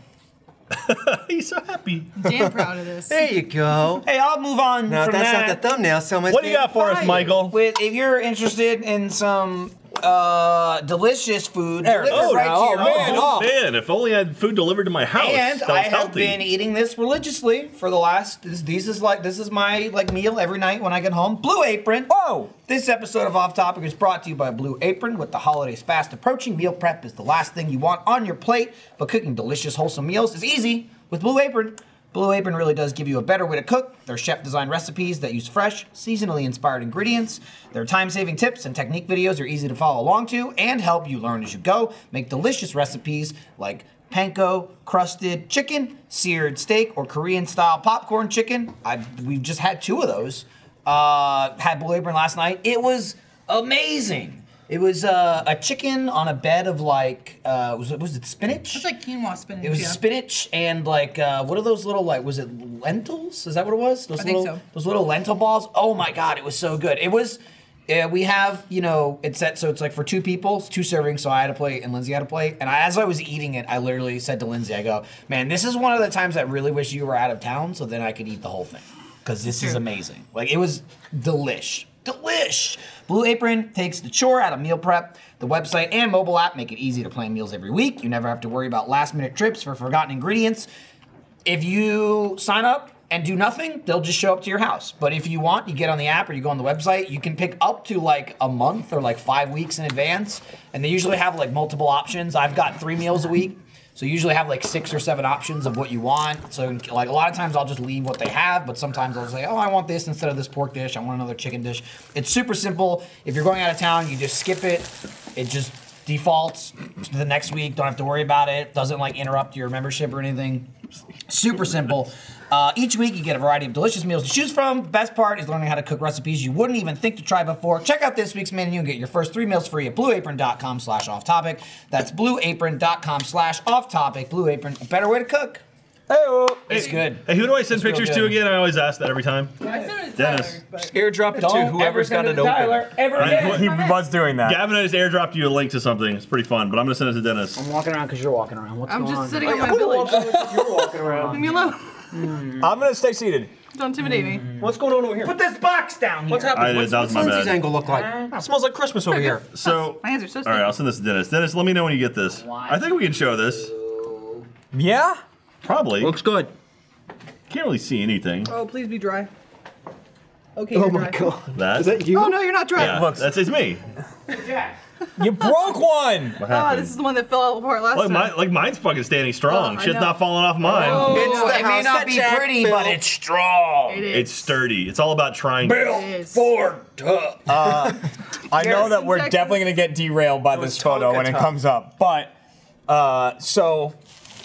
F: He's so happy.
C: Damn proud of this.
E: There you go.
D: Hey, I'll move on
E: Now
D: from
E: that's
D: that.
E: not the thumbnail. So much.
F: What do you got for us, Michael?
D: With, if you're interested in some uh, delicious food, delivered
F: Oh,
D: right
F: now,
D: to your oh.
F: man, oh.
D: home.
F: man, if only I had food delivered to my house.
D: And
F: that was
D: I have
F: healthy.
D: been eating this religiously for the last. This, these is like this is my like meal every night when I get home. Blue Apron.
G: Whoa!
D: This episode of Off Topic is brought to you by Blue Apron. With the holidays fast approaching, meal prep is the last thing you want on your plate, but cooking delicious, wholesome meals is easy with Blue Apron. Blue Apron really does give you a better way to cook. Their chef designed recipes that use fresh, seasonally inspired ingredients. Their time saving tips and technique videos are easy to follow along to and help you learn as you go. Make delicious recipes like panko, crusted chicken, seared steak, or Korean style popcorn chicken. I, we've just had two of those uh, had Blue Apron last night. It was amazing. It was uh, a chicken on a bed of like uh, was it was it spinach?
C: It's like quinoa spinach.
D: it was
C: yeah.
D: spinach and like uh, what are those little like was it lentils? Is that what it was? Those
C: I think
D: little
C: so.
D: those little lentil balls. Oh my god, it was so good. It was. Yeah, we have, you know, it's set so it's like for two people, it's two servings. So I had a plate and Lindsay had a plate. And I, as I was eating it, I literally said to Lindsay, "I go, man, this is one of the times I really wish you were out of town, so then I could eat the whole thing, because this is
C: True.
D: amazing. Like it was delish, delish. Blue Apron takes the chore out of meal prep. The website and mobile app make it easy to plan meals every week. You never have to worry about last minute trips for forgotten ingredients if you sign up and do nothing, they'll just show up to your house. But if you want, you get on the app or you go on the website, you can pick up to like a month or like five weeks in advance. And they usually have like multiple options. I've got three meals a week. So you usually have like six or seven options of what you want. So like a lot of times I'll just leave what they have, but sometimes I'll say, oh, I want this instead of this pork dish. I want another chicken dish. It's super simple. If you're going out of town, you just skip it. It just defaults to the next week. Don't have to worry about it. Doesn't like interrupt your membership or anything. Super simple. Uh, each week, you get a variety of delicious meals to choose from. The best part is learning how to cook recipes you wouldn't even think to try before. Check out this week's menu and get your first three meals free at blueapron.com slash off topic. That's blueapron.com slash off topic. Blue Apron, a better way to cook. It's good.
F: Hey, who do I send
D: real
F: pictures to
D: good.
F: again? I always ask that every time.
C: I said it was
F: Dennis.
C: Tyler, but-
E: Airdrop it to
D: Don't
E: whoever's
D: ever
E: got
D: send it
E: it
D: to
E: open.
D: Tyler, ever
F: Right.
D: again.
G: He was doing that.
F: Gavin I just airdropped you a link to something. It's pretty fun, but I'm gonna send it to Dennis.
D: I'm walking around because you're walking around. What's
C: I'm
D: going
C: just
D: on?
C: sitting on my village.
E: You're walking around.
C: Leave me alone.
G: I'm gonna stay seated.
C: Don't intimidate
G: Mm.
C: me.
E: What's going on over here?
D: Put this box down here.
E: What's
F: I
E: happening?
F: did,
E: What's,
F: that was
E: what's
F: my
E: Lindsay's
F: bad.
E: angle look like? It smells like Christmas over here.
F: So,
C: My hands are so
F: all right, I'll
C: sticky.
F: send this to Dennis. Dennis, let me know when you get this. I think we can show this.
G: Yeah.
F: Probably.
E: good.
F: Can't really see anything.
C: Oh, please be dry. Okay, you're dry.
G: Oh
F: That.
E: you?
C: Oh, no, you're not dry.
F: Yeah,
G: looks-
F: that's it's me.
G: You broke one.
F: What
C: Oh,
F: happened?
C: this is the one that fell apart last
F: Like,
C: time.
F: my, like mine's fucking standing strong.
C: Oh, I
F: Shit's
C: know.
F: not falling off mine.
C: Oh,
D: It's the it may
E: house
D: not
E: that
D: be
E: Jack
D: pretty,
E: built.
D: but it's strong.
C: It is.
F: It's sturdy. It's all about trying.
C: It is.
G: Uh, I know
C: Yes,
G: that we're
C: Texas.
G: definitely going to get derailed by this photo when it
E: Tonkaton.
G: comes up. But uh, so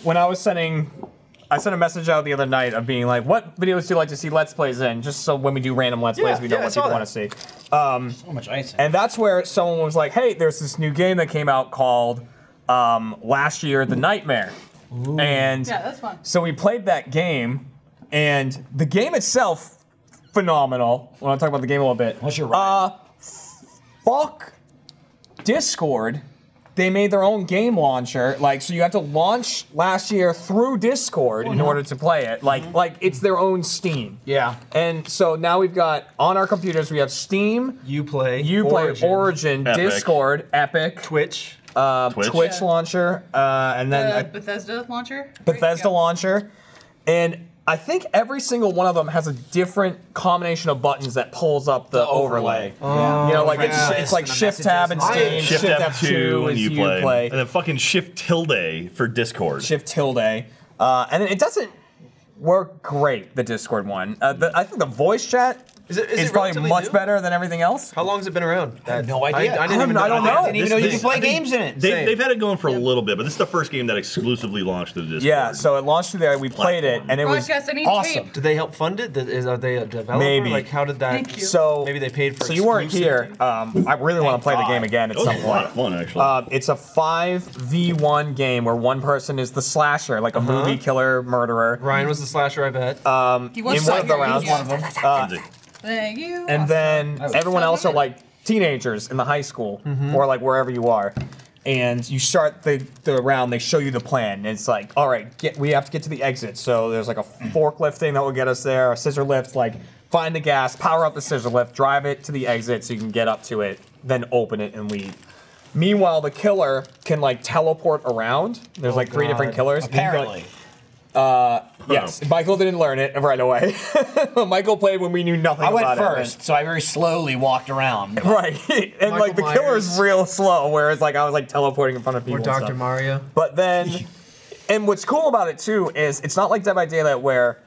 G: when I was sending, I sent a message out the other night of being like, "What videos do you like to see Let's Plays in?" Just so when we do random Let's
E: Yeah,
G: Plays, we know
E: yeah, I
G: what
E: saw
G: people
E: that.
G: want to see.
D: So much ice.
G: And that's where someone was like, "Hey, there's this new game that came out called um, last year, The Nightmare." And
C: Yeah, that's fun.
G: so we played that game, and the game itself, phenomenal. I want to talk about the game a little bit.
D: What's your
G: uh, fuck Discord. They made their own game launcher, like so you have to launch last year through Discord in order to play it. Like, like it's their own Steam.
D: Yeah.
G: And so now we've got on our computers we have Steam,
E: You play.
G: you play Origin,
F: Epic.
G: Discord, Epic,
E: Twitch.
G: uh,
F: Twitch?
G: Twitch,
C: Yeah.
G: launcher, uh, and then
C: Uh,
G: a
C: Bethesda launcher.
G: Bethesda
C: launcher.
G: launcher, and I think every single one of them has a different combination of buttons that pulls up the, overlay. you know, like
D: yeah.
G: it's, it's like Shift Tab and
D: messages.
G: Steam,
F: Shift F two and
G: is
F: you play. and then fucking Shift tilde for Discord.
G: Shift Tilde, uh, and it doesn't work great. The Discord one, uh, the, I think the voice chat
E: Is it- is it
G: probably
E: relatively
G: much
E: new?
G: better than everything else.
E: How long has it been around? I
D: have no idea.
E: I, didn't
G: I
E: even
G: don't- I don't know.
E: I
D: I didn't even
E: This
D: know you
E: thing-
D: could play
E: I think-
D: games in it.
F: They,
E: Same.
F: they've had it going for a little bit, but this is the first game that exclusively launched through Discord.
G: Yeah, so it launched through there. We played it,
F: Platform.
G: and it was
C: Broadcast, I need
G: awesome.
E: Do they help fund it? Th- Is, are they a developer?
G: Maybe.
E: Like, how did that?
C: Thank you.
G: So
E: Maybe they paid for
G: So you weren't here.
E: exclusivity?
G: Um, I really want to play the game again at
F: It was
G: some
F: a lot of
G: point.
F: fun, actually.
G: Uh, it's a five v one game where one person is the slasher, like a movie killer murderer.
E: Ryan was the slasher, I bet.
C: He was
G: in one of the
C: sucking.
G: rounds, Uh,
C: Yeah.
G: one of them.
C: Thank you. Oh,
G: And then everyone
C: so
G: else are
C: weird.
G: like teenagers in the high school
D: Mm-hmm.
G: or like wherever you are. And you start the, the round, they show you the plan. And it's like, all right, get, we have to get to the exit. So there's like a forklift thing that will get us there, a scissor lift, like find the gas, power up the scissor lift, drive it to the exit so you can get up to it, then open it and leave. Meanwhile, the killer can like teleport around. There's like three different
E: God.
G: killers. and you can, like,
D: Oh, Apparently.
G: Yes, Michael didn't learn it right away. Michael played when we knew nothing
D: I went
G: about it.
D: first, so I very slowly walked around.
G: Right. and like the
E: Michael
G: killer is
E: Myers.
G: real slow, whereas like I was like teleporting in front of people.
E: or
G: and
E: Dr.
G: stuff.
E: Mario.
G: But then and what's cool about it too is it's not like Dead by Daylight where,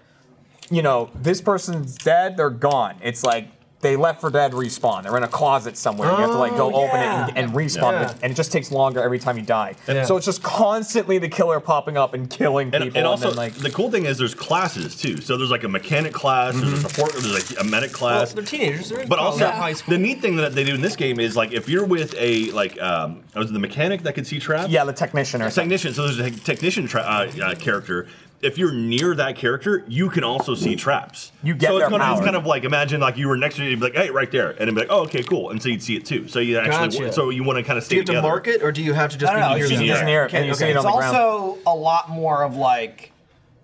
G: you know, this person's dead, they're gone. It's like they left for dead respawn. They're in a closet somewhere. you have to like go
D: Oh,
G: open it and,
D: yeah.
G: and respawn,
E: Yeah.
G: and it just takes longer every time you die.
E: Yeah.
G: So it's just constantly the killer popping up and killing
F: and,
G: people.
F: and also,
G: then, like,
F: the cool thing is there's classes too. So there's like a mechanic class, there's a support, there's like a medic
E: Well,
F: class.
E: they're teenagers. They're in
F: But also,
E: college, high school.
F: the neat thing that they do in this game is like if you're with a like um, was it the mechanic that could see traps?
G: yeah, the technician or something.
F: technician. So there's a technician tra- uh, uh, character. If you're near that character, you can also see traps.
G: You get
F: so it's,
G: their
F: gonna, it's
G: power.
F: kind of like imagine like you were next to you, you'd be like, hey, right there, and it'd be like, oh, okay, cool, and so you'd see it too. So you actually,
E: Gotcha.
F: so you want to kind of
E: Do
F: stay
E: you have to
F: together.
E: mark it, or do you have to just
D: No, no, no,
E: be
D: it's just
E: near them?
G: Just
F: Yeah.
G: near it, and you see it
D: It's
G: on the ground.
D: also a lot more of like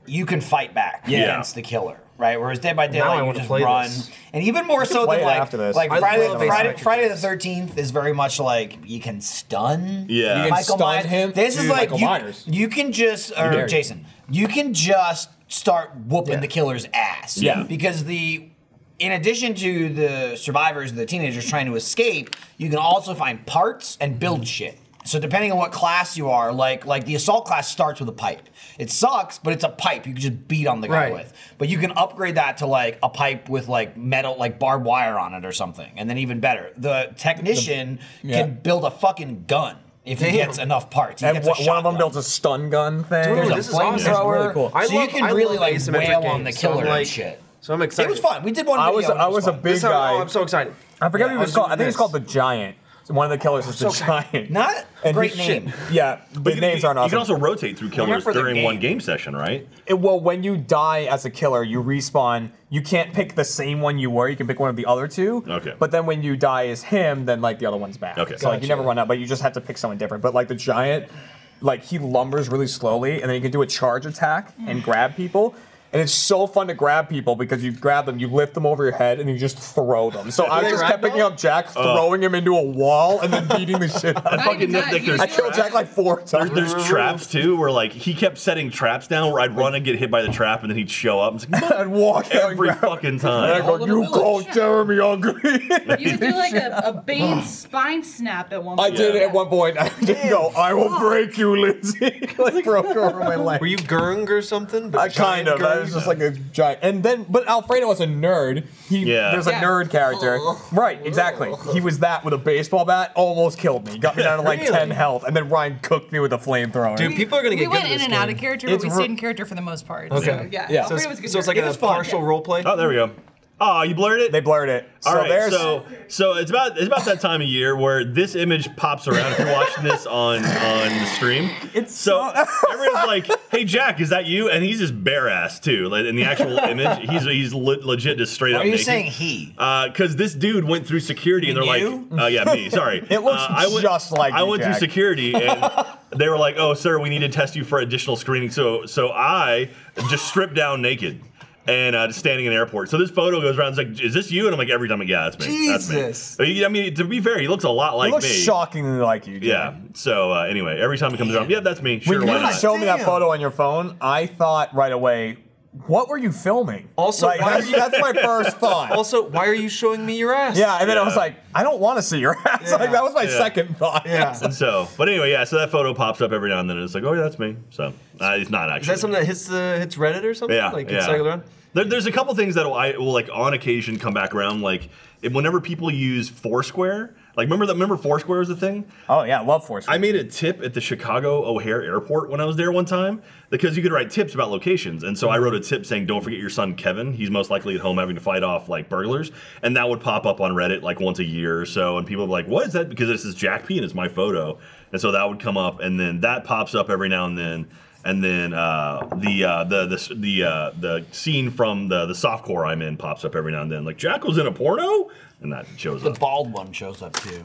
D: you can fight back
F: Yeah.
D: against the killer, right? Whereas Dead by
E: I
D: Daylight, you
E: wanna
D: just
E: play
D: run,
E: this.
D: and even more so
G: play
D: than
G: it
D: like
G: after this.
D: like
G: I
D: Friday,
E: love
D: Friday,
E: asymmetric
D: Friday the Thirteenth is very much like you can stun.
F: Yeah. You can
D: Michael
G: stun
D: Myers.
G: him,
D: This is
G: dude,
D: like
G: Michael
D: you,
G: Myers.
D: you can just or
F: can.
D: Jason, you can just start whooping the killer's ass.
F: Yeah.
D: because the. In addition to the survivors, the teenagers trying to escape, you can also find parts and
G: Mm-hmm.
D: build shit. So depending on what class you are, like like the assault class starts with a pipe. It sucks, but it's a pipe you can just beat on the guy
E: Right.
D: with. But you can upgrade that to like a pipe with like metal, like barbed wire on it or something, and then even better, the technician
G: yeah.
D: can build a fucking gun if he
E: Damn.
D: gets enough parts. He
G: And
D: gets
G: one
D: a
G: one of them
D: shotgun.
G: builds a stun gun thing.
E: Dude,
D: There's a
E: this is
D: flamethrower.
E: awesome. Really cool. I
D: So you
E: love-
D: can
E: I
D: really,
E: love
D: like,
E: asymmetric
D: wail on
E: games,
D: the
E: so I'm
D: killer and
E: like-
D: shit.
E: So I'm excited.
D: It was fun. We did one.
G: I
D: Video
G: was
D: and it
G: I was a
D: fun.
G: big
E: This how-
G: guy.
E: oh, I'm so excited.
G: I forget
E: Yeah,
G: what he was
E: I'm
G: called. I
E: doing
G: think he's
E: this.
G: called the Giant. One of the killers is the Giant.
D: Not
G: And
D: great
G: his shit-
D: name.
G: Yeah,
F: But
G: the
F: you-
G: names aren't
F: You can
G: awesome.
F: also rotate through killers
D: for the
F: during
D: game.
F: one game session, right?
G: It- well, when you die as a killer, you respawn. You can't pick the same one you were. You can pick one of the other two.
F: Okay.
G: But then when you die as him, then like the other one's back.
F: Okay.
G: So like you never run out, but you just have to pick someone different. But like the Giant, like he lumbers really slowly, and then you can do a charge attack and grab people. And it's so fun to grab people because you grab them, you lift them over your head, and you just throw them. So I
E: they
G: just kept
E: ragdoll?
G: picking up Jack,
F: Uh.
G: throwing him into a wall, and then beating the shit out of him.
C: Not even
F: fucking
C: that,
F: nitpick
C: you
G: I
F: there's-
C: just do
G: killed
C: it.
G: Jack like four times.
F: There's traps too, where like he kept setting traps down where I'd run and get hit by the trap, and then he'd show up and it's like,
G: and walk out and
F: every
G: grab-
F: fucking
G: And I
F: time.
G: go, you called Jeremy ugly.
C: You would do like a, a Bane spine snap at one
G: I
C: point.
G: did it at one point. I did go, I will break you, Lindsay. like broke her over my leg.
E: Were you Gurung or something? But
G: I
E: giant
G: kind of. I was
E: Gurung?
G: just like a giant. And then, but Alfredo was a nerd. He,
F: Yeah.
G: There's a
C: Yeah.
G: nerd character. Right, exactly. He was that with a baseball bat. Almost killed me. Got me down to like 10 health. And then Ryan cooked me with a flamethrower.
E: Dude, people are gonna
C: We
E: get
C: went
E: good at
C: in
E: this
C: and
E: game.
C: out of character, but
G: It's
C: we
G: re-
C: stayed in character for the most part. So,
E: Okay.
C: yeah.
G: Yeah.
E: So
C: Alfredo was a good
E: it's, so it's like
C: character.
E: a partial role play.
F: Oh, there we go. Oh, you blurred it.
G: they blurred it. So
F: All right,
G: there's.
F: so so it's about it's about that time of year where this image pops around. If you're watching this on on the stream, it's so everyone's like, "Hey, Jack, is that you?" And he's just bare ass too. Like in the actual image, he's he's le- legit just straight up.
D: Are you
F: naked.
D: saying he?
F: Because Uh, this dude went through security and they're
D: You?
F: like, "Oh yeah, me. Sorry."
G: It looks
F: Uh, I went,
G: just like
F: I
G: you,
F: went
G: Jack.
F: through security and they were like, "Oh, sir, we need to test you for additional screening." So so I just stripped down naked. And uh, just standing in the airport. So this photo goes around. It's like, is this you? And I'm like, every time, like, yeah, that's me.
E: Jesus.
F: That's me. He- I mean, to be fair, he looks a lot
G: It
F: like
G: looks
F: me.
G: shockingly like you. Dude.
F: Yeah. So uh, anyway, every time he comes around, yeah, that's me. Sure,
G: When
F: why
G: you
F: not?
G: showed me that
E: Damn.
G: photo on your phone, I thought right away, what were you filming?
E: Also,
G: Like,
E: why-
G: that's, that's my first thought.
E: Also, why are you showing me your ass?
G: yeah, and then I was
F: Yeah.
G: like, I don't want to see your ass.
E: Yeah.
G: Like that was my
F: Yeah.
G: second thought.
E: Yeah.
F: And so, but anyway, yeah. So that photo pops up every now and then. And it's like, oh yeah, that's me. So uh, it's not actually.
E: Is that something that hits the hits Reddit or something?
F: Yeah,
E: Like
F: yeah.
E: it's like around.
F: There, there's a couple things that I will like on occasion come back around. Like if- whenever people use Foursquare, like remember that remember Foursquare was a thing.
G: Oh yeah, love force.
F: I made a tip at the Chicago O'Hare Airport when I was there one time because you could write tips about locations. And so I wrote a tip saying, "Don't forget your son Kevin. He's most likely at home having to fight off like burglars." And that would pop up on Reddit like once a year or so, and people would be like, "What is that?" Because this is Jack P and it's my photo. And so that would come up, and then that pops up every now and then. And then uh, the, uh, the the the uh, the scene from the the softcore I'm in pops up every now and then, like Jack was in a porno, and that shows
D: The
F: up.
D: bald one shows up too.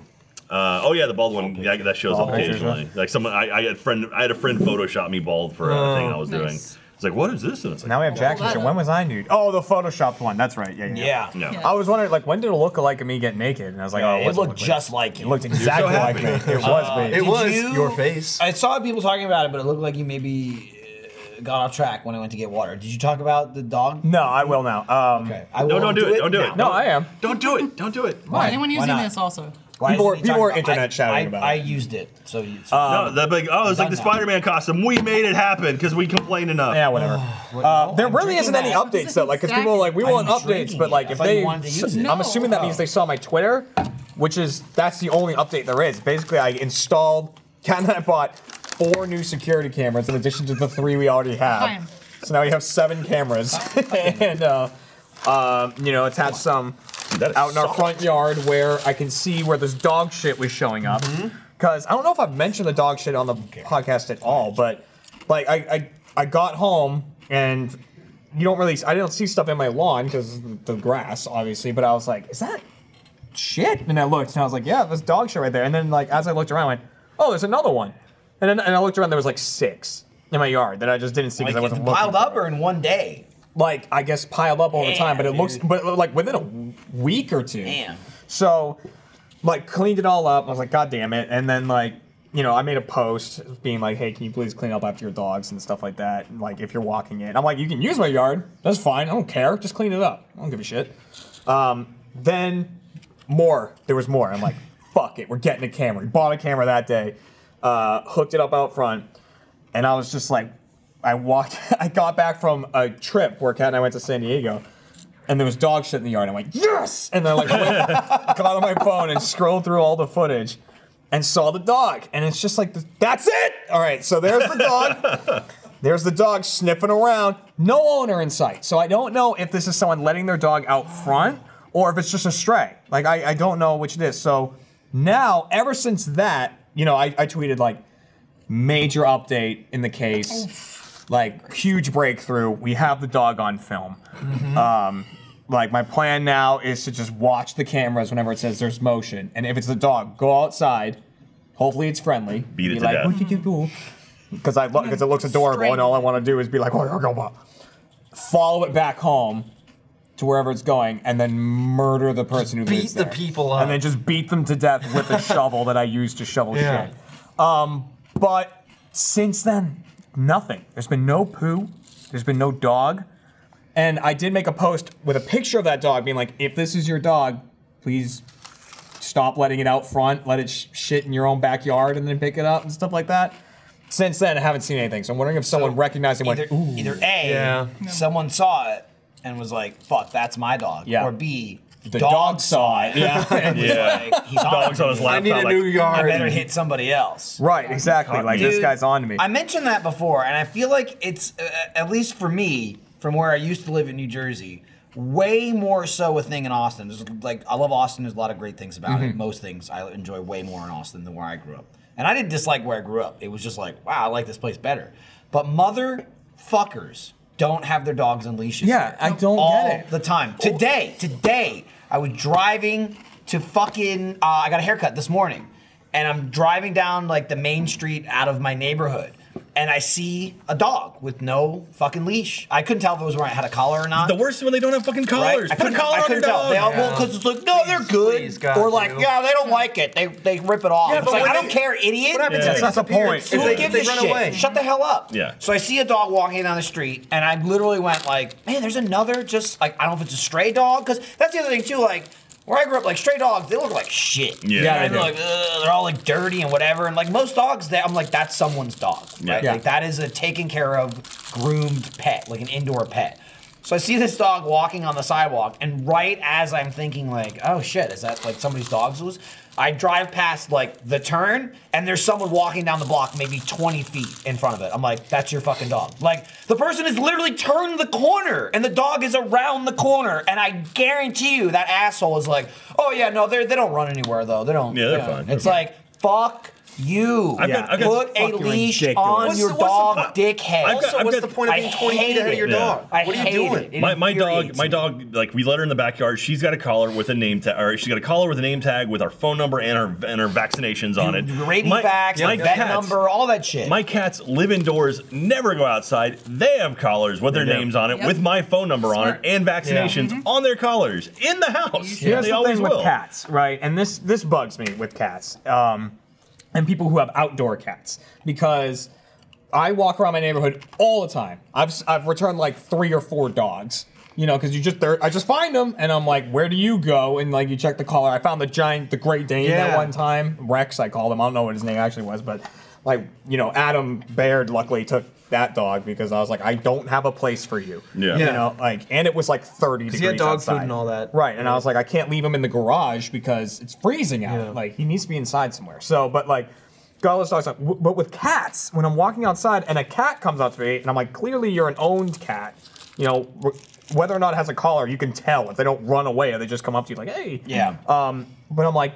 F: Uh, oh yeah, the bald one yeah, that shows up occasionally. Like someone, I, I had a friend, I had a friend Photoshop me bald for a thing I was doing.
C: Nice.
F: It's like, what is this? And it's like,
G: Now we have Jack and shit. When was I nude? Oh, the photoshopped one. That's right. Yeah, yeah.
D: Yeah.
F: no.
C: Yeah.
G: I was wondering, like, when did a lookalike of me get naked? And I was like, oh,
D: It
G: wasn't
D: looked just like you.
G: It looked exactly like
F: happy.
G: me. It was me.
E: It was
D: you-
E: your face.
D: I saw people talking about it, but it looked like you maybe uh, got off track when I went to get water. Did you talk about the dog?
G: No, I will now. Um,
D: Okay. I
F: No,
D: will
F: don't do it. Don't do it.
G: No, I am.
F: Don't do it. Don't do it.
C: Why? Anyone using
D: not?
C: this also?
D: Why isn't
G: People were-
D: he
G: people
D: talking
G: were
D: about-
G: internet
D: I-
G: shouting
D: I-
G: about
D: I
G: it. Uh,
D: used it. So you.
F: no, they're like, oh, it's like the
D: done that.
F: Spider-Man costume. We made it happen because we complained enough.
G: Yeah, whatever. Uh, there
D: I'm
G: really
D: drinking
G: isn't any
D: that.
G: updates though, like because people are like, we
D: I'm
G: want updates,
D: drinking
G: but
D: it.
G: like
D: I
G: if
D: thought you
G: they,
D: wanted to use it.
G: I'm assuming that
D: No.
G: means they saw my Twitter, which is that's the only update there is. Basically, I installed, Kat and I bought four new security cameras in addition to the three we already have.
C: Fine.
G: So now we have seven cameras, and uh, um, you know, attached some
F: That is
G: out in our
F: soft.
G: front yard where I can see where this dog shit was showing up.
F: Mm-hmm.
G: Because I don't know if I've mentioned the dog shit on the podcast at all, but like I, I, I got home and you don't really, I didn't see stuff in my lawn because the grass, obviously, but I was like, is that shit? And I looked and I was like, yeah, there's dog shit right there. And then like as I looked around, I went, oh, there's another one. And then and I looked around, there was like six in my yard that I just didn't see because
D: Like,
G: I
D: it's
G: wasn't looking.
D: piled
G: for
D: up
G: it.
D: or in one day?
G: Like I guess piled up all the time, but it
D: Damn,
G: looks,
D: dude.
G: but like within a w- week or two.
D: Damn.
G: So, like, cleaned it all up. I was like, God damn it. And then, like, you know, I made a post being like, hey, can you please clean up after your dogs and stuff like that? And, like, if you're walking it. I'm like, you can use my yard. That's fine. I don't care. Just clean it up. I don't give a shit. Um, then, more. There was more. I'm like, fuck it. We're getting a camera. We bought a camera that day, uh, hooked it up out front. And I was just like, I walked, I got back from a trip where Kat and I went to San Diego. And there was dog shit in the yard. I'm like, yes! And then like went- got on my phone and scrolled through all the footage and saw the dog. And it's just like, that's it! All right, so there's the dog. There's the dog sniffing around. No owner in sight. So I don't know if this is someone letting their dog out front or if it's just a stray. Like, I, I don't know which it is. So now, ever since that, you know, I, I tweeted like, major update in the case. Like, huge breakthrough. We have the dog on film Um, like my plan now is to just watch the cameras whenever it says there's motion, and if it's the dog, go outside. Hopefully it's friendly.
F: Beat it
G: be
F: to
G: like,
F: death.
G: What did you do? Because I because it looks adorable, and all I want to do is be like, oh, go, go, follow it back home to wherever it's going, and then murder the person who
E: beat
G: lives
E: the
G: there.
E: people up.
G: and then just beat them to death with a shovel that I used to shovel
E: Yeah.
G: shit. Um, but since then, nothing. There's been no poo. There's been no dog. And I did make a post with a picture of that dog, being like, "If this is your dog, please stop letting it out front. Let it sh- shit in your own backyard, and then pick it up and stuff like that." Since then, I haven't seen anything. So I'm wondering if someone recognized and went,
D: either,
G: "Ooh."
D: either A,
E: Yeah.
D: someone saw it and was like, fuck, that's my dog.
G: Yeah.
D: Or B,
G: The dog saw it. Yeah.
D: and was
F: Yeah.
D: like, he's on
F: Dogs
D: to
F: on his
D: me.
F: lap.
E: I need a
F: Like,
E: new
D: I
E: yard.
D: better hit somebody else.
G: right. Exactly. Like this
D: Dude,
G: guy's on to me.
D: I mentioned that before, and I feel like it's, uh, at least for me, from where I used to live in New Jersey, way more so a thing in Austin. There's, like, I love Austin. There's a lot of great things about it. Most things I enjoy way more in Austin than where I grew up. And I didn't dislike where I grew up. It was just like, wow, I like this place better. But motherfuckers don't have their dogs on leashes.
G: Yeah,
D: here.
G: I don't
D: All
G: get it.
D: the time. Today, today, I was driving to fucking. Uh, I got a haircut this morning, and I'm driving down like the main street out of my neighborhood, and I see a dog with no fucking leash. I couldn't tell if it was wearing had a collar or not.
F: The worst is when they don't have fucking
D: Right?
F: collars.
D: I
F: Put a
D: couldn't,
F: collar
D: I
F: on your
D: couldn't tell.
F: dog.
D: They all because it's like no, they're good,
E: please, God,
D: or like
E: dude.
D: yeah, they don't like it. They they rip it off.
E: Yeah,
D: it's
E: but
D: like
E: when
D: I don't
E: they-
D: care, idiot.
E: What happens
F: Yeah.
E: if
G: That's
E: they
G: the
E: disappear?
G: point.
E: If
D: Who
E: they,
D: gives
E: they
D: a
E: run
D: shit?
E: away.
D: Shut the hell up.
F: Yeah.
D: So I see a dog walking down the street, and I literally went like, man, there's another just like I don't know if it's a stray dog, because that's the other thing too. Like where I grew up, like stray dogs, they look like shit.
F: Yeah. Yeah,
D: And
F: they
D: they're
F: do.
D: like Ugh, they're all like dirty and whatever, and like most dogs, that I'm like that's someone's dog, right?
G: Yeah.
D: Like that is a taken care of, groomed pet, like an indoor pet. So I see this dog walking on the sidewalk, and right as I'm thinking like, oh shit, is that like somebody's dog's loose? I drive past like the turn, and there's someone walking down the block, maybe 20 feet in front of it. I'm like, that's your fucking dog. Like the person has literally turned the corner, and the dog is around the corner, and I guarantee you that asshole is like, oh yeah, no, they they don't run anywhere though. They don't.
F: Yeah, they're
D: you know."
F: fine. They're
D: it's
F: fine.
D: like fuck. You
F: I've got- I've got
D: put a
F: fucking
D: leash
F: ridiculous.
D: on
E: What's
D: your
E: the- what's the
D: dog,
F: point?
D: dickhead.
F: I've got-
E: Also,
F: I've
E: what's
F: got-
E: the point of
D: I
E: being 20 feet
D: hate
E: ahead of your
D: it.
E: dog?
D: I
E: what are you
D: hate
E: doing?
D: it. It
F: my, my dog
D: infuriates
F: my
D: me.
F: dog like we let her in the backyard she's got a collar with a name tag or she's got a collar with a name tag with our phone number and her and her vaccinations on it
D: Rabies
F: my,
D: facts,
F: my
D: vet
F: cats-
D: number, all that shit.
F: my cats live indoors never go outside they have collars with their names on it
C: Yep.
F: with my phone number on it
C: Smart.
F: and vaccinations on their collars in the house
G: Mm-hmm. Here's
F: they
G: the
F: always
G: thing
F: will
G: with cats, right? And this this bugs me with cats, um, and people who have outdoor cats because I walk around my neighborhood all the time. I've s- I've returned like three or four dogs, you know, because you just they're- I just find them and I'm like, where do you go? And like you check the collar. I found the giant, the Great Dane that
E: Yeah.
G: one time, Rex. I called him. I don't know what his name actually was, but like you know, Adam Baird luckily took that dog because I was like, I don't have a place for you.
F: Yeah.
G: You
E: Yeah.
G: know, like, and it was like 30 degrees
E: he had dog
G: outside.
E: food and all that.
G: Right. And I was like, I can't leave him in the garage because it's freezing out.
E: Yeah.
G: Like he needs to be inside somewhere. So, but like, got all this dogs. Like, w- but with cats, when I'm walking outside and a cat comes up to me, and I'm like, clearly you're an owned cat. You know, wh- whether or not it has a collar, you can tell if they don't run away or they just come up to you like, hey.
D: Yeah.
G: Um, but I'm like.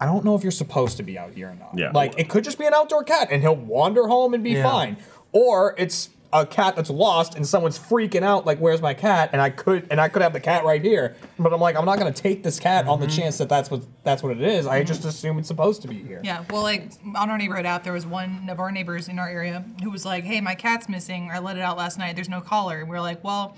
G: I don't know if you're supposed to be out here or not.
F: Yeah.
G: Like it could just be an outdoor cat and he'll wander home and be
E: Yeah.
G: fine. Or it's a cat that's lost and someone's freaking out like where's my cat and I could and I could have the cat right here but I'm like I'm not going to take this cat on the chance that that's what that's what it is. I just assume it's supposed to be here.
C: Yeah, well, like on our neighborhood app, there was one of our neighbors in our area who was like, "Hey, my cat's missing. I let it out last night. There's no collar." And we were like, "Well,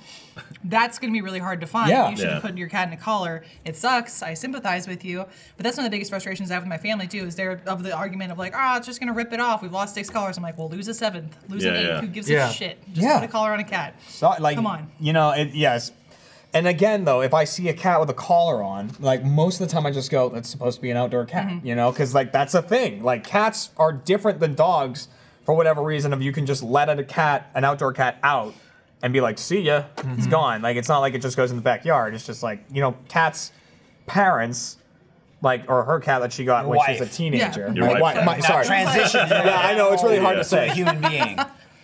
C: that's gonna be really hard to find.
G: Yeah.
C: You should
F: Yeah.
C: have put your cat in a collar. It sucks. I sympathize with you, but that's one of the biggest frustrations I have with my family too. Is they're of the argument of like, "Ah, it's just gonna rip it off. We've lost six collars." I'm like, "Well, lose a seventh. Lose
F: Yeah,
C: an eighth.
F: yeah.
C: Who gives
E: Yeah.
C: a shit? Just
G: Yeah.
C: put a collar on a cat."
G: So, like,
C: Come on.
G: You know, it, yes. And again, though, if I see a cat with a collar on, like most of the time, I just go, "That's supposed to be an outdoor cat,"
D: Mm-hmm.
G: you know, because like that's a thing. Like cats are different than dogs for whatever reason. If you can just let a cat, an outdoor cat, out and be like, "See ya," it's
D: Mm-hmm.
G: gone. Like it's not like it just goes in the backyard. It's just like you know, cats' parents, like or her cat that she got when she was
D: Wife.
G: a teenager.
F: Your wife.
G: My wi- my-
D: Not
G: sorry,
D: transition.
G: yeah, I know it's really hard
F: Yeah.
G: to say.
D: a human being.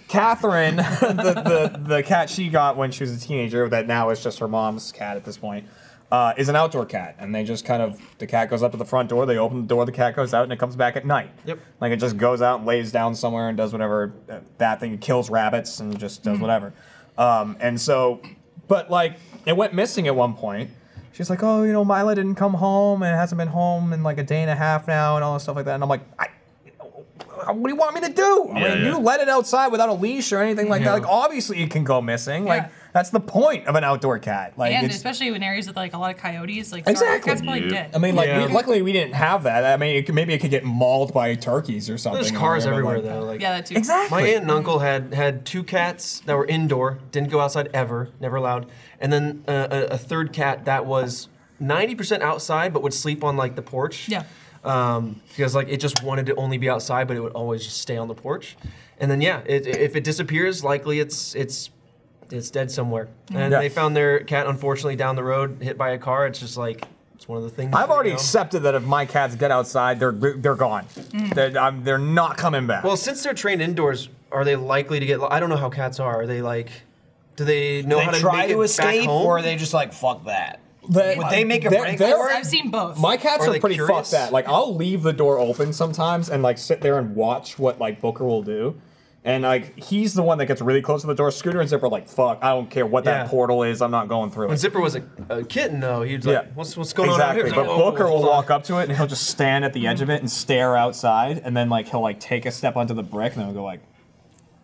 G: Catherine, the, the the cat she got when she was a teenager, that now is just her mom's cat at this point, uh, is an outdoor cat, and they just kind of the cat goes up to the front door, they open the door, the cat goes out, and it comes back at night.
E: Yep.
G: Like it just goes out and lays down somewhere and does whatever uh, that thing it kills rabbits and just
F: Mm-hmm.
G: does whatever. Um, and so, but like it went missing at one point. She's like, oh, you know, Mila didn't come home and hasn't been home in like a day and a half now, and all this stuff like that. And I'm like, I, what do you want me to do? I
F: Yeah,
G: mean,
F: yeah.
G: you let it outside without a leash or anything like
E: Yeah.
G: that. Like, obviously, it can go missing. Like,
C: Yeah.
G: That's the point of an outdoor cat. Like,
C: and
G: it's,
C: especially in areas with like a lot of coyotes, like
G: Exactly.
C: that's probably
F: Yeah.
C: dead.
G: I mean, like,
E: Yeah.
G: we, luckily we didn't have that. I mean, it, could- maybe it could get mauled by turkeys or something.
E: There's cars
G: you know, but,
E: everywhere
G: like-
E: though. Like
C: yeah, that too.
G: Exactly.
E: My aunt and uncle had had two cats that were indoor, didn't go outside ever, never allowed, and then uh, a, a third cat that was 90% outside but would sleep on like the porch.
C: Yeah.
E: Um, because like it just wanted to only be outside, but it would always just stay on the porch. And then yeah, it, if it disappears, likely it's it's it's dead somewhere. And
G: Yeah.
E: they found their cat unfortunately down the road hit by a car. It's just like it's one of the things.
G: I've
E: you
G: already
E: know?
G: accepted that if my cats get outside, they're they're gone.
C: Mm.
G: They're, I'm, they're not coming back.
E: Well, since they're trained indoors, are they likely to get? I don't know how cats are. Are they like? Do they know
D: They
E: how to
D: try
E: make
D: to
E: it
D: escape,
E: back home?
D: or are they just like fuck that?
G: They-
D: Would they make a
G: they're-
D: break
G: they're-
D: for it?
C: I've seen both.
G: My cats
E: Are
G: are,
E: they
G: pretty
E: curious?
G: fucked at. Like I'll leave the door open sometimes and like sit there and watch what like Booker will do. And like he's the one that gets really close to the door. Scooter and Zipper are like, fuck, I don't care what
E: Yeah.
G: that portal is, I'm not going through
E: When
G: it.
E: Zipper was a, a kitten, though, he was like, "What's what's going
G: exactly.
E: on out here?"
G: But Booker will walk up to it and he'll just stand at the edge of it and stare outside and then like he'll like take a step onto the brick and then he'll go like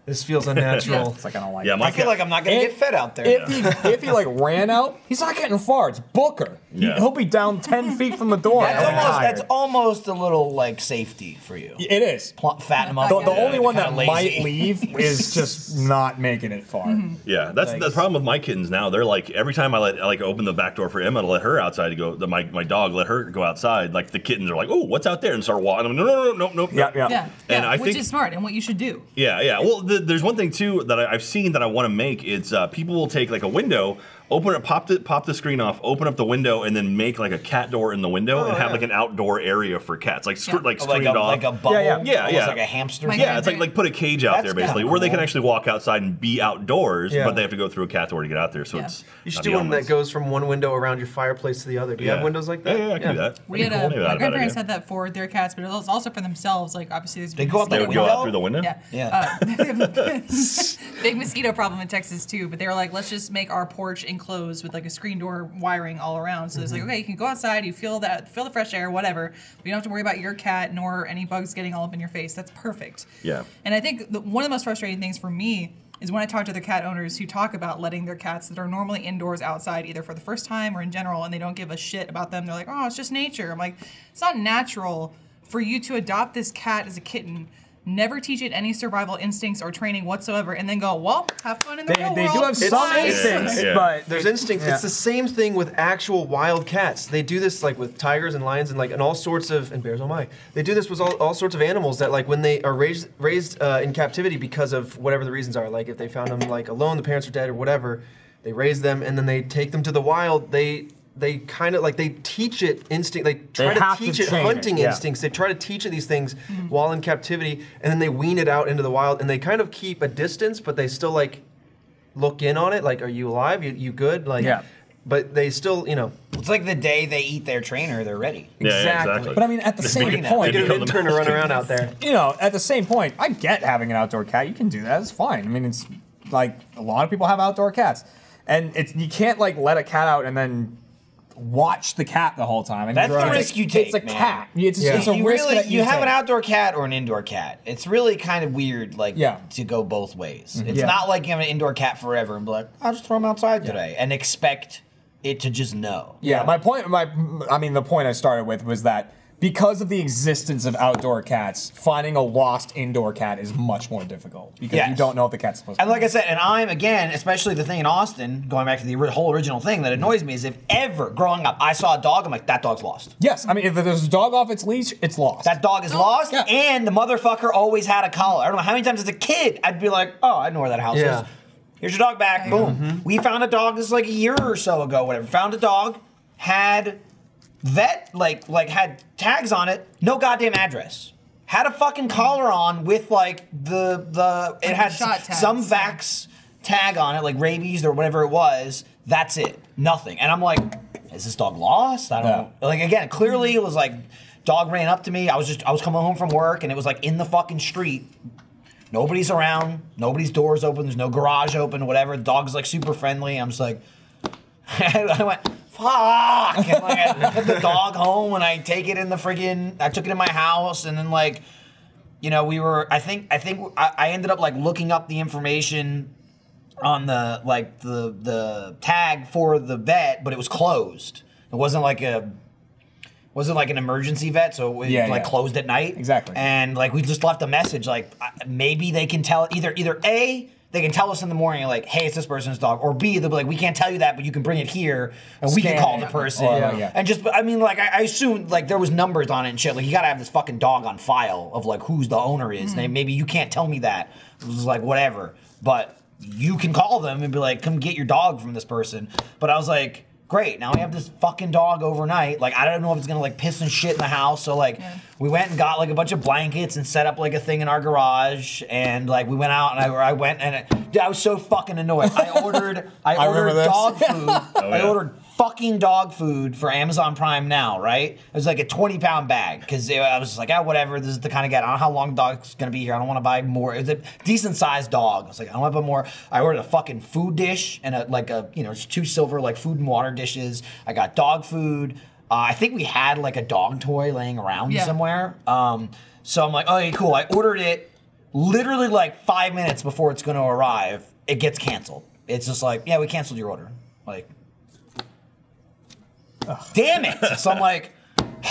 E: This feels unnatural.
G: it's like I don't like
F: Yeah,
G: it.
F: my
D: I feel
F: cat.
D: like I'm not gonna
G: It-
D: get fed out there.
G: If he if he like ran out, he's not getting far. It's Booker. He-
F: Yeah.
G: He'll be down ten feet from the door. Oh
D: that's
G: and
D: almost
G: tired.
D: that's almost a little like safety for you.
G: it is.
D: Pl- fatten them up.
G: The,
D: a
G: the
D: bit,
G: only one
D: kinda
G: that
D: lazy.
G: might leave is just not making it far.
F: Yeah, that's the problem with my kittens now. They're like every time I let I like open the back door for Emma to let her outside to go, the, my my dog let her go outside. Like the kittens are like, oh, what's out there, and start walking. I'm like, no, no, no, no, no, no.
G: Yeah, yeah.
C: yeah, yeah,
F: And I
C: which
F: think-
C: is smart and what you should do.
F: Yeah, yeah. Well, the, there's one thing too that I, I've seen that I want to make. It's uh, people will take like a window, open it, pop the pop the screen off, open up the window, and then make like a cat door in the window and have like an outdoor area for cats, like scr-
C: Yeah.
F: like
D: like
F: screened
D: a,
F: off.
D: like a bubble,
G: yeah.
D: almost
F: Yeah, yeah.
D: like a hamster.
C: Like
F: yeah, it's like
C: Right.
F: like put a cage out
D: That's
F: there basically,
D: kinda
F: where they can
D: cool.
F: actually walk outside and be outdoors,
E: Yeah.
F: but they have to go through a cat door to get out there. So
C: Yeah.
F: it's
E: You should
F: not
E: do
F: the
E: one that
F: elements.
E: goes from one window around your fireplace to the other. Do you have windows like that?
F: Yeah, yeah, I can do that.
C: We had
F: That'd be
C: a,
F: cool.
C: my
F: Not a bad
C: grandparents
F: idea.
C: had that for their cats, but it was also for themselves. Like obviously, there's
D: They go out
C: mosquito
F: They
D: the
F: would go
C: problem.
F: out through the window.
C: Yeah,
D: Yeah.
C: Uh, big mosquito problem in Texas too. But they were like, let's just make our porch enclosed with like a screen door wiring all around. So it's like, okay, you can go outside, you feel that, feel the fresh air, whatever. But you don't have to worry about your cat nor any bugs getting all up in your face. That's perfect.
F: Yeah.
C: And I think the, one of the most frustrating things for me is when I talk to other cat owners who talk about letting their cats that are normally indoors outside either for the first time or in general, and they don't give a shit about them. They're like, oh, it's just nature. I'm like, it's not natural for you to adopt this cat as a kitten. Never teach it any survival instincts or training whatsoever, and then go, well, have fun in the
G: They,
C: real
G: they do
C: world.
G: have some
C: Bye."
G: instincts,
F: Yeah.
G: but
E: There's instincts. It's the same thing with actual wild cats. They do this like with tigers and lions and like and all sorts of and bears. Oh my! They do this with all, all sorts of animals that like when they are raised raised uh, in captivity because of whatever the reasons are. Like if they found them like alone, the parents are dead or whatever, they raise them and then they take them to the wild. They they kind of like they teach it instinct. They try to
G: have to
E: teach it
G: train it,
E: hunting
G: yeah.
E: instincts. They try to teach it these things while in captivity, and then they wean it out into the wild. And they kind of keep a distance, but they still like look in on it like are you alive you, you good like
G: Yeah.
E: but they still you know
D: It's like the day they eat their trainer, they're ready.
F: Yeah, yeah,
E: Exactly.
F: exactly.
G: but I mean at the same
F: They
G: point,
E: get
F: become the
E: an intern to run
F: monster.
E: around out there
G: you know, at the same point, I get having an outdoor cat. You can do that. It's fine. I mean, it's like a lot of people have outdoor cats, and it's you can't like let a cat out and then watch the cat the whole time. I mean,
D: That's
G: you're
D: the
G: right.
D: risk you
G: It's-
D: take,
G: It's a
D: man.
G: cat. It's,
E: Yeah.
G: it's a
D: you
G: risk
D: really
G: that
D: you,
G: you,
D: have
G: take.
D: an outdoor cat or an indoor cat. It's really kind of weird, like
G: Yeah. Mm-hmm.
D: to go both ways. It's
G: Yeah.
D: not like you have an indoor cat forever and be like, I'll just throw him outside today and expect it to just know.
G: Yeah, my point, my, I mean, the point I started with was that because of the existence of outdoor cats, finding a lost indoor cat is much more difficult because you
D: Yes.
G: don't know if the cat's supposed to.
D: And like I said, and I'm again, especially the thing in Austin, going back to the ori- whole original thing that annoys me is if ever growing up I saw a dog, I'm like, that dog's lost.
G: yes, I mean, if there's a dog off its leash, it's lost.
D: That dog is lost,
G: yeah.
D: and the motherfucker always had a collar. I don't know how many times as a kid I'd be like, oh, I know where that house
E: Yeah.
D: is. Here's your dog back. Boom.
G: Mm-hmm.
D: We found a dog this is like a year or so ago, whatever. Found a dog, had vet, like like had tags on it, no goddamn address. Had a fucking collar on with like the the it
C: Like
D: had
C: the shot tags,
D: some
C: yeah.
D: vax tag on it, like rabies or whatever it was. That's it. Nothing. And I'm like, is this dog lost? I don't
G: Yeah.
D: know. Like again, clearly it was like dog ran up to me. I was just I was coming home from work and it was like in the fucking street. Nobody's around. Nobody's doors open. There's no garage open. Whatever. The dog's like super friendly. I'm just like, I went fuck. And like, I took the dog home and I take it in the friggin' I took it in my house and then like, you know, we were I think I think I, I ended up like looking up the information on the like the the tag for the vet, but it was closed. It wasn't like a wasn't like an emergency vet, so it was
H: Yeah,
D: like
H: yeah.
D: closed at night.
H: Exactly.
D: And like we just left a message, like I- maybe they can tell either either a they can tell us in the morning, like, hey, it's this person's dog, or b they'll be like, we can't tell you that, but you can bring it here and we can
H: Scan
D: call
H: it.
D: the person.
H: Or, yeah.
D: And just, I mean, like I, I assume like there was numbers on it and shit. Like you gotta have this fucking dog on file of like who's the owner is. And maybe you can't tell me that. It was like whatever, but you can call them and be like, come get your dog from this person. But I was like. Great. Now we have this fucking dog overnight. Like I don't know if it's gonna like piss and shit in the house. So like we went and got like a bunch of blankets and set up like a thing in our garage. And like we went out and I, I went and it, I was so fucking annoyed. I ordered I,
H: I remember
D: ordered
H: this.
D: dog food. I
F: yeah.
D: ordered fucking dog food for Amazon Prime now, right? It was like a 20 pound bag because I was just like, ah, whatever. This is the kind of guy. I don't know how long the dog's gonna be here. I don't want to buy more. It was a decent sized dog. I was like, I don't want to buy more. I ordered a fucking food dish and a like a you know it's two silver like food and water dishes. I got dog food. Uh, I think we had like a dog toy laying around
C: Yeah.
D: somewhere. Um, so I'm like, okay, cool. I ordered it literally like five minutes before it's going to arrive, it gets canceled. It's just like, yeah, we canceled your order. Like, damn it. so I'm like,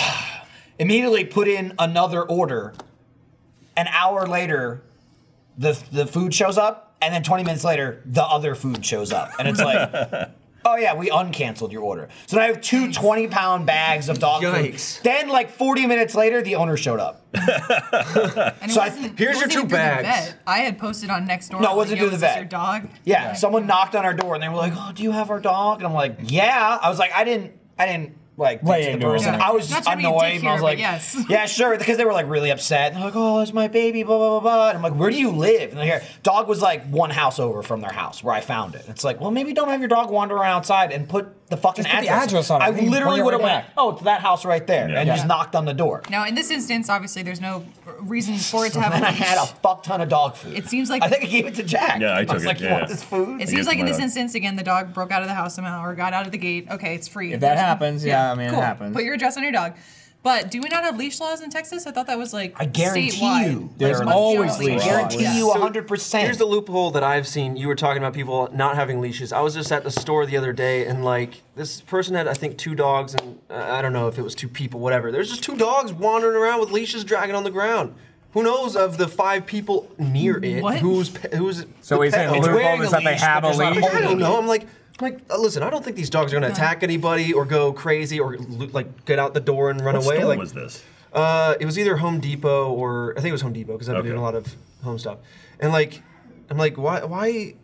D: immediately put in another order. An hour later, the, the food shows up. And then 20 minutes later, the other food shows up. And it's like, oh yeah, we uncanceled your order. So now I have two 20 pound bags of dog
E: Yikes.
D: food. Then, like 40 minutes later, the owner showed up.
C: And it
D: So I-
C: wasn't-
E: here's your
C: wasn't
E: two
C: through the
E: bags.
C: vet. I had posted on Nextdoor.
D: No, it
C: like,
D: wasn't
C: yo,
D: through the
C: is this
D: vet.
C: Your dog.
D: Yeah, someone knocked on our door and they were like, "Oh, do you have our dog?" And I'm like, "Yeah." I was like, "I didn't, I didn't like
H: Lay
D: touch the
H: into it.
D: person."
H: Yeah.
D: I was
C: Not
D: just
C: trying to be a dick
D: annoyed. and
C: here,
D: I was
C: but
D: like,
C: yes.
D: yeah, sure," because they were like really upset. And they're like, "Oh, it's my baby," blah blah blah blah. And I'm like, "Where do you live?" And they're here. Dog was like one house over from their house where I found it. It's like, well, maybe don't have your dog wander around outside and put the fucking
H: Just put the
D: address.
H: address on it.
D: I
H: Then you bring
D: literally
H: it
D: would have
H: right
D: went,
H: back.
D: "Oh, it's that house right there," and
F: Yeah.
D: just knocked on the door.
C: Now, in this instance, obviously, there's no r- reason for it to have.
D: And
C: a
D: I had a fuck ton of dog food.
C: It seems like-
D: I think I gave it to Jack.
F: Yeah, I took
D: was
F: it,
D: Like, you
F: yeah.
D: want this food?
C: It
F: I
C: seems
F: guess
C: like in
F: my
C: this
F: dog.
C: instance, again, the dog broke out of the house somehow or got out of the gate. Okay, it's free.
H: If that
C: There's-
H: happens, yeah, I mean, it
C: cool.
H: happens.
C: Put your address on your dog. But do we not have leash laws in Texas? I thought that was like
D: I guarantee
C: statewide.
D: you
H: There's
C: must be
H: always
C: a
H: leash
C: law.
D: guarantee
C: Yeah.
D: you 100%.
E: Here's the loophole that I've seen. You were talking about people not having leashes. I was just at the store the other day, and like this person had, I think, two dogs, and uh, I don't know if it was two people, whatever. There's just two dogs wandering around with leashes dragging on the ground. Who knows of the five people near it?
C: What?
E: Who's pe- who's?
H: So
E: the
H: he's
E: pet
H: saying the
E: owner?
D: It's wearing
H: loophole is
D: a
H: that they
D: leash,
H: have
D: but
H: a
D: there's not
H: leash.
D: a
E: I don't know. I'm like, I'm like, uh, listen, I don't think these dogs are gonna attack anybody or go crazy or lo- like get out the door and run
F: What
E: away.
F: store
E: like,
F: was this?
E: Uh, it was either Home Depot or I think it was Home Depot because I've been
F: Okay.
E: doing a lot of home stuff. And like, I'm like, why, why?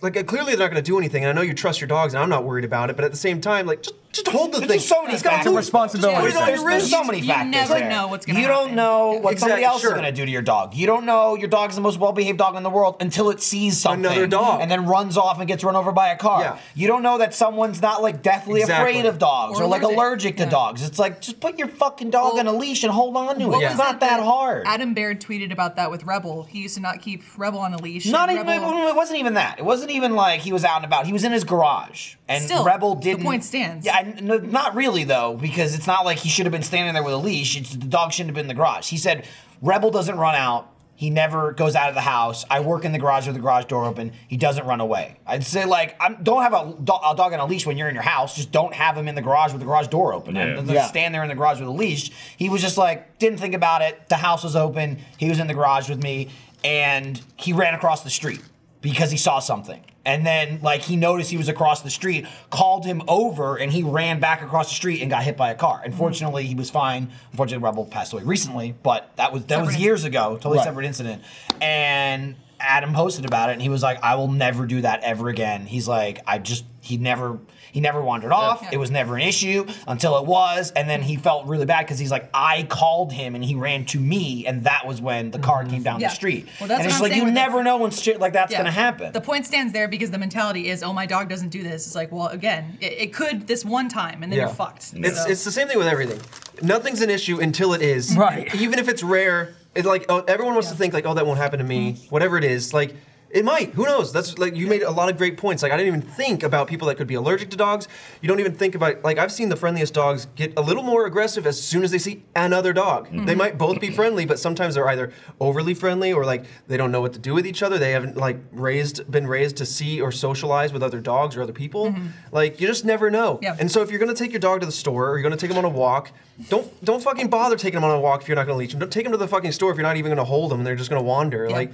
E: Like, uh, clearly they're not going to do anything. And I know you trust your dogs, and I'm not worried about it. But at the same time, like, just, just hold the
D: There's
E: thing.
D: just so many
E: It's got
D: factors. It's
E: food.
D: a
H: responsibility
E: Put it on
H: thing.
E: your
D: There's
E: wrist.
D: so many
C: You
D: factors.
C: never
D: there.
C: know what's gonna
D: You don't
C: happen.
D: know what
E: Exactly,
D: somebody else
E: sure.
D: is going to do to your dog. You don't know your dog is the most well-behaved dog in the world until it sees something,
E: Another dog.
D: and then runs off and gets run over by a car.
E: Yeah.
D: You don't know that someone's not like deathly
E: Exactly.
D: afraid of dogs or,
C: Or
D: like
C: allergic.
D: allergic to
C: Yeah.
D: dogs. It's like just put your fucking dog
C: Well,
D: on a leash and hold on to it.
C: What
D: It's
C: was
D: not
C: it
D: that hard.
C: Adam Baird tweeted about that with Rebel. He used to not keep Rebel on a leash.
D: Not
C: and
D: even.
C: Rebel-
D: It wasn't even that. It wasn't even like he was out and about. He was in his garage, and
C: Still,
D: Rebel
C: the
D: didn't.
C: point stands.
D: Yeah, I- n- not really though, because it's not like he should have been standing there with a leash. It's, the dog shouldn't have been in the garage. He said, "Rebel doesn't run out. He never goes out of the house. I work in the garage with the garage door open. He doesn't run away." I'd say like, I'm, don't have a, do- a dog on a leash when you're in your house. Just don't have him in the garage with the garage door open.
F: Yeah.
D: And doesn't
H: Yeah.
D: Stand there in the garage with a leash. He was just like, didn't think about it. The house was open. He was in the garage with me, and he ran across the street because he saw something. And then, like, he noticed he was across the street, called him over, and he ran back across the street and got hit by a car. Unfortunately, he was fine. Unfortunately, Rebel passed away recently, but that was that was
C: Separate
D: years ago, totally
H: Right.
D: separate incident. And Adam posted about it, and he was like, "I will never do that ever again." He's like, "I just he never he never wandered off.
C: Yeah.
D: It was never an issue until it was, and then he felt really bad because he's like, I called him and he ran to me, and that was when the
G: Mm-hmm.
D: car came down
C: Yeah.
D: the street.
C: Well, that's
D: and
C: what
D: it's
C: I'm
D: like
C: saying
D: you
C: with the-
D: never know when shit like that's
C: Yeah.
D: gonna happen.
C: The point stands there because the mentality is, oh, my dog doesn't do this. It's like, well, again, it, it could this one time, and then you're fucked.
E: It's,
C: So-
E: it's the same thing with everything. Nothing's an issue until it is.
H: Right.
E: Even if it's rare, it's like oh, everyone wants to
C: Yeah.
E: think like, oh, that won't happen to me. Whatever it is, like It might. Who knows? That's like you made a lot of great points. Like I didn't even think about people that could be allergic to dogs. You don't even think about like I've seen the friendliest dogs get a little more aggressive as soon as they see another dog.
C: Mm-hmm.
E: They might both be friendly, but sometimes they're either overly friendly or like they don't know what to do with each other. They haven't like raised been raised to see or socialize with other dogs or other people. Like you just never know.
C: Mm-hmm. Yeah.
E: And so if you're gonna take your dog to the store or you're gonna take him on a walk, don't don't fucking bother taking him on a walk if you're not gonna leash him. Don't take him to the fucking store if you're not even gonna hold him. They're just gonna wander. Like,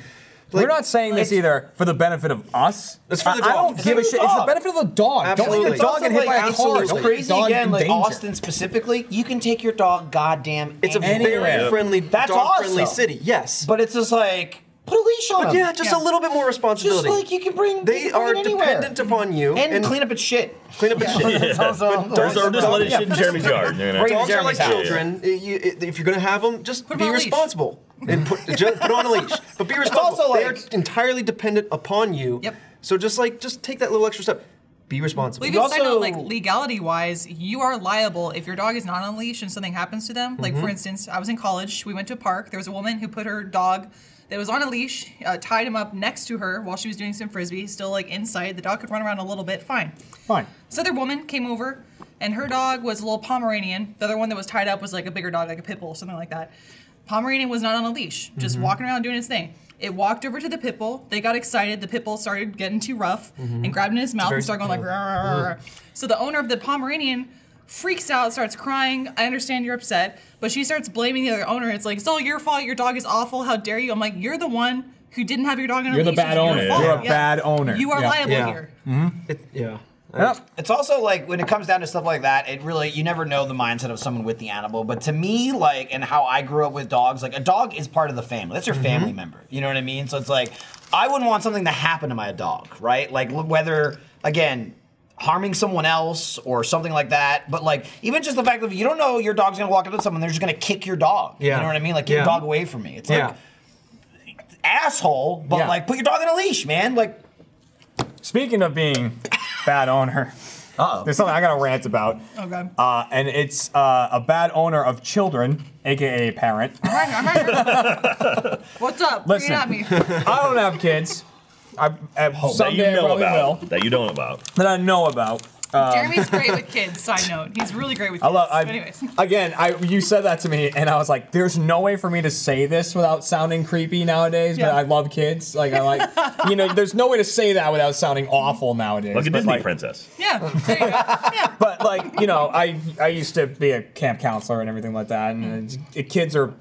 G: We're
E: like-
G: not saying this either for the benefit of us.
E: It's for the
G: I- I,
E: dog.
G: don't
E: It's
G: give
E: for
G: a
E: the
G: shit. It's the
E: dog.
G: benefit of the dog. Don't let
E: Absolutely.
G: your dog get hit
D: It's also,
E: like,
G: by a car.
E: absolutely.
G: Don't put your
D: crazy
G: dog
D: again,
G: in
D: like
G: danger.
D: Austin specifically, you can take your dog goddamn.
E: It's a
D: anywhere.
E: very friendly,
D: That's
E: dog-friendly
D: awesome.
E: city. Yes,
D: But it's just like put a leash on.
E: But
D: him.
E: yeah, just
C: Yeah.
E: a little bit more
D: just
E: responsibility.
D: like you can bring.
E: they
D: you can bring
E: are
D: it anywhere.
E: dependent upon you
D: and, clean up its shit.
E: clean up and shit.
F: There's or just let it
D: Yeah,
F: shit in Jeremy's yard. you know.
D: Bring it
E: Dogs are
D: Jeremy's
E: like
D: house.
E: children. I- you- i- if you're gonna have them, just
C: Put 'em
E: be
C: on a leash.
E: responsible and put just put on a leash. But be responsible.
D: also
E: they are
D: like-
E: entirely dependent upon you.
C: Yep.
E: So just like just take that little extra step. Be responsible.
C: Well,
D: You
C: even side note,
D: also-
C: like legality wise, you are liable if your dog is not on a leash and something happens to them. Like for instance, I was in college. We went to a park. There was a woman who put her dog that was on a leash, uh, tied him up next to her while she was doing some frisbee. Still like inside, the dog could run around a little bit. Fine.
G: Fine.
C: This other woman came over, and her dog was a little Pomeranian. The other one that was tied up was like a bigger dog, like a pit bull, something like that. Pomeranian was not on a leash, just
G: Mm-hmm.
C: walking around doing his thing. It walked over to the pit bull. They got excited. The pit bull started getting too rough
G: Mm-hmm.
C: and grabbed it in his mouth and started going like. "Rah, rah, rah." So the owner of the Pomeranian freaks out, starts crying. I understand you're upset, but she starts blaming the other owner. It's like it's all your fault. Your dog is awful. How dare you? I'm like you're the one who didn't have your dog on a
G: You're the
C: leash. It's
G: bad
C: your
G: owner.
C: fault."
G: You're a bad owner.
C: You are
G: Yeah.
C: liable
E: Yeah.
C: here.
E: It- yeah.
G: Yep.
D: It's also like when it comes down to stuff like that, it really you never know the mindset of someone with the animal. But to me, like and how I grew up with dogs, like a dog is part of the family. That's your
E: Mm-hmm.
D: family member. You know what I mean? So it's like I wouldn't want something to happen to my dog, right? Like l- whether again harming someone else or something like that. But like even just the fact that you don't know your dog's gonna walk up to someone, they're just gonna kick your dog.
E: Yeah.
D: You know what I mean? Like get
E: Yeah.
D: your dog away from me. It's like
E: Yeah.
D: asshole, but
G: Yeah.
D: like put your dog on a leash, man. Like
G: Speaking of being bad owner,
D: uh
G: there's something I gotta rant about.
C: Oh god.
G: Uh, and it's uh, a bad owner of children, aka parent.
C: What's up?
G: Listen.
C: Bring it at me.
G: I don't have kids. I, I
F: Oh, that you
G: someday I
F: know
G: probably
F: about.
G: will.
F: That you don't about.
G: That I know about.
E: uh,
C: Jeremy's great with kids. Side note, he's really great with
G: I
C: kids.
G: love. I,
C: But anyways,
G: again, I you said that to me, and I was like, "There's no way for me to say this without sounding creepy nowadays." But
C: Yeah.
G: I love kids. Like I like, you know, there's no way to say that without sounding awful nowadays.
F: Like a
G: but,
F: Disney
G: like,
F: princess.
C: yeah, there you go. yeah.
G: But like, you know, I I used to be a camp counselor and everything like that, and
C: Mm-hmm.
G: uh, kids are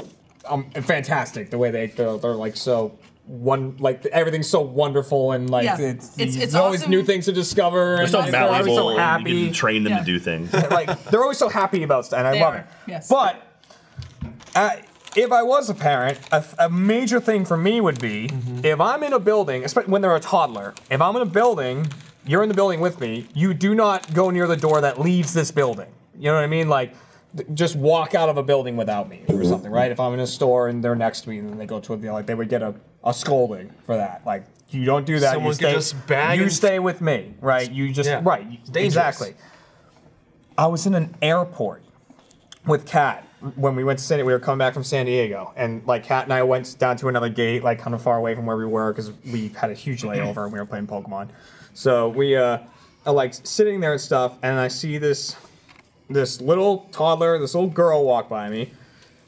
G: um, fantastic. The way they they're, they're like so. One like everything's so wonderful and like
C: Yeah.
G: it's,
C: It's-
G: there's
C: it's
G: always
C: awesome.
G: new things to discover.
F: They're
G: and
F: so
G: like, they're always
F: malleable.
G: so
F: and You
G: happy.
F: can train them
C: Yeah.
F: to do things.
G: like they're always so happy about stuff, and I
C: They
G: love
C: are,
G: it.
C: yes.
G: But uh, if I was a parent, a, a major thing for me would be
E: Mm-hmm.
G: if I'm in a building, especially when they're a toddler. If I'm in a building, you're in the building with me. You do not go near the door that leaves this building. You know what I mean? Like. th- Just walk out of a building without me
E: Mm-hmm.
G: or something, right? If I'm in a store and they're next to me and then they go to a like they would get a, a scolding for that. Like you don't do that.
E: Someone
G: you
E: could
G: stay,
E: just bag
G: you
E: and-
G: stay with me, right? You just
E: Yeah.
G: right
E: It's dangerous.
G: exactly. I was in an airport with Kat when we went to San We were coming back from San Diego, and like Kat and I went down to another gate, like kind of far away from where we were, because we had a huge layover and we were playing Pokemon. So we uh, are like sitting there and stuff, and I see this this little toddler, this little girl walk by me.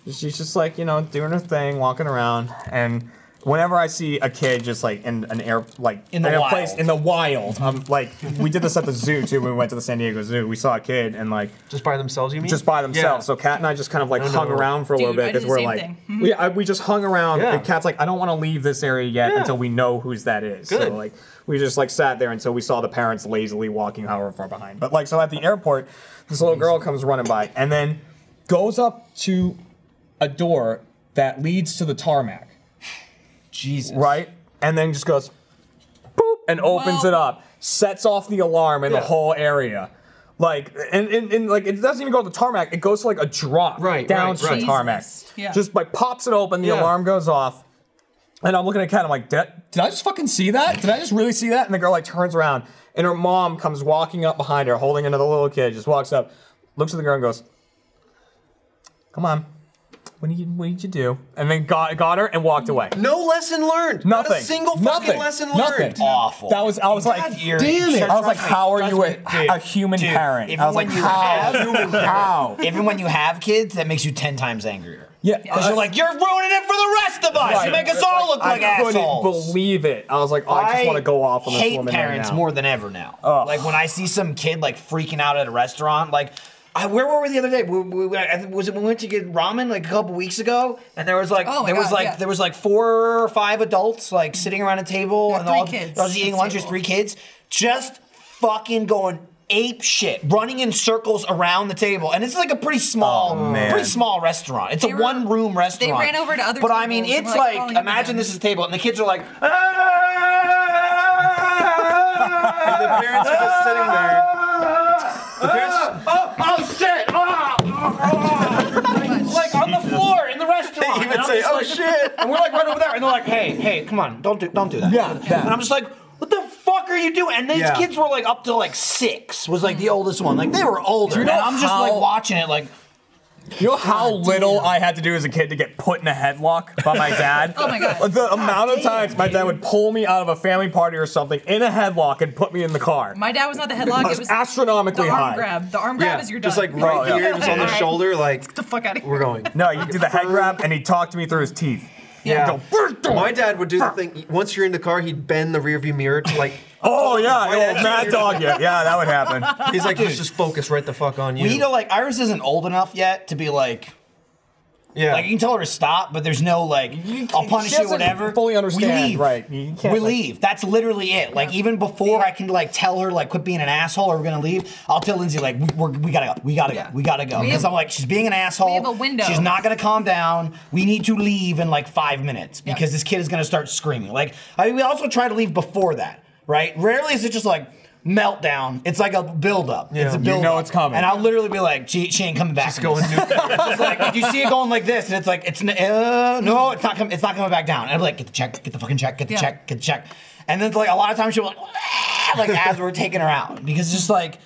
G: She's just like you know doing her thing, walking around, and whenever I see a kid just like in an air like
D: In the
G: a
D: wild.
G: place in the wild, um, like we did this at the zoo too. When we went to the San Diego Zoo, we saw a kid and like
E: Just by themselves, you mean?
G: just by themselves.
E: Yeah.
G: So Kat and I just kind of like
E: No,
G: hung
E: no.
G: around for a little
C: Dude, I did
G: bit because
C: the
G: we're
C: same
G: like,
C: thing.
G: yeah, I, we just hung around.
E: Yeah.
G: And Kat's like, I don't want to leave this area yet
E: Yeah.
G: until we know who's that is.
E: Good.
G: So like, we just like sat there until we saw the parents lazily walking however far behind. But like, so at the airport, this little girl comes running by and then goes up to a door that leads to the tarmac,
D: Jesus.
G: right? And then just goes, boop, and opens
C: Well-
G: it up, sets off the alarm in the
E: Yeah.
G: whole area. Like and, and, and like it doesn't even go to the tarmac. It goes to like a drop
E: Right,
G: down
E: right,
G: to
E: right.
G: the tarmac.
C: Jesus. Yeah.
G: Just like pops it open, the
E: Yeah.
G: alarm goes off, and I'm looking at Kat. I'm like, did, did I just fucking see that? Did I just really see that? And the girl like turns around, and her mom comes walking up behind her, holding another little kid. Just walks up, looks at the girl, and goes, "Come on." What did you, what did you do? And then got, got her and walked away.
E: No lesson learned.
G: Nothing.
E: Not a single
G: Nothing.
E: fucking lesson learned.
G: Nothing.
D: Awful.
G: That was I was
D: God,
G: like,
D: you're-
G: damn it!
D: Trust
G: I was like,
D: me,
G: how are
D: trust
G: you
D: me,
G: a,
D: dude,
G: a human
D: dude,
G: parent?
D: if
G: I was
D: when
G: like,
D: you
G: how?
D: have-
G: how?
D: Even when you have kids, that makes you ten times angrier.
G: Yeah, Uh,
D: Because you're like, you're ruining it for the rest of us.
G: Right.
D: You make us all look like
G: I couldn't
D: assholes.
G: believe it. I was like, oh, I just want to go off on this
D: hate
G: woman right
D: parents
G: now.
D: more than ever now. Like when I see some kid like freaking out at a restaurant, like. I, where were we the other day? We, we, I think- was it when we went to get ramen like a couple weeks ago? And there was like
C: Oh my
D: there was
C: God,
D: like
C: yeah.
D: there was like four or five adults like sitting around a table
C: Yeah,
D: and
C: three
D: all
C: kids
D: I was
C: at
D: eating
C: the
D: lunch with
C: table.
D: three kids, just fucking going ape shit, running in circles around the table. And it's like a pretty small,
G: Oh,
D: pretty small restaurant. It's
C: They
D: a
C: were-
D: one room restaurant.
C: ran over to other
D: But I mean,
C: tables and
D: it's
C: were, like,
D: like,
C: calling them
D: imagine
C: in.
D: this is a table, and the kids are like. "Ah!"
E: The parents are just sitting there. The parents,
D: oh, oh shit! Oh, oh, oh. like on the floor in the restaurant.
E: They even
D: And I'm
E: say,
D: just
E: "Oh,
D: like-
E: shit."
D: And we're like right over there, and they're like, "Hey, hey, come on, don't do, don't do that."
G: Yeah, that.
D: And I'm just like, "What the fuck are you doing?" And these
E: Yeah.
D: kids were like up to like six. Was like the oldest one. Like they were older.
G: you know
D: and I'm just like
G: how-
D: watching it, like.
G: You know how little I had to do as a kid to get put in a headlock by my dad?
C: Oh my God.
G: The amount of times my dad would pull me out of a family party or something in a headlock and put me in the car.
C: My dad was not the headlock. It was
G: astronomically
C: the arm
G: high.
C: grab. The arm grab
E: yeah,
C: is your done.
E: just like right
G: yeah.
E: here, just on the
C: Alright.
E: shoulder, like
C: the fuck out of here.
E: we're going.
G: No, you do the head grab and he talked to me through his teeth.
E: Yeah.
G: Go,
E: My dad would do the thing. Once you're in the car, he'd bend the rearview mirror to like.
G: Oh yeah,
E: dad
G: oh,
E: just-
G: mad dog you. Yeah, that would happen.
E: He's like, just just focus right the fuck on you.
D: We know like Iris isn't old enough yet to be like
E: yeah.
D: like you can tell her to stop, but there's no like I'll punish
G: she
D: you
G: doesn't
D: whatever.
G: fully understand,
D: we leave.
G: right. You can't,
D: we
G: like-
D: leave. That's literally it. Like even before I can like tell her like quit being an asshole or we're gonna leave, I'll tell Lindsay like we, we're, we gotta go, we gotta
C: Yeah.
D: go, we gotta go
C: We
D: because
C: have-
D: I'm like she's being an asshole.
C: have a window.
D: She's not gonna calm down. We need to leave in like five minutes because this kid is gonna start screaming. Like I we also try to leave before that, right? Rarely is it just like. Meltdown. It's like a buildup. It's a
E: You
D: buildup.
G: know it's coming.
D: And I'll literally be like, she, she ain't coming back. She's
E: going
D: it's like if you see it going like this, and it's like it's n- uh, no, it's not coming, it's not coming back down. And I'm like, get the check, get the fucking check, get the
C: Yeah.
D: check, get the check. And then it's like a lot of times she'll be like, "Ah," like as we're taking her out because it's just like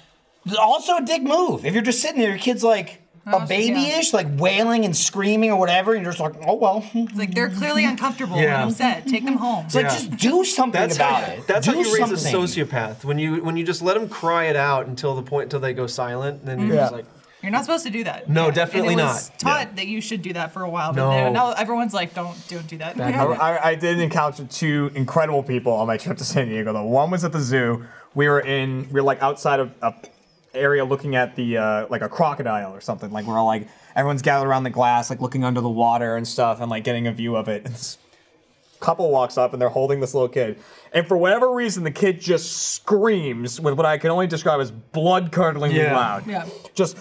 D: also a dick move. If you're just sitting there, your kid's like
C: Oh,
D: a
C: yeah.
D: babyish, like wailing and screaming or whatever, and you're just like, oh well. It's
C: It's like they're clearly uncomfortable
E: Yeah.
C: and upset. Take them home.
D: like
E: Yeah.
D: just do something
E: That's
D: about
E: how,
D: it.
E: That's
D: do
E: how you raise
D: something.
E: a sociopath. When you when you just let them cry it out until the point until they go silent, and then you're just
G: Yeah.
E: like,
C: You're not supposed to do that.
E: No,
C: And
E: definitely
C: it was
E: not.
C: Taught
E: Yeah.
C: that you should do that for a while, but
E: No.
C: then- now everyone's like, don't don't do that.
G: I, I, I did encounter two incredible people on my trip to San Diego. Though one was at the zoo. We were in, we were like outside of a area looking at the uh, like a crocodile or something. Like we're all like everyone's gathered around the glass, like looking under the water and stuff, and like getting a view of it. And this couple walks up and they're holding this little kid, and for whatever reason, the kid just screams with what I can only describe as blood curdlingly
E: Yeah.
G: loud.
C: Yeah.
G: Just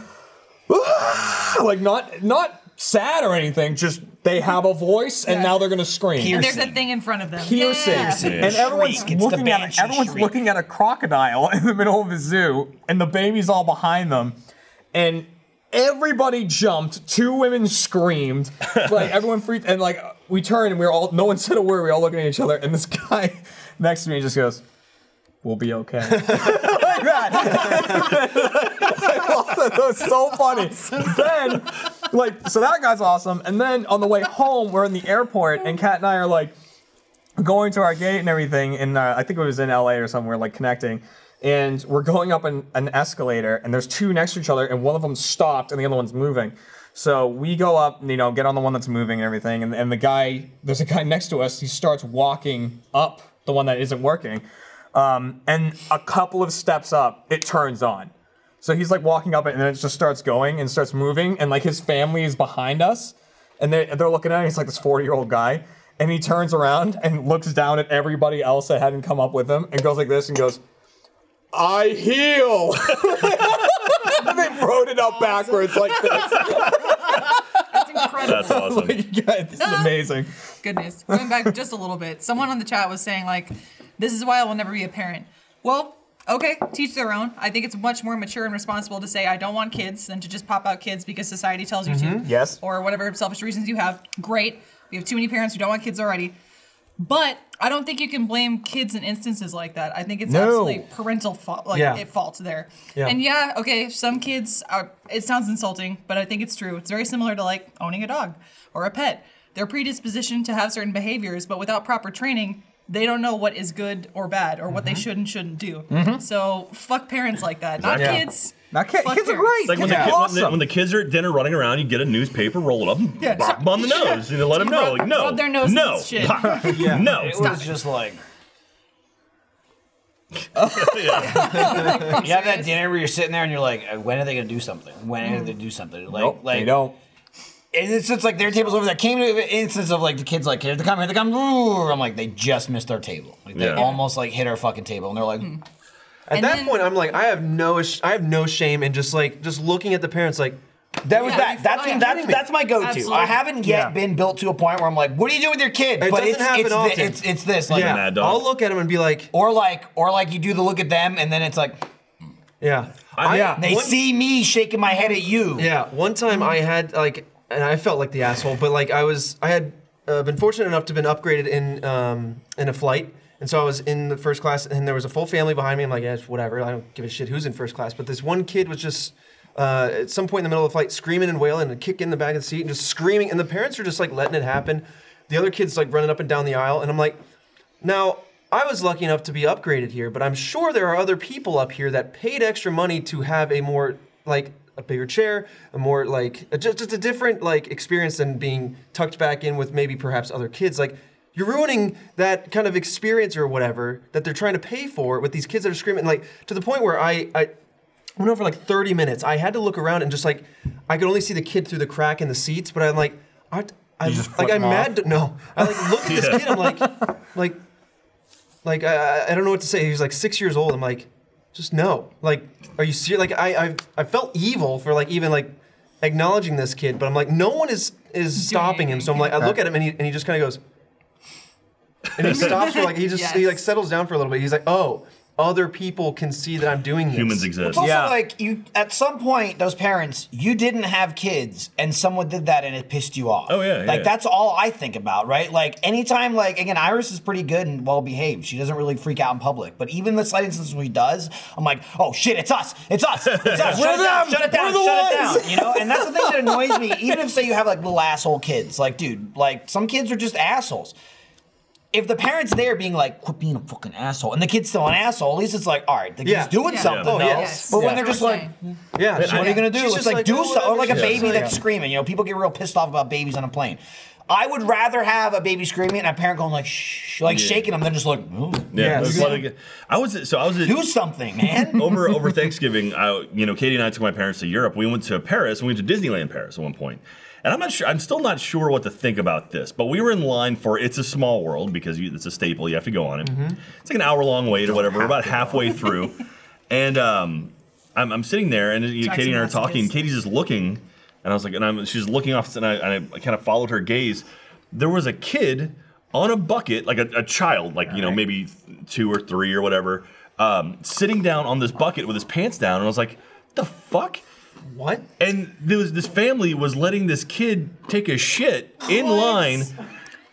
G: like not not sad or anything. Just they have a voice, and
C: Yeah.
G: now they're gonna scream
C: and there's a
D: piercing.
C: thing in front of them.
G: piercing.
C: Yeah.
G: And everyone's
D: Shriek. It's the
G: looking at
D: banshee
G: everyone's
D: shriek.
G: looking at a crocodile in the middle of the zoo, and the baby's all behind them, and everybody jumped. Two women screamed, like everyone freaked, and like we turned and we were all no one said a word. We were all looking at each other, and this guy next to me just goes. We'll be okay. like that. that was so funny. Then, like, so that guy's awesome. And then on the way home, we're in the airport, and Kat and I are like, going to our gate and everything, and uh, I think it was in LA or somewhere, like connecting. And we're going up an, an escalator, and there's two next to each other, and one of them stopped, and the other one's moving. So we go up, you know, get on the one that's moving and everything, and, and the guy, there's a guy next to us, he starts walking up the one that isn't working. Um, and a couple of steps up, it turns on. So he's like walking up it, and then it just starts going and starts moving, and like his family is behind us, and they they're looking at him. He's like this forty year old guy, and he turns around and looks down at everybody else that hadn't come up with him, and goes like this, and goes, "I heal." and they wrote it up backwards like this.
C: That's incredible.
F: That's awesome.
G: Like, yeah, this is amazing.
C: Goodness. Going back just a little bit, someone on the chat was saying, like, this is why I will never be a parent. Well, okay, teach their own. I think it's much more mature and responsible to say, I don't want kids than to just pop out kids because society tells you to.
E: Mm-hmm,
G: Yes.
C: Or whatever selfish reasons you have. Great. We have too many parents who don't want kids already. But I don't think you can blame kids in instances like that. I think it's
E: No.
C: absolutely parental fault, like
E: Yeah.
C: it faults there.
E: Yeah.
C: And yeah, okay, some kids are. It sounds insulting, but I think it's true. It's very similar to like owning a dog or a pet. They're predispositioned to have certain behaviors, but without proper training, they don't know what is good or bad or what
F: Mm-hmm.
C: they should and shouldn't do. So fuck parents like that, not
F: Exactly.
C: kids.
G: Now, ki-
C: Fuck
G: kids
C: parents.
G: are great.
F: It's like when,
G: kids
F: the
G: are
F: kid, when, the,
G: awesome.
F: when the kids are at dinner running around, you get a newspaper, roll it up, and
C: Yeah,
F: bop
C: so-
F: 'em on the
C: yeah.
F: nose, and you let them know,
C: Rub-
F: like, no,
C: rub their nose in
F: no,
C: this shit.
F: pop, no.
D: It was just like.
F: Yeah.
D: You have that dinner where you're sitting there and you're like, "Uh, when are they gonna do something? When are they gonna do something? Like, like
G: they don't.
D: And it's just like their table's over there. Came to an instance of like the kids like, here they come, here they come. Ooh, I'm like, they just missed our table. Like they
F: Yeah.
D: almost like hit our fucking table, and they're like,
C: Hmm.
E: At
C: And
E: that
C: then-
E: point, I'm like, I have no, ish- I have no shame in just like just looking at the parents like,
D: that was
C: Yeah,
D: that.
C: you-
D: That's
C: oh, yeah.
D: that's that's my go-to. I
C: Absolutely.
D: haven't yet
G: Yeah.
D: been built to a point where I'm like, what do you do with your kid?
E: It
D: but
E: doesn't
D: it's
E: happen
D: it's, thi-
E: often.
D: it's it's this like,
E: yeah,
F: mad dog.
E: I'll look at them and be like,
D: or like or like you do the look at them, and then it's like
E: yeah,
F: I-
E: yeah.
D: they see me shaking my head at you.
E: Yeah, one time I had like, and I felt like the asshole, but like I was, I had uh, been fortunate enough to been upgraded in um, in a flight, and so I was in the first class, and there was a full family behind me. I'm like, yeah, it's whatever, I don't give a shit who's in first class. But this one kid was just. Uh, at some point in the middle of the flight, screaming and wailing and kicking in the back of the seat and just screaming, and the parents are just like letting it happen. The other kid's like running up and down the aisle, and I'm like, now, I was lucky enough to be upgraded here, but I'm sure there are other people up here that paid extra money to have a more like a bigger chair, a more like a, just, just a different like experience than being tucked back in with maybe perhaps other kids. Like you're ruining that kind of experience or whatever that they're trying to pay for with these kids that are screaming like to the point where I I went over like 30 minutes. I had to look around and just like I could only see the kid through the crack in the seats, but I'm like I I
H: just
E: like
H: flip
E: I'm
H: him
E: mad. To, no, I like look at this kid. I'm like like like I, I- I don't know what to say. He was like six years old. I'm like, just no. Like, are you serious? Like I I I felt evil for like even like acknowledging this kid, but I'm like, no one is is stopping him. So I'm like, I look at him and he and he just kind of goes, and he stops for like he just he like
C: Yes.
E: settles down for a little bit. He's like, oh, other people can see that I'm doing this.
F: Humans exist.
D: It's also
G: Yeah.
D: like you at some point those parents you didn't have kids and someone did that and it pissed you off.
F: Oh, yeah, yeah,
D: Like
F: yeah.
D: that's all I think about, right? Like anytime like again Iris is pretty good and well behaved. She doesn't really freak out in public. But even the slight instance when she does, I'm like, "Oh shit, it's us. It's us. It's us. shut, it down, shut it down. Shut it down." You know? And that's the thing that annoys me. Even if say you have like little asshole kids. Like, dude, like some kids are just assholes if the parents there being like, quit being a fucking asshole, and the kid's still an asshole, at least it's like, all right, the kid's
E: Yeah.
D: doing
C: Yeah.
D: something.
E: Oh,
D: no?
E: yes.
D: But when
E: Yeah.
D: they're just like, what
E: Yeah.
D: are you gonna do?
E: She's
D: it's
E: just
D: like, do
E: oh,
D: something, or like a
E: whatever.
D: baby
E: Yeah.
D: that's screaming. You know, people get real pissed off about babies on a plane. I would rather have a baby screaming and a parent going like, shh, like
F: Yeah.
D: shaking them than just like, "Ooh,
F: Yeah,
E: Yes.
F: that's what I get. I was at- so I was at,
D: do something, man.
F: over over Thanksgiving. I, you know, Katie and I took my parents to Europe. We went to Paris. and We went to Disneyland Paris at one point. And I'm not sure. I'm still not sure what to think about this. But we were in line for "It's a Small World" because you, it's a staple. You have to go on it. It's like an hour long wait or whatever. We're Mm-hmm. about halfway through, and um, I'm, I'm sitting there, and you know, Katie and I are
C: Jackson
F: talking.
C: messages.
F: Katie's just looking, and I was like, and I'm, she's looking off, and I, and I kind of followed her gaze. There was a kid on a bucket, like a, a child, like you know maybe two or three or whatever, um, sitting down on this bucket with his pants down, and I was like, the fuck.
E: What?
F: And there was this family was letting this kid take a shit in line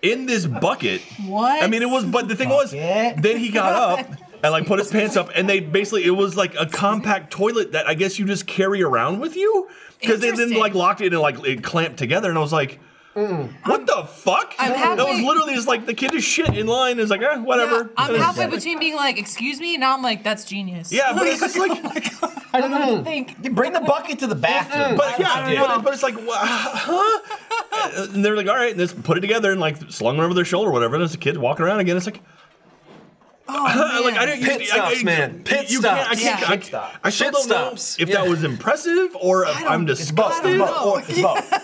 F: in this bucket.
C: What?
F: I mean, it was, but the thing was,
D: Bucket.
F: then he got up and like put his pants up, and they basically it was like a compact toilet that I guess you just carry around with you because they then
C: Interesting.
F: like locked it and like it clamped together, and I was like. What the fuck?
C: I'm
F: that was
C: halfway-
F: literally just like the kid is shit in line. Is like, eh, whatever.
C: Yeah, I'm
F: That is-
C: halfway between being like, "Excuse me," now I'm like, "That's genius."
F: Yeah, but it's just
C: Oh
F: like,
C: I don't know what to think.
D: You Bring the bucket to the bathroom.
F: But
C: I
F: yeah,
C: don't
F: but,
C: know.
F: but it's like, wha- huh? and they're like, all right, and just put it together and like slung it over their shoulder or whatever. And there's a kid walking around again. It's like,
C: Oh,
F: like I
C: man.
F: didn't.
E: Pit
F: you, I,
E: stops,
F: I,
E: man. Pit
F: you can't-
E: stops.
F: I, can't,
C: Yeah.
F: I,
E: Pit stops.
F: I still
E: Pit
F: don't know
E: stops.
F: if
E: Yeah.
F: that was impressive or if I'm
D: It's both.
F: disgusted.
D: It's
F: It's,
D: both.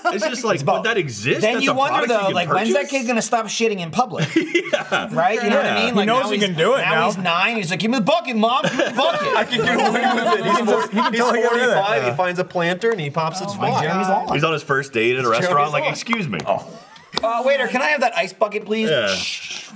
D: Or it's both.
F: just like, but that exists.
D: Then
F: That's
D: you
F: a
D: wonder
F: product
D: though,
F: can
D: like, when's that
F: purchase?
D: kid gonna stop shitting in public? Right? You know what I
F: Yeah.
D: mean?
F: He
D: Like
G: knows
D: now
G: he
D: he's-
G: can do it now.
D: he's nine. He's like, give me the bucket, mom. Give me the bucket.
E: I can get away with it. He's, four- he's
D: Oh,
G: totally get away with it.
E: 45. He finds a planter and he pops its
D: Like,
E: wad.
D: Jeremy's lawn.
F: He's on his first date at a restaurant. Like,
E: Law.
F: excuse me.
E: Oh.
D: Uh, waiter, can I have that ice bucket, please?
F: Yeah.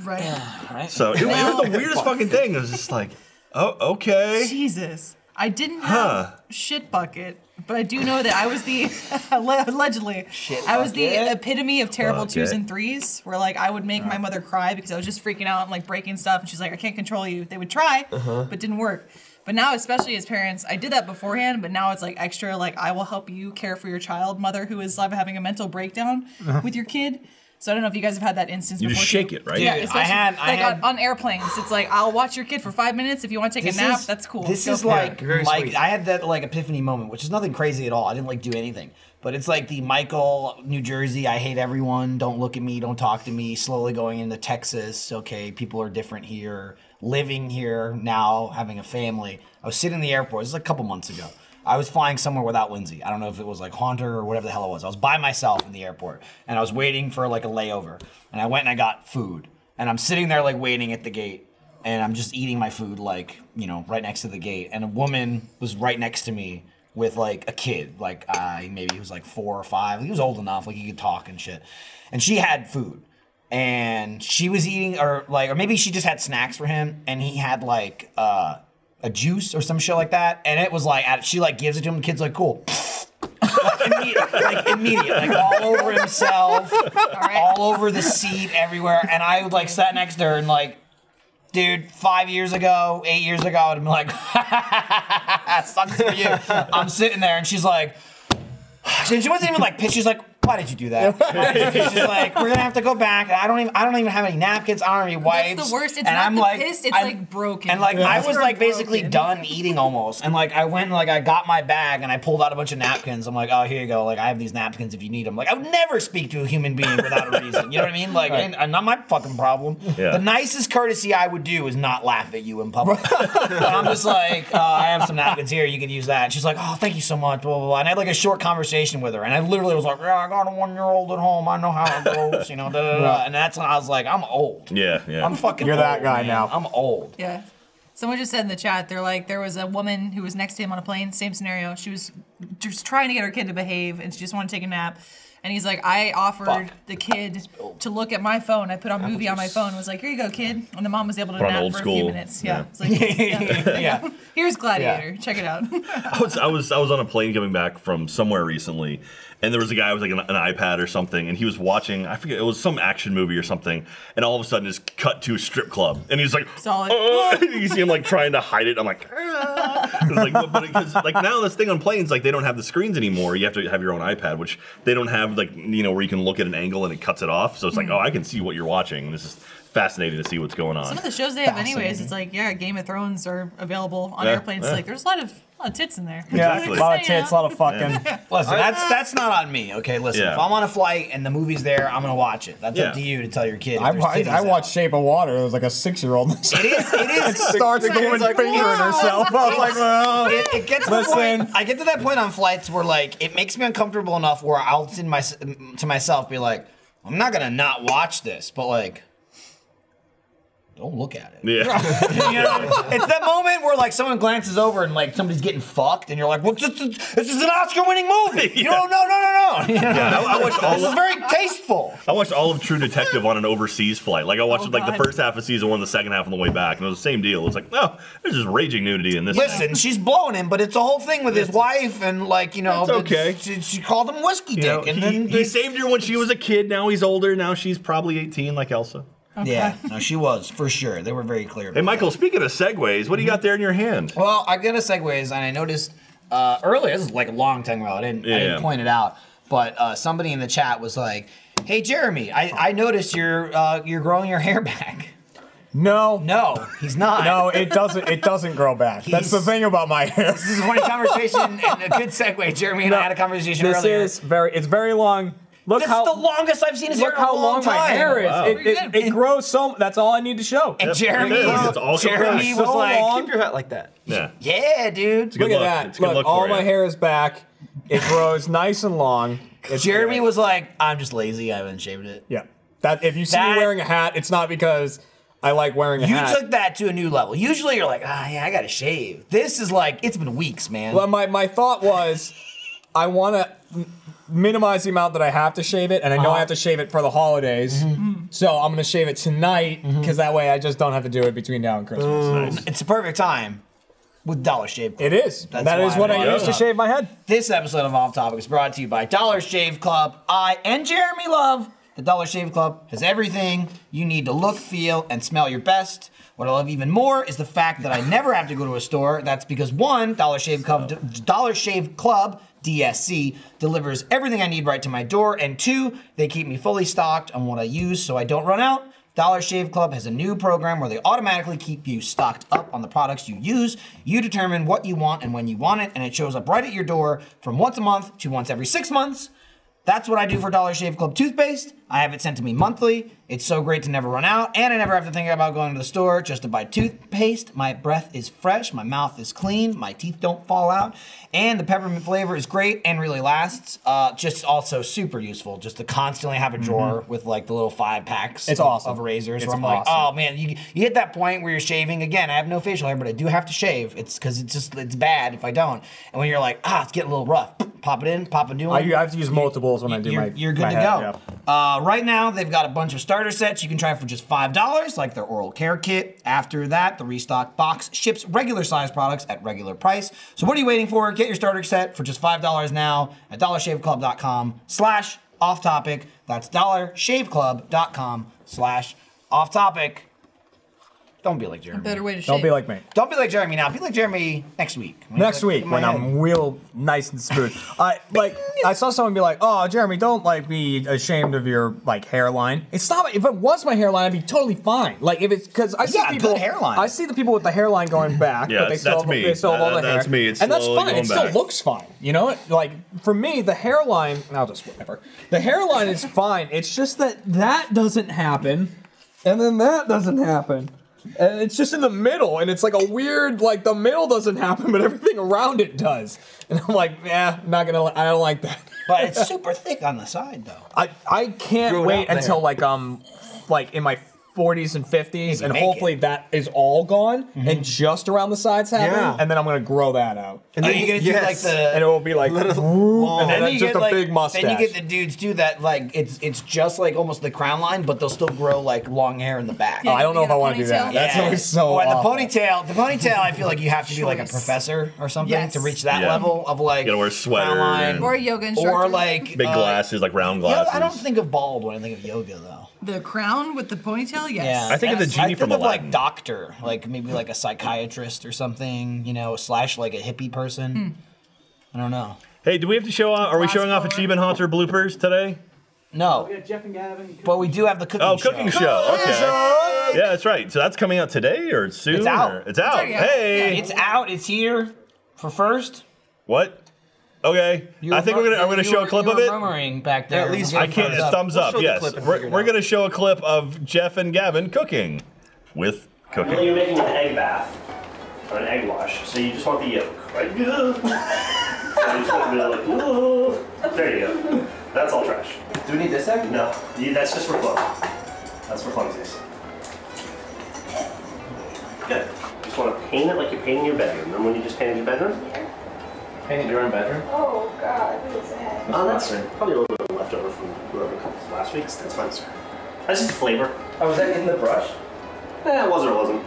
C: right.
F: So it, it was the weirdest fucking thing. It was just like, oh, okay.
C: Jesus. I didn't have
F: Huh.
C: shit bucket, but I do know that I was the allegedly I was the
D: bucket?
C: epitome of terrible twos
F: Bucket.
C: and threes, where like I would make my mother cry because I was just freaking out and like breaking stuff, and she's like, "I can't control you." They would try,
F: Uh-huh.
C: but didn't work. But now, especially as parents, I did that beforehand, but now it's like extra. Like I will help you care for your child, mother who is like, having a mental breakdown with your kid. So I don't know if you guys have had that instance.
F: Uh-huh. You
C: before
F: just
C: too.
F: shake it, right?
C: Yeah,
D: Dude, I
C: especially
D: had- I
C: like on-
D: had-
C: on airplanes. It's like I'll watch your kid for five minutes if you want to take
D: This
C: a nap.
D: is-
C: that's cool.
D: This
C: Go
D: is
C: for it.
D: like
E: Very
D: Mike.
E: sweet.
D: I had that like epiphany moment, which is nothing crazy at all. I didn't like do anything, but it's like the Michael, New Jersey. I hate everyone. Don't look at me. Don't talk to me. Slowly going into Texas. Okay, people are different here. Living here now, having a family. I was sitting in the airport. This is a couple months ago. I was flying somewhere without Lindsay. I don't know if it was like Haunter or whatever the hell it was. I was by myself in the airport and I was waiting for like a layover. And I went and I got food. And I'm sitting there like waiting at the gate and I'm just eating my food like you know right next to the gate, and a woman was right next to me with like a kid, like uh, maybe he was like four or five. He was old enough, like he could talk and shit, and she had food, and she was eating or like or maybe she just had snacks for him, and he had like uh, a juice or some shit like that, and it was like she like gives it to him, the kid's like cool. Immediate, like immediate, like all over himself, all over the seat, everywhere. And I like sat next to her and like dude, five years ago, eight years ago, I would have been like, sucks for you. I'm sitting there and she's like, she she wasn't even like pissed. She's like, why did you do that? Why did you do-" She's like, we're gonna have to go back. And I don't even, I don't even have any napkins. I don't have any wipes.
C: That's the worst. It's
D: and
C: not
D: I'm
C: the
D: like,
C: pissed, it's
D: I'm-
C: like broken.
D: And like, I
C: Those
D: was
C: are
D: like basically
C: broken.
D: done eating almost. And like, I went and like, I got my bag and I pulled out a bunch of napkins. I'm like, oh, here you go. Like, I have these napkins if you need them. Like, I would never speak to a human being without a reason. You know what I mean? Like, and, and not my fucking problem.
F: Yeah.
D: The nicest courtesy I would do is not laugh at you in public. but I'm just like, uh, I have some napkins here. You can use that. And she's like, oh, thank you so much. Blah blah blah. And I had like a short conversation with her, and I literally was like, yeah, I got a one year old at home. I know how it goes. You know, da, da, da, da. and that's when I was like, I'm old.
F: Yeah, yeah.
D: I'm fucking.
H: You're that
D: old,
H: guy
D: man.
H: now.
D: I'm old.
C: Yeah. Someone just said in the chat, they're like, there was a woman who was next to him on a plane, same scenario. She was just trying to get her kid to behave and she just wanted to take a nap. And he's like, I offered
D: Fuck.
C: the kid to look at my phone. I put on movie on my phone. Was like, here you go, kid. And the mom was able to
F: From
C: nap
F: old
C: for a
F: school.
C: few minutes. Yeah.
F: Yeah.
C: It's like, yeah.
D: Yeah.
C: Here's Gladiator. Check it out.
F: I was, I was I was on a plane coming back from somewhere recently, and there was a guy with like an, an iPad or something, and he was watching I forget it was some action movie or something, and all of a sudden it's cut to a strip club, and he's like,
C: Solid.
F: "Uh," you see him like trying to hide it. I'm like, "Ah." It was like, but- but because like now this thing on planes like they don't have the screens anymore. You have to have your own iPad, which they don't have like you know where you can look at an angle and it cuts it off. So it's
C: Hmm.
F: like, oh, I can see what you're watching. This is fascinating to see what's going on.
C: Some of the shows they have, anyways, it's like, yeah, Game of Thrones are available on
F: Yeah,
C: airplanes. It's
F: yeah.
C: Like, there's a lot of, a lot of tits in there.
H: Yeah,
F: Exactly.
H: a lot of tits, a lot of fucking.
D: Listen, that's that's not on me. Okay, listen.
F: Yeah.
D: If I'm on a flight and the movie's there, I'm gonna watch it. That's
F: Yeah.
D: up to you to tell your kid. if
H: I,
D: there's
H: I,
D: titties
H: I
D: out.
H: watched Shape of Water. It was like a six-year-old.
D: It is. It is.
H: starts going
E: like,
H: fingering
E: "Wow."
H: herself. I was like, well.
D: it, it gets to the
H: Listen.
D: point, I get to that point on flights where like it makes me uncomfortable enough where I'll to, my, to myself be like, I'm not gonna not watch this, but like, don't look at it.
F: yeah.
D: You know what I mean? It's that moment where like someone glances over and like somebody's getting fucked, and you're like, well, this, this, this is an Oscar-winning movie. You don't know, no, no, no. You know?
F: Yeah, I- I watched all
D: this is
F: of-
D: very tasteful.
F: I watched all of True Detective on an overseas flight. Like I watched
C: Oh,
F: like the
C: God.
F: first half of season one, the second half on the way back, and it was the same deal. It's like, oh, there's just raging nudity in this. thing.
D: Listen, she's blowing him, but it's a whole thing with his wife, and like you know,
F: It's okay.
D: She, she called him whiskey
F: You
D: dick,
F: know,
D: and
F: he,
D: then
F: he saved her when she was a kid. Now he's older. Now she's probably 18, like Elsa.
D: yeah, no, she was for sure. They were very clear.
F: Hey, Michael. Speaking of segues, what do you got there in your hand?
D: Well, I got a segues, and I noticed uh, earlier. This is like a long time ago. I didn't, I
F: Yeah.
D: didn't point it out, but uh, somebody in the chat was like, "Hey, Jeremy, I, I noticed you're uh, you're growing your hair back."
H: No, no,
D: No, he's not.
H: it doesn't. It doesn't grow back. That's the
D: He's-
H: thing about my hair.
D: This is a funny conversation and a good segue. Jeremy and I had a conversation
H: This
D: earlier.
H: is very. It's very long. Look
D: this
H: how
D: is the longest I've seen his
H: look
D: hair in a
H: how long,
D: long, time.
H: my hair is. It,
C: Pretty
H: it,
C: good.
H: it grows so. That's all I need to show.
D: And
F: Yep,
D: Jeremy,
F: it is. It's all
D: Jeremy
F: compressed.
D: was
H: So
D: like,
H: long.
E: Keep your hat like that.
F: Yeah.
D: "Yeah, dude."
F: Good
H: look
F: luck.
H: at that.
F: It's good
H: look,
F: luck
H: all
F: for
H: my
F: you.
H: hair is back. It grows nice and long. It's
D: Jeremy
H: great.
D: was like, "I'm just lazy. I haven't shaved it."
H: Yeah. That if you see
D: That-
H: me wearing a hat, it's not because I like wearing a
D: You
H: hat.
D: took that to a new level. Usually you're like, ah, yeah, I gotta shave. This is like, it's been weeks, man.
H: Well, my, my thought was, I want to minimize the amount that I have to shave it, and I know
D: Uh-huh.
H: I have to shave it for the holidays.
D: Mm-hmm.
H: Mm-hmm. So I'm gonna shave
D: Mm.
H: it tonight because that way I just don't have to do it between now and Christmas.
F: Nice.
D: it's the perfect time. with Dollar Shave Club.
G: It is.
D: That's
G: That's
D: why
G: what
D: I'm
G: I
D: on
G: use to
D: it.
G: shave my head.
D: This episode of Off Topic is brought to you by Dollar Shave Club. I and Jeremy Love. The Dollar Shave Club has everything you need to look, feel, and smell your best. What I love even more is the fact that I never have to go to a store. That's because one, Dollar Shave Club, Dollar Shave Club DSC delivers everything I need right to my door, and two, they keep me fully stocked on what I use so I don't run out. Dollar Shave Club has a new program where they automatically keep you stocked up on the products you use. You determine what you want and when you want it, and it shows up right at your door from once a month to once every six months. That's what I do for Dollar Shave Club toothpaste. I have it sent to me monthly. It's so great to never run out, and I never have to think about going to the store just to buy toothpaste. My breath is fresh, my mouth is clean, my teeth don't fall out, and the peppermint flavor is great and really lasts. Uh, just also super useful, just to constantly have a drawer with like the little five packs
G: It's
D: of,
G: awesome.
D: of razors
G: It's
D: where I'm like,
G: awesome.
D: oh man, you, you hit that point where you're shaving. Again, I have no facial hair, but I do have to shave. It's because it's just it's bad if I don't. And when you're like, ah, it's getting a little rough, pop it in, pop a new
G: I,
D: one.
G: I have to use multiples when I do
D: you're,
G: my.
D: you're good
G: my
D: to
G: head,
D: go.
G: yeah.
D: Uh, right now, they've got a bunch of starter sets you can try for just $5, like their oral care kit. After that, the restock box ships regular size products at regular price. So what are you waiting for? Get your starter set for just $5 now at dollarshaveclub.com slash off topic. That's dollarshaveclub.com slash off topic. Don't be like Jeremy.
C: Better way to shave.
G: Don't be like me.
D: Don't be like Jeremy now. Be like Jeremy next week. When he's
G: Next
D: like,
G: week
D: "My
G: when
D: head."
G: I'm real nice and smooth. I like I saw someone be like, "Oh, Jeremy, don't like be ashamed of your like hairline." It's not if it was my hairline, I'd be totally fine. Like if it's cuz I see
D: Yeah, good
G: people
D: hairline.
G: I see the people with the hairline going back,
F: Yeah,
G: but they
F: that's-
G: still
F: that's
G: have,
F: me.
G: they still have
F: That-
G: all the
F: that's
G: hair.
F: me. It's
G: and that's
F: slowly
G: fine. It
F: going
G: still
F: back.
G: looks fine. You know it like for me the hairline, I'll just whatever. The hairline is fine. It's just that that doesn't happen and then that doesn't happen. And it's just in the middle, and it's like a weird, like the middle doesn't happen, but everything around it does. And I'm like, nah, not gonna. li- I don't like that.
D: But it's super thick on the side, though.
G: I I can't
E: Grow it
G: wait
E: out
G: until
E: there.
G: like um, like in my 40s and 50s, and
D: make
G: hopefully
D: it. Mm-hmm.
G: that is all gone and just around the sides happen,
E: Yeah.
G: and then I'm gonna grow that out,
E: And
D: Are
E: then-
D: you gonna do like
E: yes.
D: the
G: and it will be like, whoop, and then,
D: you
G: just
D: get,
G: a
D: like-
G: big mustache.
D: Then you get the dudes do that like it's it's just like almost the crown line, but they'll still grow like long hair in the back.
G: Oh, I don't know if I want to do that.
C: Ponytail.
G: That's always so.
D: Or the
G: awful.
D: ponytail. The ponytail. I feel like you have to be like a
C: Choice.
D: professor or something
C: Yes.
D: to reach that
F: Yeah.
D: level of like.
F: You gotta wear a sweater
D: crown line.
F: and-
C: Or a yoga instructor.
D: or like
F: Big
D: uh,
F: glasses, like round
D: you know,
F: glasses.
D: I don't think of bald when I think of yoga though.
C: The crown with the ponytail, yes.
D: Yeah,
F: I think of the
D: that's-
F: genie
D: I think
F: from
D: of like
F: Aladdin.
D: doctor, like maybe like a psychiatrist or something, you know, slash like a hippie person.
C: Hmm.
D: I don't know.
F: Hey, do we have to show off? Are we
C: Fast
F: showing off
C: forward.
F: achievement hunter bloopers today?
D: No, but we do have the cooking.
F: Oh, cooking show. Okay. Yeah, that's right. So that's coming out today or soon?
D: It's out.
F: or- it's out.
C: already out.
F: Hey.
D: It's out. It's here for first.
F: what? Okay. I think we're gonna. I'm
D: you
F: gonna show
D: were-
F: a clip
D: you
F: of
D: were
F: it.
D: Murmuring back there.
E: At least
F: I can't.
E: Thumbs up.
F: Thumbs up.
E: We'll show the
F: yes.
E: clip and
F: We're,
E: figure it
F: we're
E: out.
F: gonna show a clip of Jeff and Gavin cooking with
J: Well,
F: cooking.
J: you're making an egg bath or an egg wash, so you just want the yolk, right? you just want a bit of like, "Ugh." there you go. That's all trash.
K: Do we need this egg?
J: No, you- that's just for fun. That's for funsies. Good. Just want to paint it like you're painting your bedroom. Remember when you just painted your bedroom?
K: Paint your own bedroom?
L: Oh God, what is that?
J: Oh, that's probably a little bit left over from whoever cooked last week's. That's fine, sir. That's just flavor.
K: Oh, is that in the brush?
J: Eh, it was or it wasn't.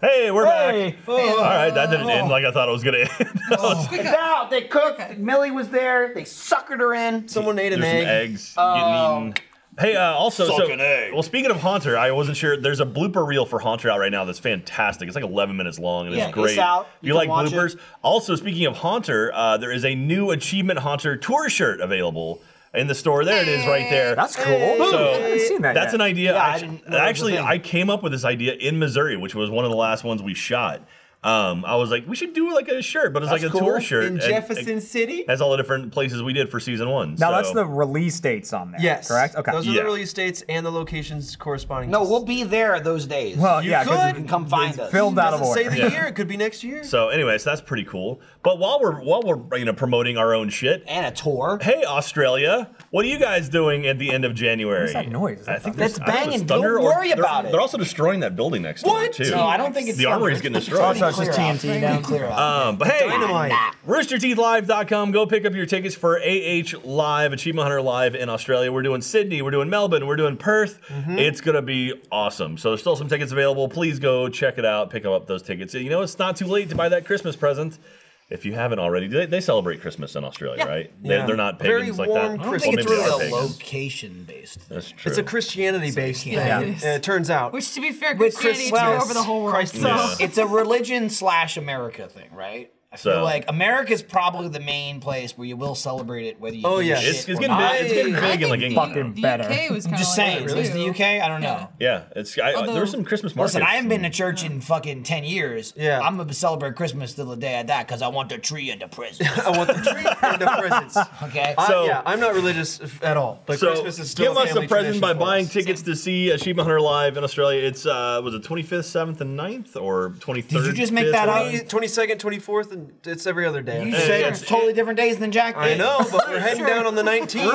F: Hey, we're
G: Hey.
F: back.
D: oh.
F: All right, that didn't end like I thought it was gonna end. That was
D: It's out. They cooked. Millie was there. They suckered her in.
E: Someone ate an
F: There's
E: egg.
F: some eggs
D: Oh.
F: getting eaten. Hey, uh, also, so,
J: Sucking egg.
F: well, speaking of Haunter, I wasn't sure. There's a blooper reel for Haunter out right now that's fantastic. It's like 11 minutes long and
D: Yeah,
F: it's
D: it's
F: great.
D: out.
F: If you,
D: You can
F: like
D: watch
F: bloopers. Also, speaking of Haunter, uh, there is a new Achievement Haunter tour shirt available in the store. There it is right there.
G: That's cool.
F: So-
G: I haven't seen that.
F: That's
G: yet.
F: an idea.
D: Yeah, I
F: actu-
D: didn't know that was a
F: actually,
D: thing.
F: I came up with this idea in Missouri, which was one of the last ones we shot. Um, I was like, we should do like a shirt, but it's like a tour shirt.
E: in
F: and-
E: Jefferson
F: and-
E: City.
F: Has all the different places we did for season one.
G: Now
F: so-
G: that's the release dates on there.
E: Yes.
G: Correct. Okay.
E: Those are
F: Yeah.
E: the release dates and the locations corresponding.
D: No,
E: to-
D: we'll be there those days.
G: well,
E: You
G: yeah, 'cause
E: could
G: it's-
D: come find
G: it's
D: us.
G: Filmed out of
E: Doesn't say
G: order.
E: the
F: Yeah.
E: year. It could be next year.
F: So, anyway, so that's pretty cool. But while we're while we're you know promoting our own shit,
D: and a tour.
F: hey Australia, what are you guys doing at the end of January? What's
G: that noise? Is
F: I
G: that
F: think
D: thunder?
F: there's-
D: That's
F: I don't know if
D: banging.
F: it's thunder
D: Don't
F: or-
D: worry
F: they're-
D: about it.
F: They're also destroying that building next door
D: What?
F: too.
D: No, I don't think it's
F: the
D: thunder.
F: armory's getting destroyed.
G: also
F: much
D: clear
F: is
D: out.
F: TNT
D: now? Clear out.
F: Um, but hey, roosterteethlive.com. Go pick up your tickets for AH Live, Achievement Hunter Live in Australia. We're doing Sydney, we're doing Melbourne, we're doing Perth. It's going to be awesome. So there's still some tickets available. Please go check it out, pick up those tickets. You know, it's not too late to buy that Christmas present. If you haven't already, they, they celebrate Christmas in Australia,
D: Yeah.
F: right? They, They're not pagans like
E: Very warm
F: that.
E: Christmas.
F: Well,
E: I don't think
F: maybe
E: it's
F: they
E: really
F: are
E: a
F: pagans.
D: Location based.
F: That's true.
E: It's a Christianity-based thing.
D: Yeah.
E: and it turns out.
C: Which, to be fair,
D: With
C: Christianity took
D: Christmas.
C: over the whole world.
D: Uh, Christ-
C: so-
D: It's a religion slash America thing, right? I feel
F: So-
D: like America's probably the main place where you will celebrate it, whether you.
F: Oh,
D: give a
F: yeah.
D: shit
F: It's- it's
D: or
F: getting
D: not.
F: big- it's getting I big in, think like, the- England now. the
D: better.
F: UK was
D: I'm
F: kinda
D: just
F: like
D: saying,
F: that,
D: is
F: too.
D: the UK? I don't know.
F: Yeah, it's I, uh,
D: Although-
F: there's some Christmas markets.
D: Listen, I haven't been to church in fucking ten years. Yeah, I'm gonna celebrate Christmas till the day I die because I want the tree and the presents. I
E: want the tree and the presents.
D: okay.
E: I- yeah, I'm not religious f- at all, but
F: so
E: Christmas is still
F: give us
E: family
F: a present
E: tradition
F: by
E: for
F: buying
E: us.
F: tickets to see Achievement Hunter live in Australia. It's uh was it 25th, 7th, and 9th or 23rd?
E: Twenty- 22nd, 24th, and it's every other day.
F: You say it's
D: totally different days than Jack.
E: I know, but we're heading down on the 19th.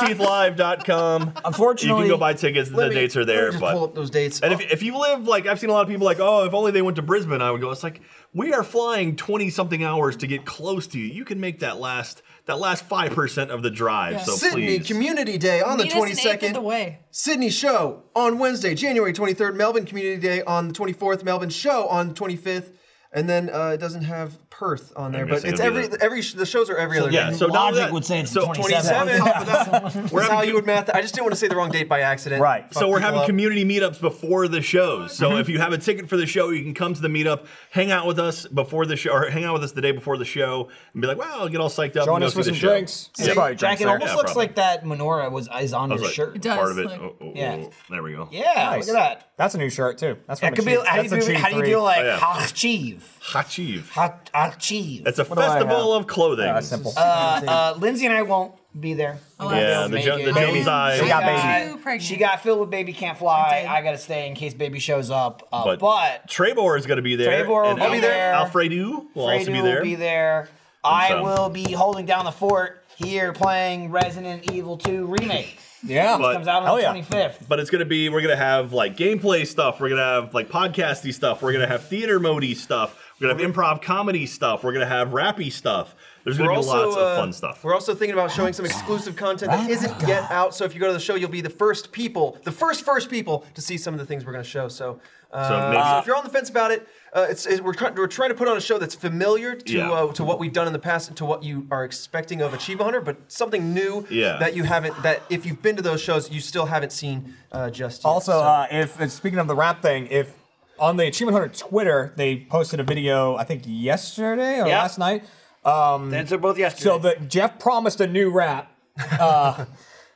F: Roosterteethlive.com.
D: Unfortunately,
F: you can go buy tickets. The
E: let me-
F: dates are
E: let me
F: there,
E: just
F: but
E: pull up those dates. Oh,
F: And if, if you live like I've seen a lot of people like, oh, if only they went to Brisbane, I would go. It's like we are flying twenty something hours to get close to you. You can make that last that last five percent of the drive. So
E: Sydney
F: oh, please.
E: Community Day on the
C: Meet us an eighth of the
E: 22nd.
C: way.
E: Sydney Show on Wednesday, January 23rd. Melbourne Community Day on the 24th. Melbourne Show on 25th. And then uh, it doesn't have Perth on there,
F: I'm
E: but
F: guessing
E: it's
F: it'll be
E: every every sh- the shows are every
F: So
E: other
F: yeah,
E: day.
F: so not only that- so 27.
E: on top of that, That's how you would math. I just didn't want to say the wrong date by accident. Right.
F: So we're having community meetups before the shows. So
D: Mm-hmm.
F: if you have a ticket for the show, you can come to the meetup, hang out with us before the show, or hang out with us the day before the show, and be like, "Wow, get all psyched up." and
D: Join
F: go
D: us
F: see
D: with
F: the
D: some
F: show.
D: drinks.
F: Yeah,
D: See,
F: probably
D: Jack,
F: drinks
D: it
F: there.
D: almost
F: Yeah,
D: looks
F: probably.
D: like that menorah was is on
F: I was
D: your
F: like,
D: shirt.
F: Part of it. Oh, oh,
D: Yeah.
F: oh, there we go.
D: Yeah,
F: Nice.
D: look at that.
G: That's a new shirt too. That's
D: That could
G: from
D: be.
G: Achieve-
D: How do you
G: that's
D: do?
G: Achieve
D: How do you
G: 3.
D: do like
F: Oh, yeah.
D: hachiv?
F: Hachiv.
D: Hachiv.
F: It's a festival of clothing.
D: Uh, uh, Lindsay and I won't be there.
F: Oh, Yeah, the Jo- the Jones I-
D: She
F: She
D: got
F: got
D: baby. She got filled with baby can't fly. I gotta stay in case baby shows up. Uh,
F: but, Trebor is going to be there.
D: Trevor will
F: and
D: be
F: Al-
D: there.
F: Alfredo will also
D: Fredu
F: be there.
D: Will be there. I
F: some.
D: will be holding down the fort here playing Resident Evil 2 remake. which
F: But-
D: comes out on the 25th.
F: But it's gonna be we're gonna have like gameplay stuff. We're gonna have like podcasty stuff. We're gonna have theater modey stuff. We're gonna have improv comedy stuff. We're gonna have rappy stuff. There's gonna
E: We're
F: be
E: also,
F: lots
E: uh,
F: of fun stuff.
E: We're also thinking about showing some exclusive content that isn't yet out. So if you go to the show, you'll be the first people, the first first people to see some of the things we're going to show. So, uh,
F: So maybe-
E: if you're on the fence about it, uh, it's, it- we're, try- we're trying to put on a show that's familiar to
F: Yeah.
E: uh, to what we've done in the past and to what you are expecting of Achievement Hunter, but something new
G: Yeah.
E: that you haven't that if you've been to those shows, you still haven't seen uh, just yet.
G: Also,
E: So-
G: uh, if and speaking of the rap thing, if on the Achievement Hunter Twitter, they posted a video I think yesterday or
D: Yeah.
G: last night. Um,
D: They're both yesterday.
G: So the Jeff promised a new rap, uh,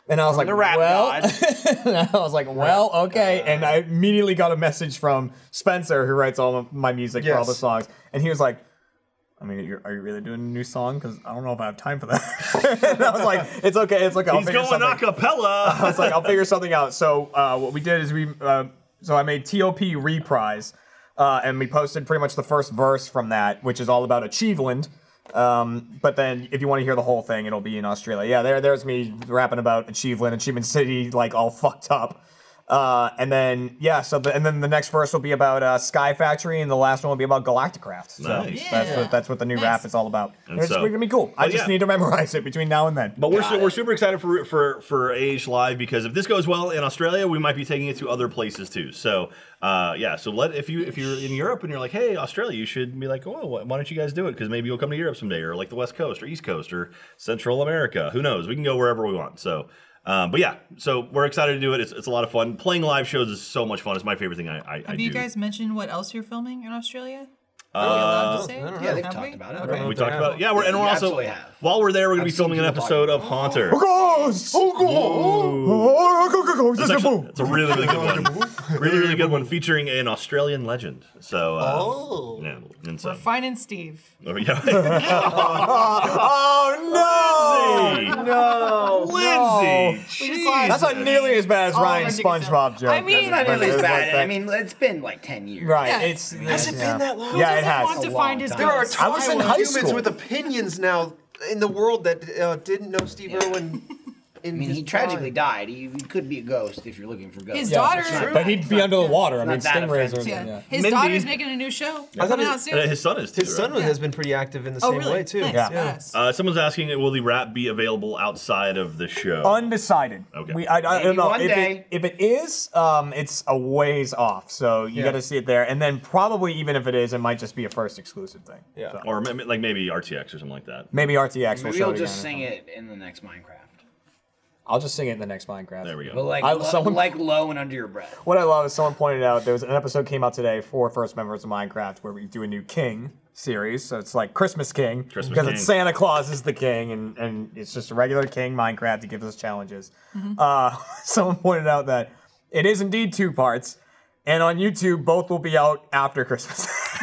G: and I was like,
D: the rap
G: well,
D: god.
G: and I was like, well, okay.
F: Uh,
G: And I immediately got a message from Spencer, who writes all of my music for all
H: Yes.
G: the songs, and he was like. I mean, you're, are you really doing a new song? Because I don't know if I have time for that. and I was like, it's okay, it's okay. I'll
F: He's
G: figure
F: going
G: something.
F: acapella.
G: I was like, I'll figure something out. So uh, what we did is we, uh, so I made TOP reprise, uh, and we posted pretty much the first verse from that, which is all about Achieveland. Um, but then if you want to hear the whole thing, it'll be in Australia. Yeah, there, there's me rapping about Achieveland, Achievement City, like all fucked up. Uh, and then yeah, so the, and then the next verse will be about uh, Sky Factory, and the last one will be about Galacticraft. So
F: Nice.
G: that's what that's what the new rap is all about.
F: And
G: it's
F: so-
G: gonna be cool. I
F: Well,
G: just
F: yeah.
G: need to memorize it between now and then.
F: But we're
G: Got
F: su-
G: it.
F: we're super excited for for for AH Live because if this goes well in Australia, we might be taking it to other places too. So uh, yeah, so let if you if you're in Europe and you're like, hey, Australia, you should be like, oh, why don't you guys do it? Because maybe you'll come to Europe someday, or like the West Coast, or East Coast, or Central America. Who knows? We can go wherever we want. So. Um, but yeah, so we're excited to do it. It's, it's a lot of fun. Playing live shows is so much fun. It's my favorite thing I, I, I
C: Have
F: do.
C: you guys mentioned what else you're filming in Australia?
F: Uh,
C: allowed to say it?
D: Yeah, they've
C: Have
D: talked
C: we?
D: about
C: Okay.
F: we talked about it. Yeah, we're, and we're also, while we're there, we're going to be filming an episode of Haunter. It's, actually- it's a really, really good one. Really, really good one featuring an Australian legend. So, uh,
C: Oh.
F: yeah, and
C: We're
F: so,
C: fine and Steve.
F: oh, yeah.
G: oh
F: Lindsay!
E: no,
G: Lindsay!
D: We just lost-
G: That's not nearly as bad as
D: Oh,
G: Ryan's
D: ridiculous.
G: SpongeBob joke.
D: I mean,
G: That's
D: not
G: better
D: nearly as
G: than
D: bad.
G: that.
D: I mean, it's been like 10 years.
G: Right, it's-
D: Has it
G: yeah.
D: been that long?
G: Yeah, it has.
E: want
D: to find his
E: There are
D: ghost? I was in
E: times
D: high
E: humans
D: school.
E: with opinions now in the world that uh, didn't know Steve Irwin in
D: I mean,
E: his
D: he tragically
E: mind.
D: died. He, he could be a ghost if you're looking for ghosts.
C: His
D: It's
C: daughter-
D: not-
G: But he'd
D: it's
G: be
D: not-
G: under the water. I
D: it's
G: mean,
D: not that
G: stingrays
D: offensive.
G: are.
C: Yeah.
G: Yeah.
C: His
E: Mindy-
C: daughter's making a new show.
F: I thought
C: coming
F: it-
C: out soon.
F: uh, his son is too.
E: His son
F: right?
E: has been pretty active in the
C: Oh,
E: same
C: really?
E: way too.
C: Nice.
E: Yeah.
F: Uh, someone's asking, will the rap be available outside of the show?
G: Undecided.
F: Okay.
G: We, I, I don't
F: Maybe
G: know
F: one
G: if,
F: day.
G: It, if it is. Um, it's a ways off, so you
F: Yeah.
G: got to see it there. And then probably even if it is, it might just be a first exclusive thing.
F: yeah.
G: So.
F: Or ma- ma- like maybe RTX or something like that.
G: Maybe RTX will
D: Maybe
G: show
D: he'll
G: it
D: just
G: again.
D: sing it in the next Minecraft.
G: I'll just sing it in the next Minecraft. There
F: we
D: But like, lo- like low and under your breath.
G: What I love is someone pointed out there was an episode came out today for first members of Minecraft where we do a new king series. So it's like Christmas King
F: Christmas
G: because it's
F: King.
G: Santa Claus is the king and, and it's just a regular king Minecraft. He gives us challenges.
M: Mhm.
G: Uh, someone pointed out that it is indeed two parts, and on YouTube both will be out after Christmas.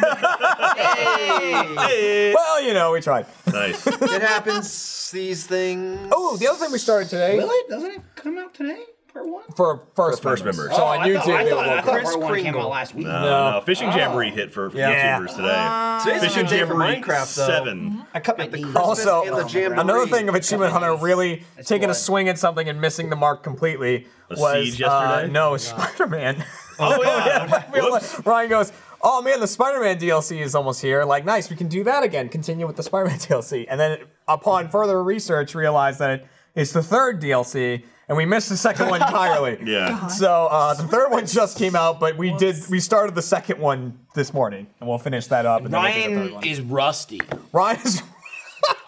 G: well, you know we tried.
F: Nice. Uh,
E: it happens. These things.
G: Oh, the other thing we started today.
D: Will it? Doesn't it come out today? Part one?
G: For first,
F: For first
G: members.
F: members.
G: So
F: Oh,
G: on
F: I
G: YouTube,
F: thought- I
G: they
F: thought-
G: will
F: I
G: go
F: thought
G: first.
D: Part one came out last week.
F: No, no, Fishing
D: Oh.
F: Jamboree hit for, for
G: Yeah.
F: YouTubers
G: Ah.
F: today.
G: Today's a
F: Fishing
G: good day for
F: Jamboree
G: Minecraft, though.
F: 7.
E: I cut my the Christmas
G: Also,
E: and the jam.
G: another thing of Achievement Hunter really taking a swing at something and missing the mark completely
F: A
G: was
F: siege
G: uh,
F: yesterday?
G: no Spider Man.
F: Oh,
G: Ryan goes, "Oh man, the Spider-Man DLC is almost here. Like, nice, we can do that again. Continue with the Spider-Man DLC." And then, upon further research, realized that it's the third DLC, and we missed the second one entirely.
F: Yeah. God.
G: So uh, the third one just came out, but we did we started the second one this morning, and we'll finish that up. And then we'll do the third
D: Ryan
G: one.
D: is rusty.
G: Ryan is.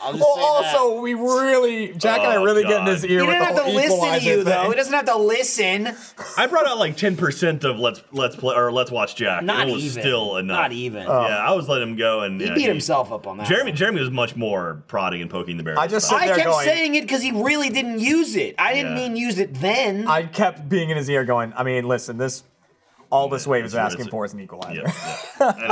D: I'll just
G: well,
D: say that.
G: also we really Jack and I
F: Oh,
G: really get in
F: God.
G: his ear
D: He
G: with the
D: didn't have
G: whole
D: to listen to
G: equalizer
D: you
G: thing.
D: though. He doesn't have to listen.
F: I brought out like 10% of Let's Let's Play or Let's Watch Jack.
D: Not
F: and it was
D: even.
F: still enough.
D: Not even. Oh.
F: Yeah, I was letting him go and
D: He
F: yeah,
D: beat himself up on that
F: Jeremy Jeremy was much more prodding and poking the bear.
G: I just sit
D: I
G: there
D: kept
G: going-
D: saying it because he really didn't use it. I didn't
G: Yeah.
D: mean use it then.
G: I kept being in his ear going, I mean, listen, this all this wave is
F: it's-
G: asking for is an equalizer.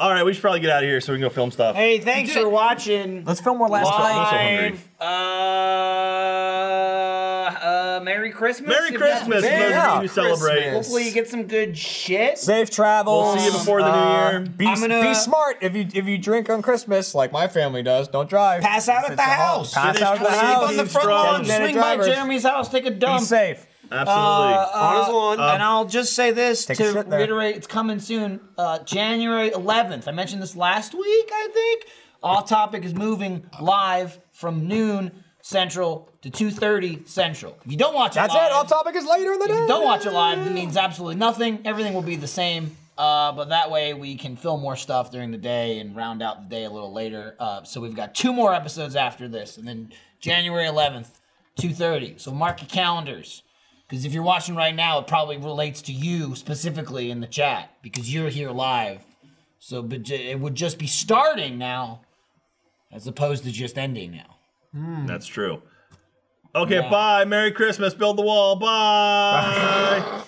F: All right, we should probably get out of here so we can go film stuff.
D: Hey, thanks for watching.
G: Let's film more last
F: time.
D: Live, Uh, uh, Merry Christmas.
F: Merry
D: if that's
F: Christmas,
D: what it
F: those
D: is.
F: of you who celebrate. Christmas.
D: Hopefully, you get some good shit.
G: Safe travels.
D: We'll see you before the new year.
G: Be,
D: I'm gonna-
G: be smart if you if you drink on Christmas like my family does. Don't drive.
D: Pass out at
G: It's
D: the
G: a hol-
D: house.
G: Pass out at the
D: Sleep
G: house.
D: on the front lawn.
G: Designated
D: Swing by
G: drivers.
D: Jeremy's house. Take a dump.
G: Be safe.
F: Absolutely.
D: Uh,
F: On his
D: uh,
F: lawn.
D: and I'll just say this
F: Take a
D: to
F: shit there.
D: reiterate: it's coming soon, uh, January 11th. I mentioned this last week, I think. All topic is moving live from noon central to 2:30 central. If you don't watch it,
G: That's
D: live,
G: it. Off topic is later in the
D: If
G: day.
D: you don't watch it live, it means absolutely nothing. Everything will be the same. Uh, but that way we can film more stuff during the day and round out the day a little later. Uh, so we've got two more episodes after this, and then January 11th, 2:30. So mark your calendars, because if you're watching right now, it probably relates to you specifically in the chat because you're here live. So, but j- it would just be starting now, as opposed to just ending now.
F: That's true. Okay,
D: Yeah.
F: bye. Merry Christmas. Build the wall. Bye.